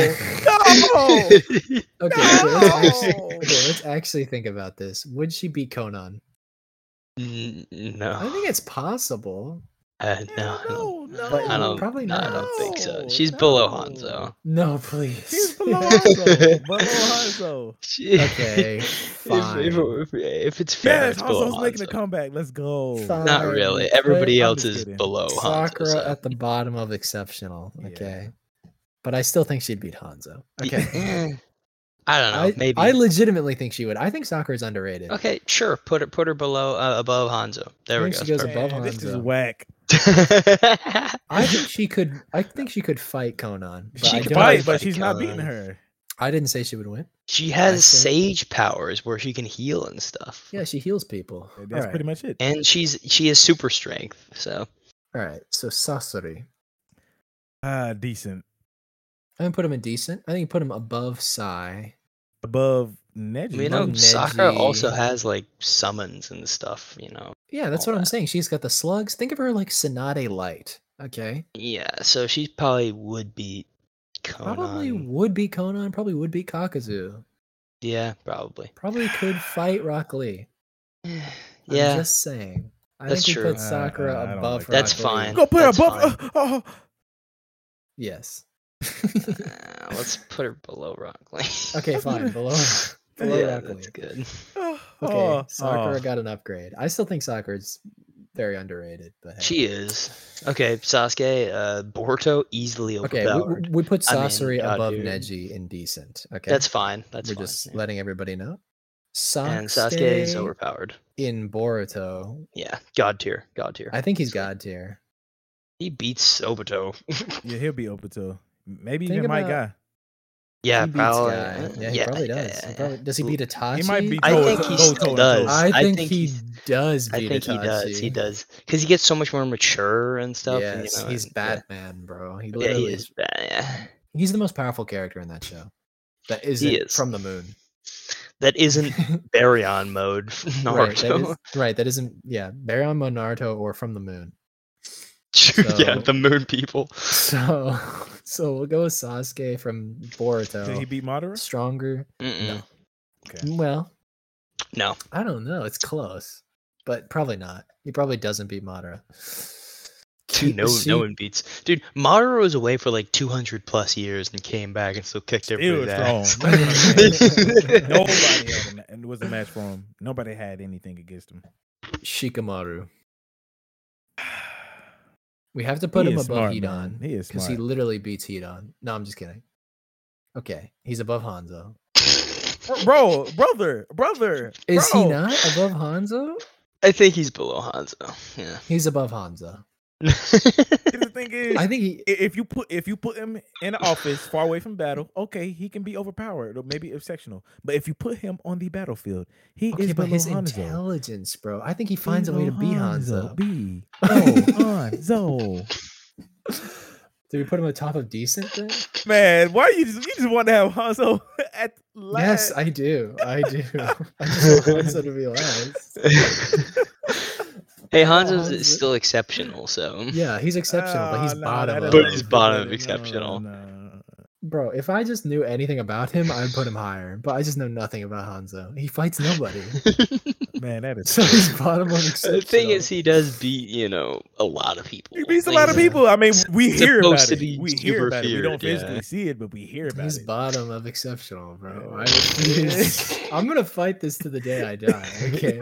Speaker 2: no.
Speaker 1: Okay, so let's, actually,
Speaker 2: Oh. No!
Speaker 1: okay, let's actually think about this. Would she beat Conan? I
Speaker 4: no.
Speaker 1: think it's possible.
Speaker 4: Uh, no. I don't-
Speaker 2: no, no.
Speaker 1: But
Speaker 4: I don't,
Speaker 1: Probably
Speaker 4: no, I
Speaker 1: not.
Speaker 4: don't think so.
Speaker 2: No,
Speaker 4: She's below
Speaker 2: no.
Speaker 4: Hanzo.
Speaker 1: No, please.
Speaker 2: She's below Hanzo. below Hanzo.
Speaker 4: She-
Speaker 1: Okay,
Speaker 4: If- If,
Speaker 1: fine.
Speaker 4: if, if it's fair,
Speaker 2: Yes,
Speaker 4: it's below
Speaker 2: Hanzo's making a
Speaker 4: Hanzo.
Speaker 2: comeback. Let's go.
Speaker 1: Fine.
Speaker 4: Not
Speaker 1: Fine,
Speaker 4: really.
Speaker 1: put
Speaker 4: Everybody
Speaker 2: I'm
Speaker 4: else
Speaker 2: just
Speaker 4: is
Speaker 2: kidding.
Speaker 4: below Oh, Hanzo.
Speaker 1: Sakura
Speaker 4: so-
Speaker 1: at the bottom of exceptional.
Speaker 2: Yeah.
Speaker 1: Okay. But I still think she'd beat Hanzo. Okay.
Speaker 4: Eh, I don't know.
Speaker 1: I,
Speaker 4: maybe.
Speaker 1: I legitimately think she would. I think Sakura's underrated.
Speaker 4: okay, sure. Put her put her below uh, above Hanzo. There we
Speaker 1: Maybe
Speaker 4: go.
Speaker 1: she goes above
Speaker 2: Man, This is
Speaker 1: Hanzo.
Speaker 2: whack.
Speaker 4: Perfect.
Speaker 1: I think she could I think she could fight Conan. But
Speaker 4: She
Speaker 1: I,
Speaker 2: She
Speaker 4: could
Speaker 2: can
Speaker 1: don't-
Speaker 4: probably
Speaker 2: fight, but
Speaker 4: fight
Speaker 2: she's not
Speaker 4: Conan.
Speaker 2: beating her.
Speaker 1: I didn't say she would win.
Speaker 4: She has
Speaker 1: think-
Speaker 4: sage powers where she can heal and stuff.
Speaker 1: Yeah, she heals people.
Speaker 2: That's
Speaker 1: All right.
Speaker 2: pretty much it.
Speaker 4: And she's she has super strength. So
Speaker 1: All right. So Sasori.
Speaker 2: Ah, decent.
Speaker 1: I'm gonna put him in decent. I think put him above Sai.
Speaker 2: Above Neji.
Speaker 4: you know,
Speaker 1: Neji.
Speaker 4: Sakura also has like summons and stuff. You know,
Speaker 1: Yeah, that's
Speaker 4: All
Speaker 1: what I'm
Speaker 4: that.
Speaker 1: saying. She's got the slugs. Think of her like Sonate Light. Okay.
Speaker 4: yeah. So she probably would beat Conan.
Speaker 1: Probably would be Conan, probably would be Kakuzu.
Speaker 4: Yeah, probably.
Speaker 1: Probably could fight Rock Lee. I'm
Speaker 4: yeah.
Speaker 1: just saying. I
Speaker 4: That's
Speaker 1: think we
Speaker 4: true.
Speaker 1: put Sakura
Speaker 2: Uh, I don't
Speaker 1: above
Speaker 2: like
Speaker 1: Rock
Speaker 2: that.
Speaker 4: That's
Speaker 1: Lee.
Speaker 4: fine.
Speaker 2: Go put her
Speaker 4: That's
Speaker 2: above.
Speaker 4: fine.
Speaker 2: oh, oh.
Speaker 1: Yes.
Speaker 4: uh, let's put her below Rock Lee.
Speaker 1: okay, fine. Below below
Speaker 4: yeah,
Speaker 1: Rock Lee.
Speaker 4: that's good.
Speaker 2: Oh,
Speaker 1: Okay.
Speaker 2: oh,
Speaker 1: Sakura
Speaker 2: oh.
Speaker 1: got an upgrade. I still think Sakura's very underrated, but hey.
Speaker 4: She is okay. Sasuke, uh, Boruto easily
Speaker 1: Okay,
Speaker 4: overpowered.
Speaker 1: we- we, we put
Speaker 4: I mean,
Speaker 1: Sasori
Speaker 4: God,
Speaker 1: above
Speaker 4: dude.
Speaker 1: Neji in decent. Okay,
Speaker 4: That's fine. That's
Speaker 1: we're
Speaker 4: fine.
Speaker 1: just
Speaker 4: yeah.
Speaker 1: letting everybody know.
Speaker 4: and Sasuke is
Speaker 1: Sasuke
Speaker 4: overpowered.
Speaker 1: in Boruto.
Speaker 4: Yeah, god tier, god tier.
Speaker 1: I think he's god tier.
Speaker 4: He beats Obito.
Speaker 2: Yeah, he'll be open to. Maybe
Speaker 1: Think
Speaker 2: even my
Speaker 1: about-
Speaker 2: guy.
Speaker 4: yeah,
Speaker 1: he beats
Speaker 4: probably. Uh,
Speaker 1: guy. Yeah, he probably does. He
Speaker 4: yeah,
Speaker 1: probably- does he
Speaker 4: yeah.
Speaker 1: beat Itachi?
Speaker 2: He might be.
Speaker 4: I
Speaker 2: toe-
Speaker 4: think
Speaker 2: toe-
Speaker 4: he
Speaker 2: toe-
Speaker 4: still
Speaker 2: toe-
Speaker 4: does.
Speaker 2: toe.
Speaker 1: I
Speaker 4: I
Speaker 1: think,
Speaker 4: think
Speaker 1: he
Speaker 4: he's-
Speaker 1: does.
Speaker 4: I
Speaker 1: Beat
Speaker 4: think he does.
Speaker 1: Itachi.
Speaker 4: He does because he gets so much more mature and stuff. and,
Speaker 1: Yes,
Speaker 4: you know,
Speaker 1: he's
Speaker 4: and-
Speaker 1: Batman, bro. He
Speaker 4: Yeah, yeah
Speaker 1: literally
Speaker 4: he
Speaker 1: is.
Speaker 4: is bad. Yeah.
Speaker 1: He's the most powerful character in that show. That isn't
Speaker 4: is.
Speaker 1: from the moon.
Speaker 4: That isn't Baryon mode from
Speaker 1: Right, that
Speaker 4: Naruto.
Speaker 1: is- right, that isn't. Yeah, Baron Mon Naruto or from the moon.
Speaker 4: Shoot, yeah,
Speaker 1: so-
Speaker 4: the Moon People.
Speaker 1: So, so we'll go with Sasuke from Boruto.
Speaker 2: Did he beat Madara?
Speaker 1: stronger.
Speaker 4: Mm-mm.
Speaker 1: Well,
Speaker 4: No,
Speaker 1: I don't know. It's close. but probably not. He probably doesn't beat Madara.
Speaker 4: Dude,
Speaker 1: Keep
Speaker 4: no,
Speaker 1: the
Speaker 4: no
Speaker 1: sheep-
Speaker 4: one beats. Dude, Madara was away for like 200 plus years and came back and still kicked everybody's ass.
Speaker 2: strong. Nobody had a- and was a match for him. Nobody had anything against him.
Speaker 1: Shikamaru. We have to put
Speaker 2: He
Speaker 1: him
Speaker 2: is
Speaker 1: above
Speaker 2: smart, man.
Speaker 1: Hidan
Speaker 2: He is
Speaker 1: because
Speaker 2: smart.
Speaker 1: he literally beats Hidan. No, I'm just kidding. Okay, he's above Hanzo.
Speaker 2: Bro, brother, brother.
Speaker 1: Is he
Speaker 2: bro.
Speaker 1: not above Hanzo?
Speaker 4: I think he's below Hanzo. Yeah.
Speaker 1: He's above Hanzo.
Speaker 2: The thing is,
Speaker 1: I think he.
Speaker 2: i- if you put if you put him in an office far away from battle, okay, he can be overpowered or maybe exceptional. But if you put him on the battlefield, he
Speaker 1: Okay,
Speaker 2: is
Speaker 1: but
Speaker 2: below
Speaker 1: his
Speaker 2: Hanzo.
Speaker 1: intelligence, bro. I think he
Speaker 2: He's
Speaker 1: finds a way to
Speaker 2: below
Speaker 1: beat Hanzo.
Speaker 2: Be below Hanzo.
Speaker 1: Do we put him on top of decent then?
Speaker 2: Man, why you just you just want to have Hanzo at
Speaker 1: Yes,
Speaker 2: last?
Speaker 1: I do. I do. I just want Hanzo to be last.
Speaker 4: hey,
Speaker 1: Oh,
Speaker 4: Hanzo's
Speaker 1: Hanzo.
Speaker 4: is still exceptional, so.
Speaker 1: Yeah, he's exceptional, but he's
Speaker 2: Ah, nah,
Speaker 1: bottom.
Speaker 2: that
Speaker 1: of-
Speaker 4: But
Speaker 2: doesn't
Speaker 4: he's
Speaker 2: feel
Speaker 4: bottom
Speaker 2: good.
Speaker 4: of exceptional.
Speaker 2: No, no.
Speaker 1: Bro, if I just knew anything about him, I'd put him higher. But I just know nothing about Hanzo. He fights nobody.
Speaker 2: Man, that is.
Speaker 1: So he's bottom of exceptional.
Speaker 4: the thing is, he does beat, you know, a lot of people.
Speaker 2: He beats a
Speaker 4: Like,
Speaker 2: lot of
Speaker 1: Yeah.
Speaker 2: people. I mean,
Speaker 4: It's
Speaker 2: we hear about
Speaker 4: supposed to
Speaker 2: it.
Speaker 4: be
Speaker 2: We hear
Speaker 4: super
Speaker 2: about it. We don't
Speaker 4: feared, yeah.
Speaker 2: physically see it, but we hear about
Speaker 1: he's
Speaker 2: it.
Speaker 1: bottom of exceptional, bro. I
Speaker 2: Yeah.
Speaker 1: refuse. I'm gonna fight this to the day I die. Okay.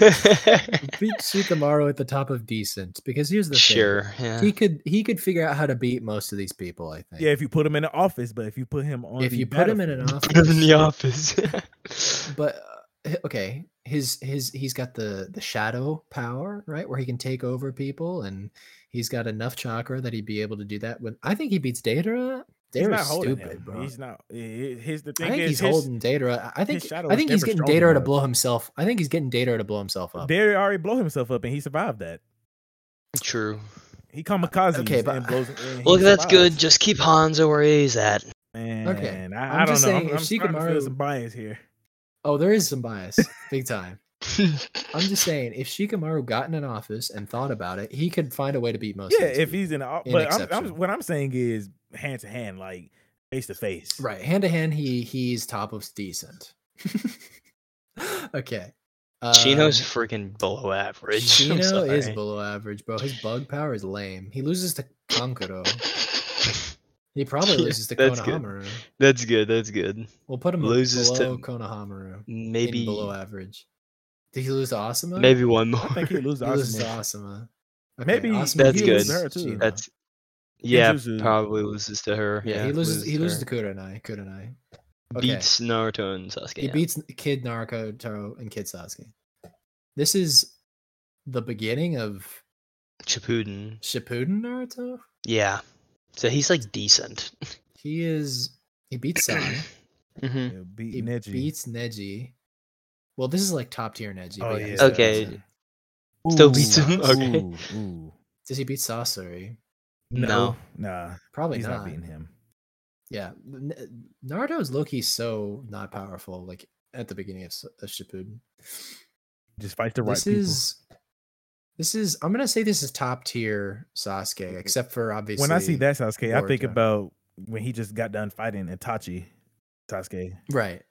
Speaker 1: Beat Shikamaru at the top of decent because here's the
Speaker 4: sure, yeah.
Speaker 1: thing. He could he could figure out how to beat most of these people, I think.
Speaker 2: yeah, if you put him in the office, but if you put him on,
Speaker 1: if
Speaker 2: the
Speaker 1: you put him in an
Speaker 2: battlefield-
Speaker 1: office.
Speaker 4: Put him in the office.
Speaker 1: but uh, h- okay his his he's got the the shadow power right where he can take over people and he's got enough chakra that he'd be able to do that with i think he beats datara
Speaker 2: he's not
Speaker 1: datara's
Speaker 2: holding
Speaker 1: stupid
Speaker 2: him.
Speaker 1: bro
Speaker 2: He's not. i- i- His the
Speaker 1: I
Speaker 2: thing
Speaker 1: think
Speaker 2: is,
Speaker 1: he's
Speaker 2: his-
Speaker 1: holding Datara. I think
Speaker 2: shadow
Speaker 1: I
Speaker 2: was
Speaker 1: think he's
Speaker 2: never
Speaker 1: getting
Speaker 2: strong
Speaker 1: Datara to
Speaker 2: enough.
Speaker 1: blow himself. I think he's getting Datara to blow himself up.
Speaker 2: Barry already blow himself up, and he survived that.
Speaker 4: True.
Speaker 2: He kamikaze.
Speaker 1: Uh, Okay, but-
Speaker 2: and blows. And
Speaker 4: Look,
Speaker 2: he
Speaker 4: that's good.
Speaker 2: survives.
Speaker 4: Just keep Hanzo where he's at.
Speaker 2: Man,
Speaker 1: Okay, I'm
Speaker 2: I, I don't know.
Speaker 1: just saying,
Speaker 2: I'm,
Speaker 1: if
Speaker 2: I'm starting to feel
Speaker 1: Shikamaru-
Speaker 2: some bias here.
Speaker 1: Oh, there is some bias, big time. I'm just saying, if Shikamaru got in an office and thought about it, he could find a way to beat most. of
Speaker 2: Yeah,
Speaker 1: these
Speaker 2: if
Speaker 1: people.
Speaker 2: he's in, the o-
Speaker 1: in
Speaker 2: but I'm, I'm,
Speaker 1: exception.
Speaker 2: what I'm saying is hand to hand, like face to face.
Speaker 1: Right, hand to hand, he he's top of decent. okay.
Speaker 4: Chino's
Speaker 1: um,
Speaker 4: freaking below average. I'm
Speaker 1: Chino is
Speaker 4: sorry.
Speaker 1: below average, bro. His bug power is lame. He loses to Konkuro. He probably
Speaker 4: Yeah,
Speaker 1: loses to
Speaker 4: that's good.
Speaker 1: Konohamaru.
Speaker 4: That's good. That's good.
Speaker 1: We'll put him
Speaker 4: Loses to-
Speaker 1: below Konohamaru. Maybe
Speaker 4: Maybe
Speaker 1: below average. Did he lose to Asuma?
Speaker 4: maybe one
Speaker 2: I think he
Speaker 4: more.
Speaker 2: loses.
Speaker 1: he loses to
Speaker 2: Asuma.
Speaker 1: Asuma. Okay,
Speaker 2: Maybe
Speaker 1: Asuma,
Speaker 4: That's
Speaker 1: he
Speaker 4: good.
Speaker 1: loses to
Speaker 2: Her too.
Speaker 1: Chino.
Speaker 4: That's yeah,
Speaker 2: Inzuzu.
Speaker 4: probably loses to her.
Speaker 1: yeah, he loses. He
Speaker 4: to
Speaker 1: loses to
Speaker 4: her.
Speaker 1: Kurenai. Kurenai. Okay.
Speaker 4: beats Naruto and Sasuke.
Speaker 1: He
Speaker 4: yeah.
Speaker 1: beats Kid Naruto Taro, and Kid Sasuke. This is the beginning of
Speaker 4: Shippuden.
Speaker 1: Shippuden Naruto.
Speaker 4: Yeah, so he's like decent.
Speaker 1: He is he beats Sai.
Speaker 4: hmm
Speaker 2: Yeah, beat
Speaker 1: he
Speaker 2: Neji.
Speaker 1: beats Neji. Well, this is like top tier Neji.
Speaker 2: Oh,
Speaker 1: but
Speaker 2: yeah.
Speaker 1: he's the
Speaker 4: Okay.
Speaker 1: best.
Speaker 4: Still
Speaker 2: Ooh,
Speaker 4: beats him. Okay.
Speaker 2: Ooh, ooh.
Speaker 1: Does he beat Sasori?
Speaker 4: No.
Speaker 2: Nah,
Speaker 1: Probably
Speaker 2: he's
Speaker 1: not.
Speaker 2: not beating him.
Speaker 1: Yeah, N- Naruto is Loki so not powerful. Like at the beginning of, S- of Shippuden.
Speaker 2: Just fight the right
Speaker 1: this
Speaker 2: people.
Speaker 1: is. This is. I'm gonna say this is top tier Sasuke, except for obviously.
Speaker 2: when I see that Sasuke, I think
Speaker 1: Boruto.
Speaker 2: about when he just got done fighting Itachi. Sasuke.
Speaker 1: Right.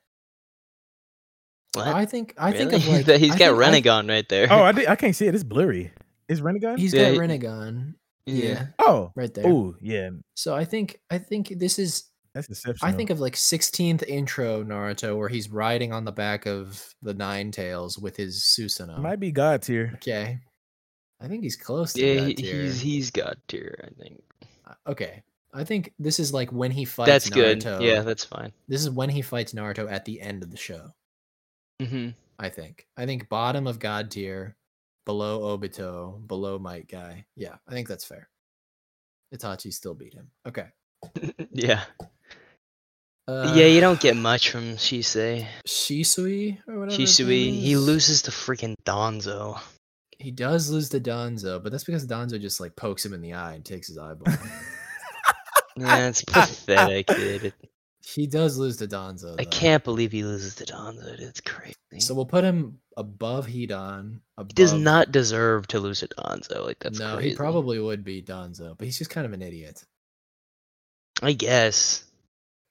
Speaker 4: What?
Speaker 1: I think. I think
Speaker 4: Really?
Speaker 1: of
Speaker 4: That
Speaker 1: like.
Speaker 4: he's
Speaker 1: I
Speaker 4: got
Speaker 1: think I-
Speaker 4: Renegon right there.
Speaker 2: Oh, I, did, I can't see it. It's blurry. It's Renegon.
Speaker 1: He's
Speaker 4: Yeah,
Speaker 1: got
Speaker 4: he-
Speaker 1: Renegon. Yeah.
Speaker 2: oh,
Speaker 1: Right there.
Speaker 2: ooh, yeah.
Speaker 1: So I think. I think this is
Speaker 2: That's exceptional.
Speaker 1: I think of like 16th intro Naruto where he's riding on the back of the Nine Tails with his Susanoo.
Speaker 2: might be God tier.
Speaker 1: Okay. I think he's close to
Speaker 4: Yeah,
Speaker 1: God
Speaker 4: he,
Speaker 1: tier.
Speaker 4: he's he's got tier. I think
Speaker 1: Uh, Okay. I think this is like when he fights
Speaker 4: that's good.
Speaker 1: Naruto.
Speaker 4: Yeah, that's fine.
Speaker 1: This is when he fights Naruto at the end of the show,
Speaker 4: hmm
Speaker 1: I think. I think bottom of God tier, below Obito, below Might Guy. Yeah, I think that's fair. Itachi still beat him. Okay.
Speaker 4: yeah,
Speaker 1: Uh,
Speaker 4: yeah. You don't get much from Shisei.
Speaker 1: Shisui or whatever. his name
Speaker 4: Shisui. He
Speaker 1: is?
Speaker 4: loses to freaking Donzo.
Speaker 1: Ah, He does lose to Donzo, but that's because Donzo just like pokes him in the eye and takes his eyeball.
Speaker 4: That's
Speaker 1: ah,
Speaker 4: pathetic, dude. It-
Speaker 1: he does lose to Donzo.
Speaker 4: I
Speaker 1: though.
Speaker 4: can't believe he loses to Donzo. dude, It's crazy.
Speaker 1: Uh, So we'll put him above Hedon. Above...
Speaker 4: he does not deserve to lose to Donzo. Like that's
Speaker 1: no,
Speaker 4: crazy.
Speaker 1: he probably would be Donzo, but he's just kind of an idiot.
Speaker 4: I guess.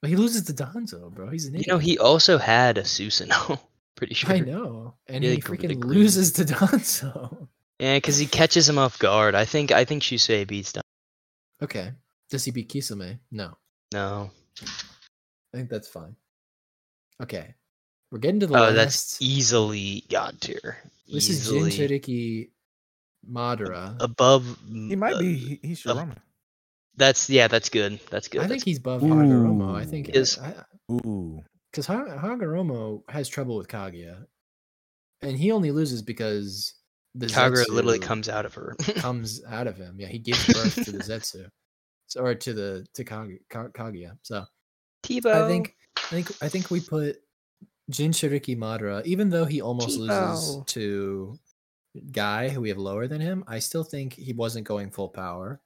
Speaker 1: But he loses to Donzo, bro. He's an
Speaker 4: You
Speaker 1: idiot.
Speaker 4: know, he also had a Susanoo. Pretty sure.
Speaker 1: I know. And
Speaker 4: Yeah,
Speaker 1: he
Speaker 4: they gr- they
Speaker 1: freaking
Speaker 4: grew.
Speaker 1: loses to Danzo.
Speaker 4: Yeah, because he catches him off guard. I think I think Shusei beats down.
Speaker 1: Okay. Does he beat Kisame? No.
Speaker 4: No.
Speaker 1: I think that's fine. Okay. We're getting to the
Speaker 4: Oh,
Speaker 1: last.
Speaker 4: that's easily God tier.
Speaker 1: this is
Speaker 4: easily.
Speaker 1: Jinchuriki Madara.
Speaker 4: above.
Speaker 2: He might be. He, he's
Speaker 4: uh,
Speaker 2: Shirama.
Speaker 4: That's yeah. That's good. That's
Speaker 1: I
Speaker 4: good. that's
Speaker 1: think he's above Hagoromo. I
Speaker 2: Ooh.
Speaker 1: think
Speaker 4: Is-
Speaker 2: Ooh.
Speaker 1: because Hagoromo has trouble with Kaguya, and he only loses because the
Speaker 4: Kagura
Speaker 1: Zetsu
Speaker 4: literally comes out of her.
Speaker 1: comes out of him. Yeah, he gives birth to the Zetsu, so, or to the to Kagu- Ka- Kaguya. So
Speaker 4: Tebow.
Speaker 1: I think I think I think we put Jin Shiriki Madara, even though he almost loses
Speaker 4: Chibo.
Speaker 1: to Guy, who we have lower than him, I still think he wasn't going full power.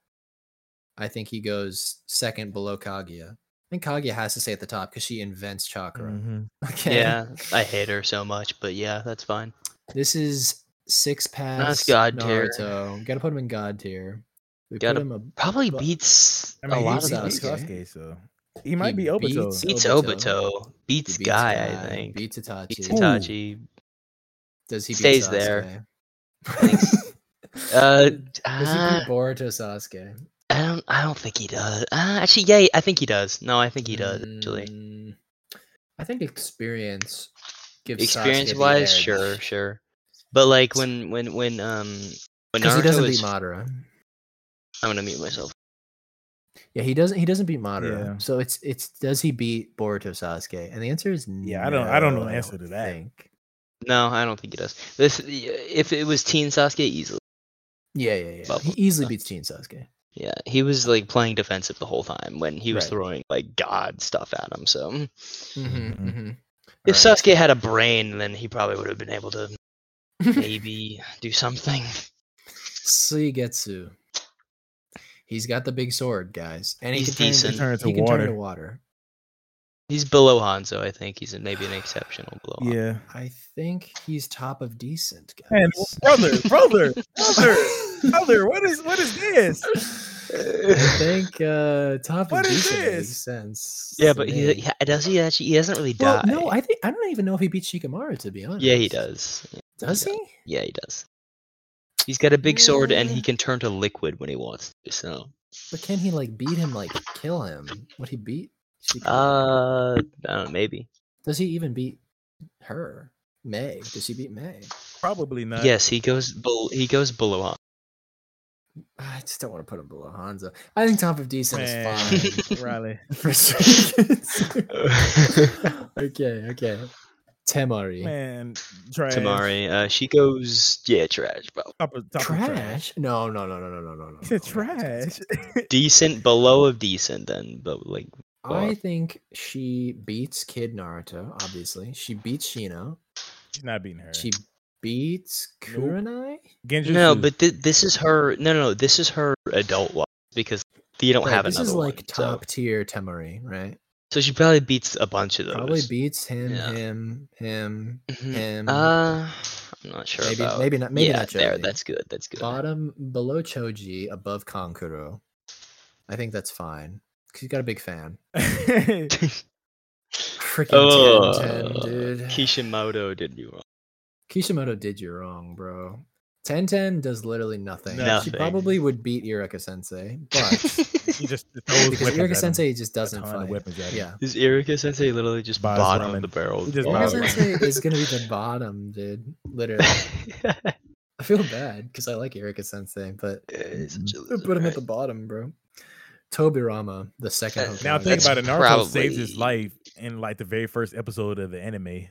Speaker 1: I think he goes second below Kaguya. I think Kaguya has to stay at the top because she invents chakra.
Speaker 2: Mhm.
Speaker 1: Okay.
Speaker 4: Yeah, I hate her so much, but yeah, that's fine.
Speaker 1: This is six pass.
Speaker 4: God tier.
Speaker 1: Naruto. Gotta put him in God tier. We
Speaker 4: Gotta-
Speaker 1: put him a
Speaker 4: Probably
Speaker 1: But-
Speaker 4: beats
Speaker 2: I mean,
Speaker 4: a
Speaker 2: he,
Speaker 4: lot of
Speaker 2: he
Speaker 1: Sasuke.
Speaker 2: beats
Speaker 4: those.
Speaker 2: Sasuke, so he might be open
Speaker 1: beats-
Speaker 2: to. it.
Speaker 4: Beats
Speaker 1: Obito.
Speaker 4: Obito. Beats,
Speaker 1: he beats
Speaker 4: Guy,
Speaker 1: Guy,
Speaker 4: I think.
Speaker 1: Beats Itachi.
Speaker 4: Beats
Speaker 2: Ooh.
Speaker 4: Itachi.
Speaker 1: Does he beat
Speaker 4: Stays there.
Speaker 1: Sasuke?
Speaker 4: Uh,
Speaker 1: Does he
Speaker 4: uh,
Speaker 1: beat Boruto Sasuke?
Speaker 4: I don't. I don't think he does. Uh, actually, yeah, I think he does. No, I think he does. Actually,
Speaker 1: Mm, I think experience gives
Speaker 4: experience
Speaker 1: Sasuke the
Speaker 4: wise,
Speaker 1: edge,
Speaker 4: sure, sure. But like when when when um when
Speaker 1: 'cause
Speaker 4: Naruto
Speaker 1: he doesn't
Speaker 4: was,
Speaker 1: beat Madara.
Speaker 4: I'm gonna mute myself.
Speaker 1: Yeah, he doesn't. He doesn't beat Madara.
Speaker 2: Yeah.
Speaker 1: So it's it's does he beat Boruto Sasuke? And the answer is
Speaker 2: Yeah, I don't- I don't know
Speaker 1: no,
Speaker 2: the answer
Speaker 1: don't
Speaker 2: to that.
Speaker 1: think.
Speaker 4: No, I don't think he does. This if it was Teen Sasuke, easily.
Speaker 1: Yeah, yeah, yeah.
Speaker 4: Bubble.
Speaker 1: He easily beats Teen Sasuke.
Speaker 4: Yeah, he was like playing defensive the whole time when he was
Speaker 1: Right.
Speaker 4: throwing like god stuff at him. So
Speaker 2: Mhm,
Speaker 1: mhm.
Speaker 4: if
Speaker 1: Alright.
Speaker 4: Sasuke had a brain, then he probably would have been able to maybe do something.
Speaker 1: Suigetsu. He's got the big sword, guys, and he
Speaker 4: He's
Speaker 1: can turn into,
Speaker 4: decent.
Speaker 2: Turn into
Speaker 1: he can turn
Speaker 2: water.
Speaker 1: into water.
Speaker 4: He's below Hanzo, I think. He's maybe an exceptional below. Hanzo.
Speaker 2: Yeah.
Speaker 1: I think he's top of decent, guys.
Speaker 2: And brother, brother, brother, brother. What is what is this?
Speaker 1: I think uh, top
Speaker 2: What
Speaker 1: of
Speaker 2: is
Speaker 1: decent makes
Speaker 2: this?
Speaker 1: sense.
Speaker 4: Yeah,
Speaker 1: to
Speaker 4: but
Speaker 1: me.
Speaker 4: he, he does he actually he doesn't really
Speaker 1: Well,
Speaker 4: die.
Speaker 1: no, I think I don't even know if he beat Shikamaru to be honest.
Speaker 4: yeah, he does.
Speaker 1: Does he?
Speaker 4: Yeah, he does. He's got a big sword and he
Speaker 1: Yeah.
Speaker 4: can turn to liquid when he wants to. So,
Speaker 1: But can he like beat him? Like kill him? Would he beat? Shikamaru?
Speaker 4: uh, I don't know, maybe.
Speaker 1: does he even beat her? May? Does he beat May?
Speaker 2: Probably not.
Speaker 4: yes, he goes. Bel- he goes below Hanzo.
Speaker 1: I just don't want to put him below Hanzo. I think top of decent
Speaker 2: Man,
Speaker 1: is fine.
Speaker 2: Riley.
Speaker 1: for Suigetsu. okay, okay. Temari.
Speaker 2: Man, trash.
Speaker 4: Tamari, uh, she goes, yeah, trash, but
Speaker 2: Top of, top of
Speaker 1: trash? No, no, no, no, no, no, no, no.
Speaker 2: He said
Speaker 1: no, no, no, no, no.
Speaker 2: trash.
Speaker 4: decent, below of decent, then, but like,
Speaker 1: I
Speaker 4: Well-
Speaker 1: think she beats Kid Naruto, obviously. She beats Shino.
Speaker 2: She's not beating her.
Speaker 1: She beats
Speaker 2: Nope.
Speaker 1: Kurenai?
Speaker 2: Genjutsu.
Speaker 4: no, but th- this is her. No, no, no, this is her adult life because you don't
Speaker 1: Right,
Speaker 4: have
Speaker 1: this
Speaker 4: another
Speaker 1: is like
Speaker 4: one, so-
Speaker 1: top tier Temari, right?
Speaker 4: So, she probably beats a bunch of those.
Speaker 1: Probably beats him,
Speaker 4: Yeah.
Speaker 1: him, him,
Speaker 4: Mhm.
Speaker 1: him.
Speaker 4: Uh, I'm not sure
Speaker 1: maybe,
Speaker 4: about.
Speaker 1: maybe not. Maybe
Speaker 4: yeah,
Speaker 1: not.
Speaker 4: there.
Speaker 1: Joji.
Speaker 4: That's good. That's good.
Speaker 1: bottom below Choji, above Konkuro. I think that's fine because you got a big fan. Freaking
Speaker 4: Oh,
Speaker 1: 10-10, dude.
Speaker 4: Kishimoto did you wrong.
Speaker 1: Kishimoto did you wrong, bro. Ten Ten does literally nothing. She
Speaker 4: Nothing.
Speaker 1: probably would beat Eureka Sensei, but
Speaker 2: he just throws
Speaker 1: because
Speaker 2: weapons
Speaker 1: Eureka
Speaker 2: at him.
Speaker 1: Sensei just doesn't
Speaker 2: ton of
Speaker 1: fight.
Speaker 2: weapons at him.
Speaker 1: Yeah,
Speaker 4: Is Erika Sensei literally just
Speaker 2: Buys
Speaker 4: bottom
Speaker 2: ramen.
Speaker 4: of the barrel? Oh
Speaker 2: He just
Speaker 1: Eureka
Speaker 2: buys
Speaker 4: Bottom.
Speaker 2: ramen.
Speaker 1: Sensei is gonna be the bottom, dude. Literally, I feel bad because I like Eureka Sensei, but
Speaker 4: Eh, such a
Speaker 1: I
Speaker 4: loser,
Speaker 1: put him at
Speaker 4: right?
Speaker 1: the bottom, bro. Tobirama, the second.
Speaker 4: Uh,
Speaker 1: Hokage.
Speaker 2: Now think
Speaker 4: That's
Speaker 2: about it. Naruto saves his
Speaker 4: probably-
Speaker 2: life in like the very first episode of the anime.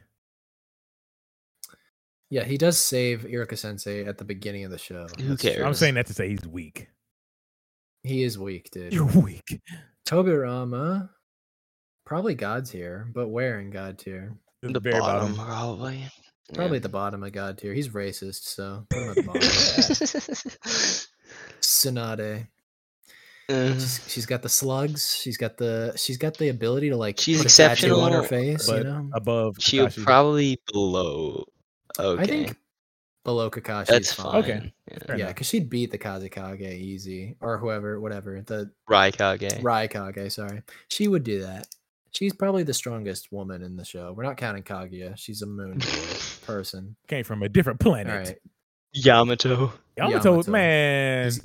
Speaker 1: Yeah, he does save Irika Sensei at the beginning of the show.
Speaker 4: Who
Speaker 1: That's
Speaker 4: cares?
Speaker 1: true.
Speaker 2: I'm saying that to say he's weak.
Speaker 1: he is weak, dude.
Speaker 2: You're weak.
Speaker 1: Tobirama, probably God's here, but where in God tier?
Speaker 2: To
Speaker 4: the
Speaker 2: very
Speaker 4: bottom, probably. Yeah.
Speaker 1: Probably at the bottom of God tier. He's racist, so put him at the bottom. Tsunade,
Speaker 4: Uh,
Speaker 1: she's, she's got the slugs. She's got the she's got the ability to like.
Speaker 4: She's
Speaker 1: put a tattoo on her
Speaker 4: exceptional,
Speaker 1: face. you
Speaker 2: but
Speaker 1: know,
Speaker 2: above.
Speaker 4: She'll
Speaker 2: Kakashi.
Speaker 4: probably below. Okay,
Speaker 1: I think below Kakashi
Speaker 4: that's
Speaker 1: is
Speaker 4: fine.
Speaker 1: fine.
Speaker 2: Okay.
Speaker 4: Yeah.
Speaker 1: Yeah,
Speaker 2: Fair enough.
Speaker 1: because she'd beat the Kazekage easy or whoever, whatever the
Speaker 4: Raikage.
Speaker 1: Raikage. Sorry, she would do that. She's probably the strongest woman in the show. We're not counting Kaguya. She's a moon person.
Speaker 2: Came from a different
Speaker 1: All
Speaker 2: planet.
Speaker 1: right.
Speaker 4: Yamato.
Speaker 2: Yamato,
Speaker 1: Yamato.
Speaker 2: man.
Speaker 1: He's-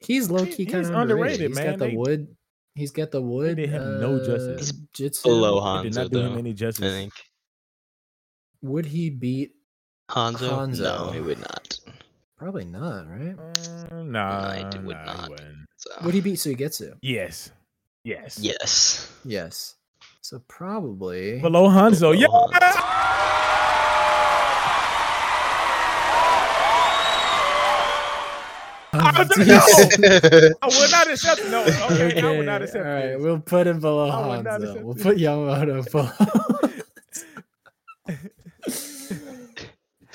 Speaker 1: He's low key
Speaker 2: He's
Speaker 1: kind of
Speaker 2: underrated,
Speaker 1: underrated. He's
Speaker 2: man.
Speaker 1: got the
Speaker 2: They-
Speaker 1: wood. He's got the wood.
Speaker 2: did him no justice.
Speaker 1: uh,
Speaker 2: He's
Speaker 1: Jitsu.
Speaker 4: below
Speaker 2: They did
Speaker 4: Hanzo
Speaker 2: not do him
Speaker 4: though.
Speaker 2: any
Speaker 4: I
Speaker 2: justice.
Speaker 4: think
Speaker 1: Would he beat?
Speaker 4: Hanzo.
Speaker 1: Hanzo.
Speaker 4: No, he would not.
Speaker 1: Probably not, right?
Speaker 2: Uh, nah,
Speaker 4: I d- would
Speaker 2: nah,
Speaker 4: not.
Speaker 2: wouldn't.
Speaker 4: So.
Speaker 1: Would he beat Suigetsu?
Speaker 2: Yes, yes.
Speaker 4: Yes.
Speaker 1: Yes. So probably.
Speaker 2: Below Hanzo.
Speaker 4: Below
Speaker 2: Yeah. Hanzo, no!
Speaker 1: Oh.
Speaker 2: I will not accept. No, okay, I will not accept.
Speaker 1: All right,
Speaker 2: this.
Speaker 1: we'll put him below
Speaker 2: I would not accept
Speaker 1: Hanzo. We'll
Speaker 2: this.
Speaker 1: put Yamato below.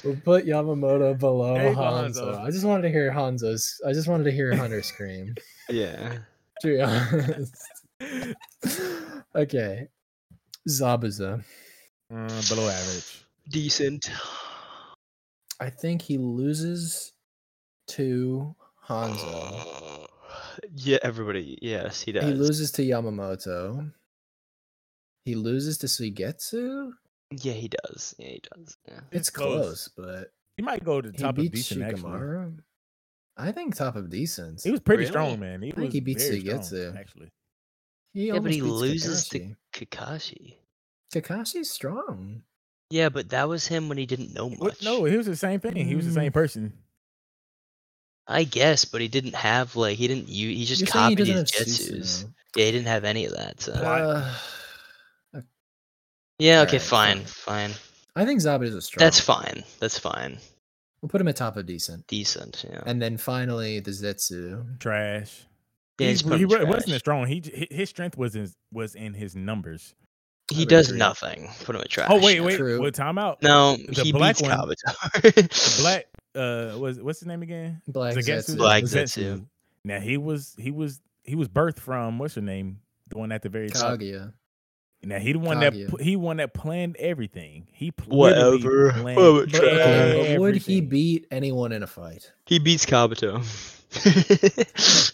Speaker 1: we'll put Yamamoto below
Speaker 2: Hey,
Speaker 1: Hanzo.
Speaker 2: Hanzo.
Speaker 1: I just wanted to hear Hanzo's. I just wanted to hear Hunter scream.
Speaker 4: Yeah.
Speaker 1: to be honest. okay, Zabuza.
Speaker 2: Mm, below average.
Speaker 4: Decent.
Speaker 1: I think he loses to Hanzo.
Speaker 4: Yeah, everybody. Uh, Yes, he does.
Speaker 1: He loses to Yamamoto. He loses to Suigetsu.
Speaker 4: Yeah, he does. Yeah, he does. Yeah.
Speaker 1: It's
Speaker 2: close.
Speaker 1: close, but
Speaker 2: He might go to the
Speaker 1: he
Speaker 2: top of
Speaker 1: beat
Speaker 2: decent. Actually,
Speaker 1: Shikamaru. I think top of decent.
Speaker 2: he was pretty
Speaker 4: Really?
Speaker 2: strong, man. He
Speaker 1: think
Speaker 2: was
Speaker 1: he beat
Speaker 2: very strong,
Speaker 1: Suigetsu.
Speaker 2: Actually,
Speaker 1: He
Speaker 4: Yeah, but
Speaker 1: almost
Speaker 4: he
Speaker 1: beats
Speaker 4: loses
Speaker 1: Kakashi.
Speaker 4: to Kakashi.
Speaker 1: Kakashi's strong.
Speaker 4: Yeah, but that was him when he didn't know much.
Speaker 2: What? no, he was the same thing. He was the
Speaker 1: Mm.
Speaker 2: same person.
Speaker 4: I guess, but he didn't have like he didn't you he just
Speaker 1: You're saying he
Speaker 4: copied his
Speaker 1: doesn't have
Speaker 4: jutsus.
Speaker 1: Susanoo.
Speaker 4: Yeah, he didn't have any of that. So.
Speaker 2: Why?
Speaker 1: Uh,
Speaker 4: Yeah, okay,
Speaker 1: Alright,
Speaker 4: fine,
Speaker 1: fine.
Speaker 4: fine.
Speaker 1: I think Zabuza's strong.
Speaker 4: That's fine. That's fine.
Speaker 1: We'll put him at top of decent.
Speaker 4: Decent. Yeah.
Speaker 1: And then finally the Zetsu.
Speaker 2: Trash.
Speaker 4: yeah
Speaker 2: he,
Speaker 4: he's
Speaker 2: he
Speaker 4: probably
Speaker 2: wa-
Speaker 4: trash.
Speaker 2: wasn't as strong. He j- hi- his strength was in, was in his numbers.
Speaker 1: I
Speaker 4: He
Speaker 1: would
Speaker 4: does
Speaker 1: agree.
Speaker 4: nothing. Put him at trash.
Speaker 2: Oh wait, wait,
Speaker 1: True.
Speaker 2: well, time out.
Speaker 4: No,
Speaker 2: The
Speaker 4: he
Speaker 2: black
Speaker 4: beats
Speaker 2: one-
Speaker 4: Kabuto.
Speaker 2: Black uh was what's his name again?
Speaker 1: Black
Speaker 2: Zagetsu?
Speaker 1: Zetsu.
Speaker 4: Black
Speaker 2: Zagetsu.
Speaker 4: Zetsu.
Speaker 2: Now he was he was he was birthed from what's her name? The one at the very top.
Speaker 1: Kaguya.
Speaker 2: Now he the one
Speaker 1: Kaguya.
Speaker 2: that pl- he one that planned everything. He pl- literally
Speaker 4: Whatever.
Speaker 2: planned
Speaker 4: Well, but
Speaker 1: But, okay,
Speaker 2: Uh, everything.
Speaker 1: but would he beat anyone in a fight?
Speaker 4: He beats Kabuto.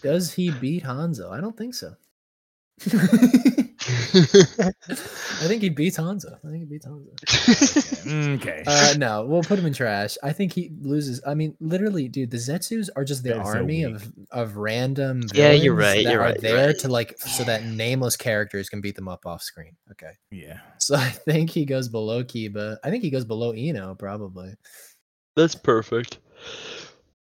Speaker 1: Does he beat Hanzo? I don't think so. I think he beats Hanzo. I think he beats Hanzo.
Speaker 2: Mm, Okay.
Speaker 1: Uh, no, we'll put him in trash. I think he loses. I mean, literally, dude, the Zetsus are just the
Speaker 2: They're so
Speaker 1: army
Speaker 2: weak.
Speaker 1: of of random.
Speaker 4: Yeah, you're
Speaker 1: villains
Speaker 4: right,
Speaker 1: That
Speaker 4: you're
Speaker 1: are
Speaker 4: right, you're
Speaker 1: there
Speaker 4: right.
Speaker 1: to like so that nameless characters can beat them up off screen. Okay,
Speaker 2: yeah.
Speaker 1: so I think he goes below Kiba. I think he goes below Eno probably.
Speaker 4: That's perfect.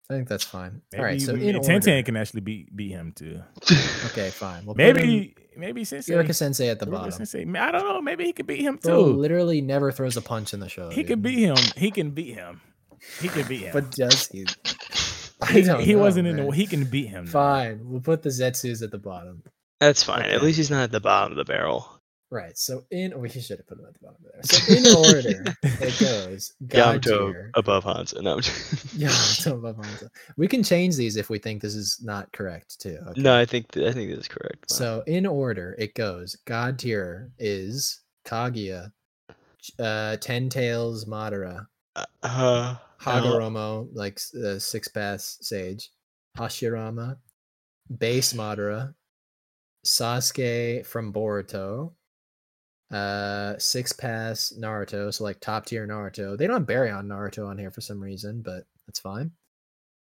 Speaker 1: I think that's fine.
Speaker 2: Maybe
Speaker 1: All right, so in
Speaker 2: Ten Ten
Speaker 1: order-
Speaker 2: can actually beat beat him too.
Speaker 1: Okay, fine. We'll put him-
Speaker 2: Maybe maybe Sensei.
Speaker 1: Yurika Sensei at the
Speaker 2: Yurika
Speaker 1: bottom.
Speaker 2: Sensei. I don't know. Maybe he could beat him
Speaker 1: Bro
Speaker 2: too.
Speaker 1: literally never throws a punch in the show.
Speaker 2: He
Speaker 1: dude.
Speaker 2: could beat him. He can beat him. He can beat him.
Speaker 1: but does he? I
Speaker 2: he,
Speaker 1: don't
Speaker 2: he
Speaker 1: know,
Speaker 2: wasn't in
Speaker 1: man.
Speaker 2: the. He can beat him. though.
Speaker 1: Fine, we'll put the Zetsus at the bottom.
Speaker 4: That's fine. At
Speaker 2: Okay.
Speaker 4: least he's not at the bottom of the barrel.
Speaker 1: Right. So in we should have put them at the bottom of there. So in order it goes. God
Speaker 4: Yamato
Speaker 1: tier.
Speaker 4: above Hanzo. No, I'm j-
Speaker 1: Yeah, Yamato above Hanzo. We can change these if we think this is not correct too. okay?
Speaker 4: no, I think th- I think that's correct. Wow.
Speaker 1: So in order it goes. God tier is Kaguya, Ch- uh, Ten Tails Madara,
Speaker 4: Uh, uh,
Speaker 1: Hagoromo, like s- uh, Six Paths Sage, Hashirama, Base Madara, Sasuke from Boruto, uh, Six Pass Naruto, so like top tier Naruto. They don't bury on Naruto on here for some reason, but that's fine.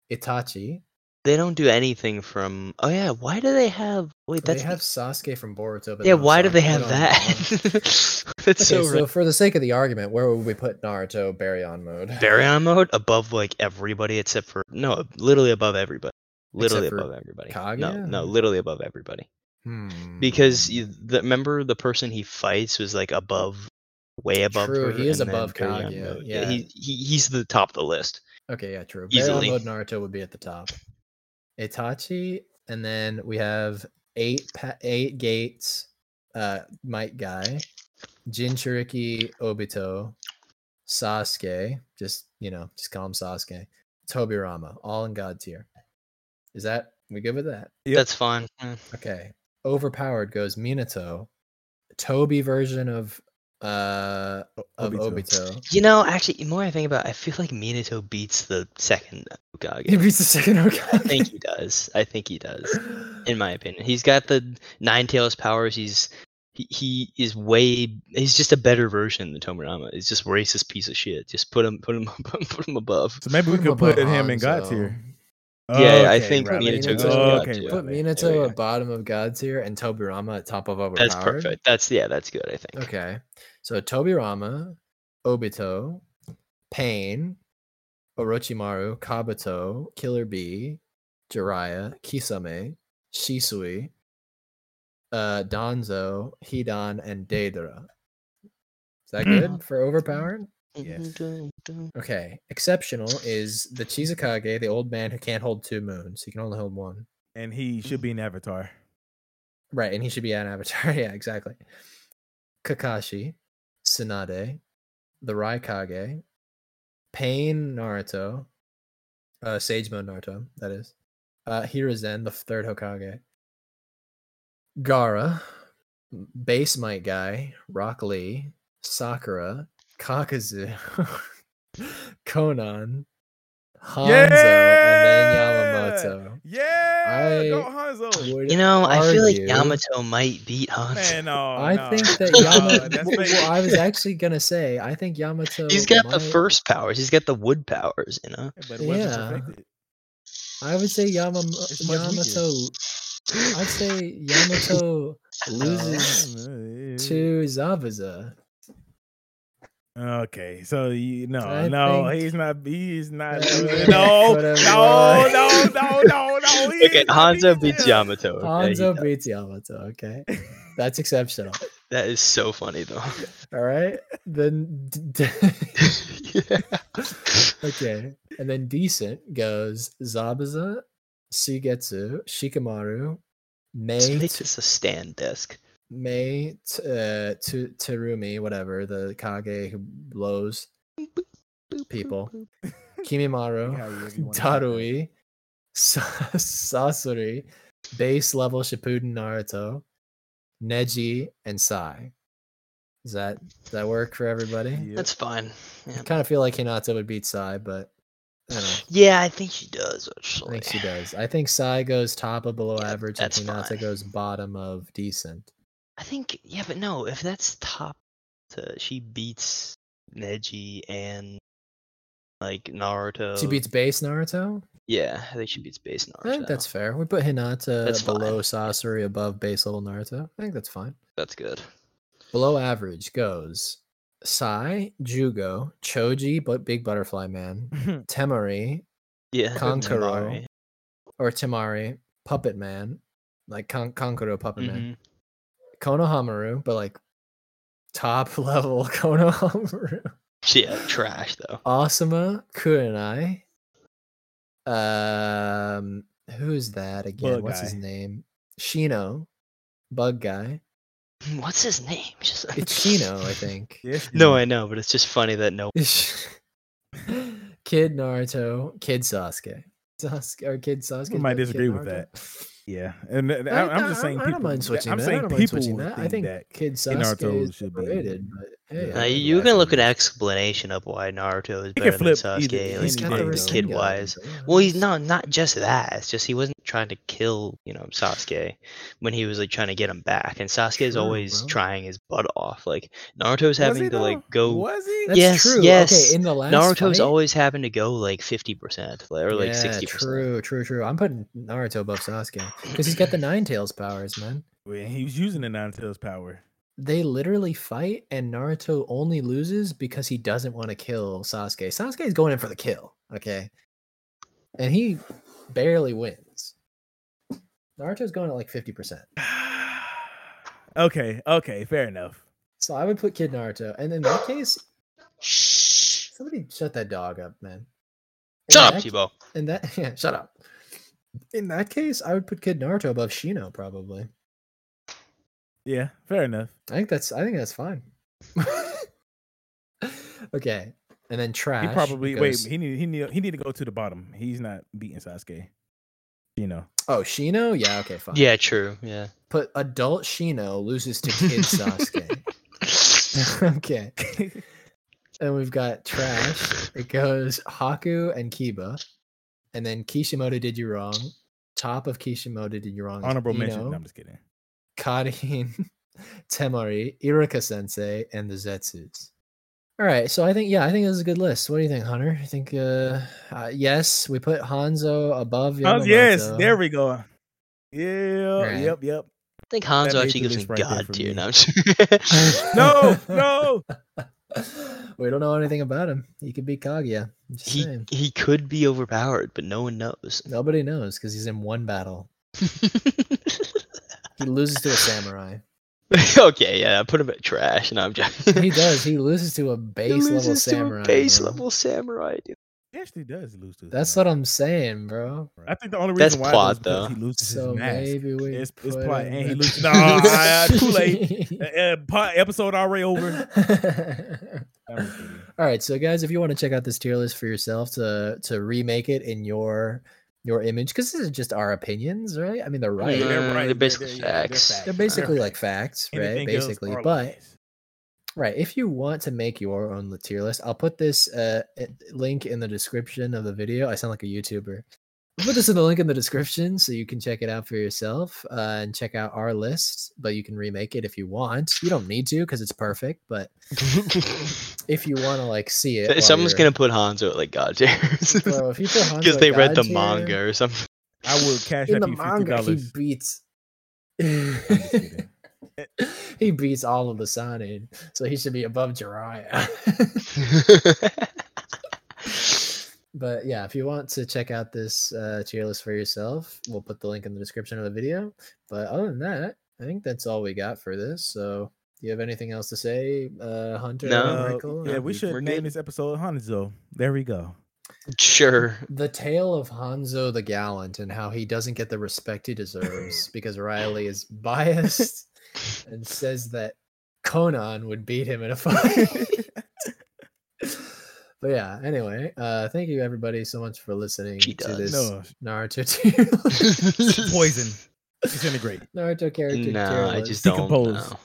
Speaker 1: Itachi.
Speaker 4: they don't do anything from. Oh yeah, why do they have? Wait,
Speaker 1: They
Speaker 4: that's
Speaker 1: have Sasuke from Boruto. But they
Speaker 4: yeah.
Speaker 1: don't
Speaker 4: Why do
Speaker 1: Sasuke-
Speaker 4: they have
Speaker 1: don't
Speaker 4: that?
Speaker 1: Naruto.
Speaker 4: that's
Speaker 1: okay,
Speaker 4: so.
Speaker 1: so, for the sake of the argument, where would we put Naruto bury on mode?
Speaker 4: Baryon mode above like everybody except for no, literally above everybody. Literally
Speaker 1: Except for
Speaker 4: above everybody. No,
Speaker 1: Kaguya?
Speaker 4: no, literally above everybody.
Speaker 1: Hmm.
Speaker 4: Because you, the, remember the person he fights was like above, way above.
Speaker 1: True,
Speaker 4: her,
Speaker 1: he is
Speaker 4: and then
Speaker 1: above
Speaker 4: Baryon
Speaker 1: Kaguya,
Speaker 4: mode.
Speaker 1: yeah.
Speaker 4: he, he he's the top of the list.
Speaker 1: Okay, yeah, true.
Speaker 4: Easily.
Speaker 1: Barrel mode Naruto would be at the top. Itachi, and then we have eight pa- eight gates, uh, Might Guy, Jinchuriki, Obito, Sasuke. Just you know, just call him Sasuke. Tobirama, all in God tier. Is that we good with that?
Speaker 2: Yep.
Speaker 4: That's fine. Hmm. yeah.
Speaker 1: Okay. Overpowered goes Minato, Toby version of uh of
Speaker 2: Obito.
Speaker 1: Obito.
Speaker 4: You know, actually, the more I think about, it, I feel like Minato beats the second
Speaker 1: He
Speaker 4: Okage.
Speaker 1: beats the second
Speaker 4: I
Speaker 1: Hokage.
Speaker 4: think he does. I think he does. In my opinion, he's got the Nine Tails powers. He's He, he is way. He's just a better version than Tomerama. He's just racist piece of shit. Just put him, put him, put him above.
Speaker 2: So maybe we
Speaker 1: Put
Speaker 2: could
Speaker 1: above
Speaker 2: put him in
Speaker 1: Hanzo.
Speaker 2: God tier.
Speaker 4: Yeah, I think
Speaker 1: right.
Speaker 4: Minato
Speaker 1: Minato-
Speaker 4: goes in God
Speaker 2: Okay, right.
Speaker 4: tier.
Speaker 1: Put
Speaker 2: Yeah,
Speaker 4: there we
Speaker 1: Minato
Speaker 4: go.
Speaker 1: at bottom of God's tier and Tobirama at top of overpowered.
Speaker 4: That's perfect. That's yeah. That's good. I think.
Speaker 1: Okay. So Tobirama, Obito, Pain, Orochimaru, Kabuto, Killer Bee, Jiraiya, Kisame, Shisui, uh, Danzo, Hidan, and Deidara. Is that
Speaker 2: Mm.
Speaker 1: good for overpowered?
Speaker 2: Yes.
Speaker 1: Okay. Exceptional is the Chizukage, the old man who can't hold two moons. He can only hold one.
Speaker 2: And he should be an avatar.
Speaker 1: Right, and he should be an avatar. yeah, exactly. Kakashi, Tsunade, the Raikage, Pain Naruto, uh, Sage Mode Naruto, that is, uh, Hiruzen, the third Hokage, Gara, Base Might Guy, Rock Lee, Sakura, Kakazu, Konan, Hanzo, and then Yamamoto.
Speaker 2: Yeah,
Speaker 1: I
Speaker 2: go Hanzo.
Speaker 1: Would
Speaker 4: You know, I feel like
Speaker 1: argue-
Speaker 4: Yamato might beat Hanzo.
Speaker 2: Man, no,
Speaker 1: I
Speaker 2: Oh, no.
Speaker 1: think that
Speaker 4: No,
Speaker 1: Yamato.
Speaker 2: that's
Speaker 1: well,
Speaker 2: big.
Speaker 1: well, I was actually gonna say I think Yamato.
Speaker 4: He's got the
Speaker 1: might-
Speaker 4: first powers. He's got the wood powers. You know.
Speaker 2: But it wasn't
Speaker 1: Yeah.
Speaker 2: affected.
Speaker 1: I would say Yama,
Speaker 2: It's much
Speaker 1: Yamato. I'd say Yamato loses
Speaker 2: Oh,
Speaker 1: to Zabuza.
Speaker 2: Okay, so you no,
Speaker 1: I
Speaker 2: no,
Speaker 1: think-
Speaker 2: he's not. He's not.
Speaker 1: I
Speaker 2: Losing.
Speaker 1: think
Speaker 2: No, no,
Speaker 1: that's
Speaker 2: no,
Speaker 1: what
Speaker 2: no,
Speaker 1: I'm
Speaker 2: no,
Speaker 1: going.
Speaker 2: no, no. he
Speaker 4: Okay,
Speaker 2: is not
Speaker 4: Hanzo
Speaker 2: beating
Speaker 4: beats
Speaker 2: him.
Speaker 4: Yamato. Okay, he
Speaker 1: Hanzo
Speaker 4: does.
Speaker 1: beats Yamato. Okay, that's exceptional.
Speaker 4: that is so funny though.
Speaker 1: All right, then. d- d-
Speaker 4: yeah.
Speaker 1: okay, and then decent goes Zabuza, Suigetsu, Shikamaru,
Speaker 4: Just
Speaker 1: Mei,
Speaker 4: make this a stand desk.
Speaker 1: May t- uh, to Terumi, whatever the Kage who blows people, Kimimaro,
Speaker 2: However you wanna say that.
Speaker 1: Darui, Sa- Sasori, base level Shippuden Naruto, Neji, and Sai. Does that does that work for everybody?
Speaker 2: Yep.
Speaker 4: That's fine. Yeah.
Speaker 1: I kind of feel like Hinata would beat Sai, but I don't know.
Speaker 4: Yeah, I think she does
Speaker 1: I
Speaker 4: actually.
Speaker 1: think she does. I think Sai goes top of below
Speaker 4: Oh, Yeah,
Speaker 1: average, and
Speaker 4: that's
Speaker 1: Hinata
Speaker 4: fine.
Speaker 1: goes bottom of decent.
Speaker 4: I think yeah, but no, if that's top to, she beats Neji and like Naruto.
Speaker 1: She beats base Naruto.
Speaker 4: Yeah, I think she beats base Naruto.
Speaker 1: I think that's fair. We put Hinata
Speaker 4: That's
Speaker 1: below
Speaker 4: fine.
Speaker 1: Sasori, above base level Naruto. I think that's fine.
Speaker 4: that's good.
Speaker 1: Below average goes Sai, Jugo, Choji, but Big Butterfly Man, Temari,
Speaker 4: Yeah.
Speaker 1: Kankuro, or Temari, Puppet Man, like Kan- Kankuro Puppet Man,
Speaker 2: Mm-hmm.
Speaker 4: hmm
Speaker 1: Konohamaru, but like top level Konohamaru,
Speaker 4: Yeah, trash though.
Speaker 1: Asuma, Kurenai, um, who's that again?
Speaker 2: Bug
Speaker 1: What's his
Speaker 2: guy.
Speaker 1: name? Shino, Bug Guy.
Speaker 4: What's his name? Just-
Speaker 1: It's Shino, I think.
Speaker 2: Yes,
Speaker 4: No,
Speaker 2: dude.
Speaker 4: I know, but it's just funny that no.
Speaker 1: Kid Naruto, Kid Sasuke. Sasuke or Kid Sasuke.
Speaker 2: might disagree with that. Yeah, and, and I, am just saying.
Speaker 1: I,
Speaker 2: People,
Speaker 1: don't mind switching.
Speaker 2: I'm
Speaker 1: that. I
Speaker 2: saying
Speaker 1: don't mind
Speaker 2: people
Speaker 1: switching
Speaker 2: would
Speaker 1: that. I think
Speaker 2: that
Speaker 1: Kid
Speaker 2: Kid
Speaker 1: Sasuke
Speaker 2: Naruto
Speaker 1: is
Speaker 2: should be-
Speaker 1: overrated, but hey,
Speaker 2: Yeah.
Speaker 4: Now,
Speaker 2: I
Speaker 1: I-
Speaker 2: don't
Speaker 4: you
Speaker 2: know,
Speaker 4: can
Speaker 2: I
Speaker 4: look at
Speaker 2: think-
Speaker 4: explanation of why Naruto is
Speaker 2: can
Speaker 4: better than
Speaker 2: flip either-
Speaker 4: Sasuke,
Speaker 2: he's got the
Speaker 4: like,
Speaker 2: Rasengan,
Speaker 4: kid wise. Well, he's not not just that. It's just he wasn't trying to kill, you know, Sasuke when he was like trying to get him back, and Sasuke is
Speaker 1: True,
Speaker 4: always
Speaker 1: bro.
Speaker 4: trying his butt off. Like Naruto's
Speaker 2: Was he
Speaker 4: having to
Speaker 2: though?
Speaker 4: like go.
Speaker 2: Was he?
Speaker 1: That's
Speaker 4: Yes,
Speaker 1: true.
Speaker 4: yes.
Speaker 1: Okay, in the last
Speaker 4: Naruto's
Speaker 1: fight-
Speaker 4: always having to go like fifty percent or like
Speaker 1: Yeah,
Speaker 4: sixty percent.
Speaker 1: True, true, true. I'm putting Naruto above Sasuke because he's got the Nine Tails powers, man.
Speaker 2: Well, he was using the nine tails power.
Speaker 1: They literally fight, and Naruto only loses because he doesn't want to kill Sasuke. Sasuke is going in for the kill, okay, and he barely wins. Naruto's going at like fifty percent,
Speaker 2: okay, okay, fair enough.
Speaker 1: so I would put Kid Naruto. And in that case, somebody shut that dog up, man. In
Speaker 4: Shut up,
Speaker 1: that-
Speaker 4: Chibo.
Speaker 1: In that, yeah, shut up. In that case, I would put Kid Naruto above Shino probably.
Speaker 2: Yeah, fair enough.
Speaker 1: I think that's I think that's fine. okay, and then trash.
Speaker 2: he probably
Speaker 1: goes-
Speaker 2: wait. He need he need he need to go to the bottom. He's not beating Sasuke. You know.
Speaker 1: oh, Shino. Yeah. Okay. Fine.
Speaker 4: Yeah, true. Yeah.
Speaker 1: But adult Shino loses to kid Sasuke. okay. And we've got trash. It goes Haku and Kiba, and then Kishimoto did you wrong. Top of Kishimoto did you wrong. is
Speaker 2: Honorable mention.
Speaker 1: Ino,
Speaker 2: No, I'm just kidding.
Speaker 1: Karin, Temari, Irika Sensei, and the Zetsus. All right, so I think yeah, I think this is a good list. What do you think, Hunter? I think uh, uh yes, we put Hanzo above.
Speaker 2: Oh, yes,
Speaker 1: Yamamoto.
Speaker 2: there we go. Yeah,
Speaker 1: Right.
Speaker 2: yep, yep.
Speaker 4: I think Hanzo
Speaker 2: made
Speaker 4: actually
Speaker 2: the
Speaker 4: gives me
Speaker 2: list right there
Speaker 4: god
Speaker 2: for
Speaker 4: tier.
Speaker 2: me.
Speaker 4: No, I'm just-
Speaker 2: No, no.
Speaker 1: we don't know anything about him. He could be Kaguya. I'm Just
Speaker 4: he
Speaker 1: saying.
Speaker 4: he could be overpowered, but no one knows.
Speaker 1: Nobody knows because he's in one battle. He loses to a samurai.
Speaker 4: okay, yeah, put him at trash. No, I'm joking.
Speaker 1: He does. He loses to a base level
Speaker 4: loses to a
Speaker 1: samurai.
Speaker 4: base
Speaker 1: bro.
Speaker 4: level samurai, dude.
Speaker 2: He actually does lose to. his
Speaker 1: That's
Speaker 2: mouth.
Speaker 1: what I'm saying, bro.
Speaker 2: I think the only reason why
Speaker 4: That's plot,
Speaker 2: is because
Speaker 4: though.
Speaker 2: he loses
Speaker 1: So
Speaker 2: his mask.
Speaker 1: maybe we.
Speaker 2: It's- it's
Speaker 1: put
Speaker 2: plot,
Speaker 1: him
Speaker 2: and he
Speaker 1: at-
Speaker 2: loses- Nah, I- Uh, I- Uh, uh, po- episode already over. That was good.
Speaker 1: All right, so guys, if you want to check out this tier list for yourself to to remake it in your your image, because this is just our opinions, right? I mean, they're right.
Speaker 4: Yeah.
Speaker 2: They're
Speaker 4: Uh,
Speaker 2: right,
Speaker 4: they're basically
Speaker 2: yeah,
Speaker 4: facts.
Speaker 1: They're basically like
Speaker 2: facts.
Speaker 1: facts, right?
Speaker 2: Anything else
Speaker 1: basically,
Speaker 2: are
Speaker 1: but
Speaker 2: lies.
Speaker 1: Right. If you want to make your own li- tier list, I'll put this uh, i- link in the description of the video. I sound like a YouTuber. I'll put this in the link in the description so you can check it out for yourself uh, and check out our list. But you can remake it if you want. You don't need to because it's perfect. But if you want to like see it, while
Speaker 4: Someone's
Speaker 1: you're-
Speaker 4: gonna put Hanzo at like god tiers
Speaker 1: Bro, if you put Hanzo
Speaker 4: because
Speaker 1: at
Speaker 4: they read the
Speaker 1: god tier-
Speaker 4: manga or something.
Speaker 2: I will cash
Speaker 1: in
Speaker 2: up
Speaker 1: the
Speaker 2: you fifty
Speaker 1: manga he
Speaker 2: dollars.
Speaker 1: beats.
Speaker 2: just kidding.
Speaker 1: he beats all of the Sanin, so he should be above Jiraiya. But yeah, if you want to check out this uh, tier list for yourself, we'll put the link in the description of the video. But other than that, I think that's all we got for this. So, do you have anything else to say, uh, Hunter?
Speaker 4: No.
Speaker 1: or
Speaker 2: Uh,
Speaker 1: Michael?
Speaker 2: yeah,
Speaker 1: or-
Speaker 2: we should
Speaker 4: We're
Speaker 2: name
Speaker 4: good.
Speaker 2: this episode Hanzo. There we go.
Speaker 4: sure.
Speaker 1: The tale of Hanzo the Gallant and how he doesn't get the respect he deserves because Riley is biased and says that Conan would beat him in a fight. but yeah, anyway, uh, thank you everybody so much for listening
Speaker 4: She
Speaker 1: to this
Speaker 2: No,
Speaker 1: Naruto tier list.
Speaker 2: poison. It's gonna great.
Speaker 1: Naruto character. tier
Speaker 4: No, I
Speaker 1: list.
Speaker 4: just don't.
Speaker 2: Decompose.
Speaker 4: know.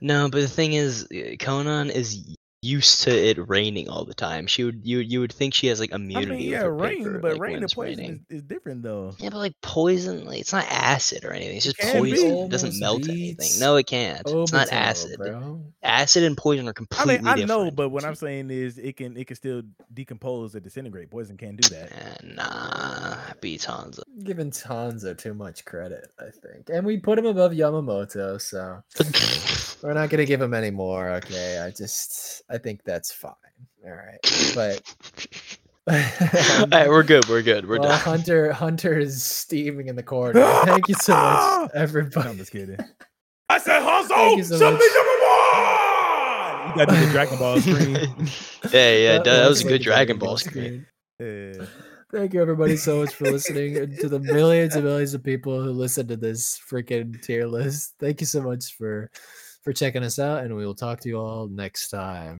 Speaker 4: No, but the thing is, uh, Conan is used to it raining all the time. She would you you would think she has like
Speaker 2: I
Speaker 4: immunity.
Speaker 2: mean, yeah,
Speaker 4: over
Speaker 2: rain,
Speaker 4: paper,
Speaker 2: but
Speaker 4: like, when
Speaker 2: rain to
Speaker 4: it's
Speaker 2: poison
Speaker 4: raining.
Speaker 2: is, is different though.
Speaker 4: Yeah, but like poison, like, it's not acid or anything. It's
Speaker 2: It
Speaker 4: just
Speaker 2: can be. Oh,
Speaker 4: poison. It doesn't
Speaker 1: Almost
Speaker 4: melt
Speaker 1: beats
Speaker 4: anything. No, it can't. it's not
Speaker 1: Obito,
Speaker 4: acid.
Speaker 1: oh, bro.
Speaker 4: Acid and poison are
Speaker 2: I
Speaker 4: completely
Speaker 2: mean, I
Speaker 4: different.
Speaker 2: know, but what I'm saying is, it can it can still decompose or disintegrate. Poison can't do that.
Speaker 4: Eh, Nah, beats Hanzo.
Speaker 1: Giving Tanzo too much credit, I think, and we put him above Yamamoto, so we're not gonna give him any more. Okay, I just I think that's fine. All right, but
Speaker 4: All right, we're good. We're good. We're
Speaker 1: well,
Speaker 4: done.
Speaker 1: Hunter Hunter is steaming in the corner. Thank you so much,
Speaker 2: No,
Speaker 1: everybody.
Speaker 2: I'm just kidding. I said Hanzo,
Speaker 1: Thank you so
Speaker 2: show
Speaker 1: much.
Speaker 2: me Digimon! You gotta do the Dragon Ball screen.
Speaker 4: yeah, yeah, that, that was a
Speaker 1: like
Speaker 4: good
Speaker 1: a
Speaker 4: Dragon Ball screen.
Speaker 2: Yeah.
Speaker 1: Thank you, everybody, so much for listening and to the millions and millions of people who listen to this freaking tier list. Thank you so much for for checking us out, and we will talk to you all next time.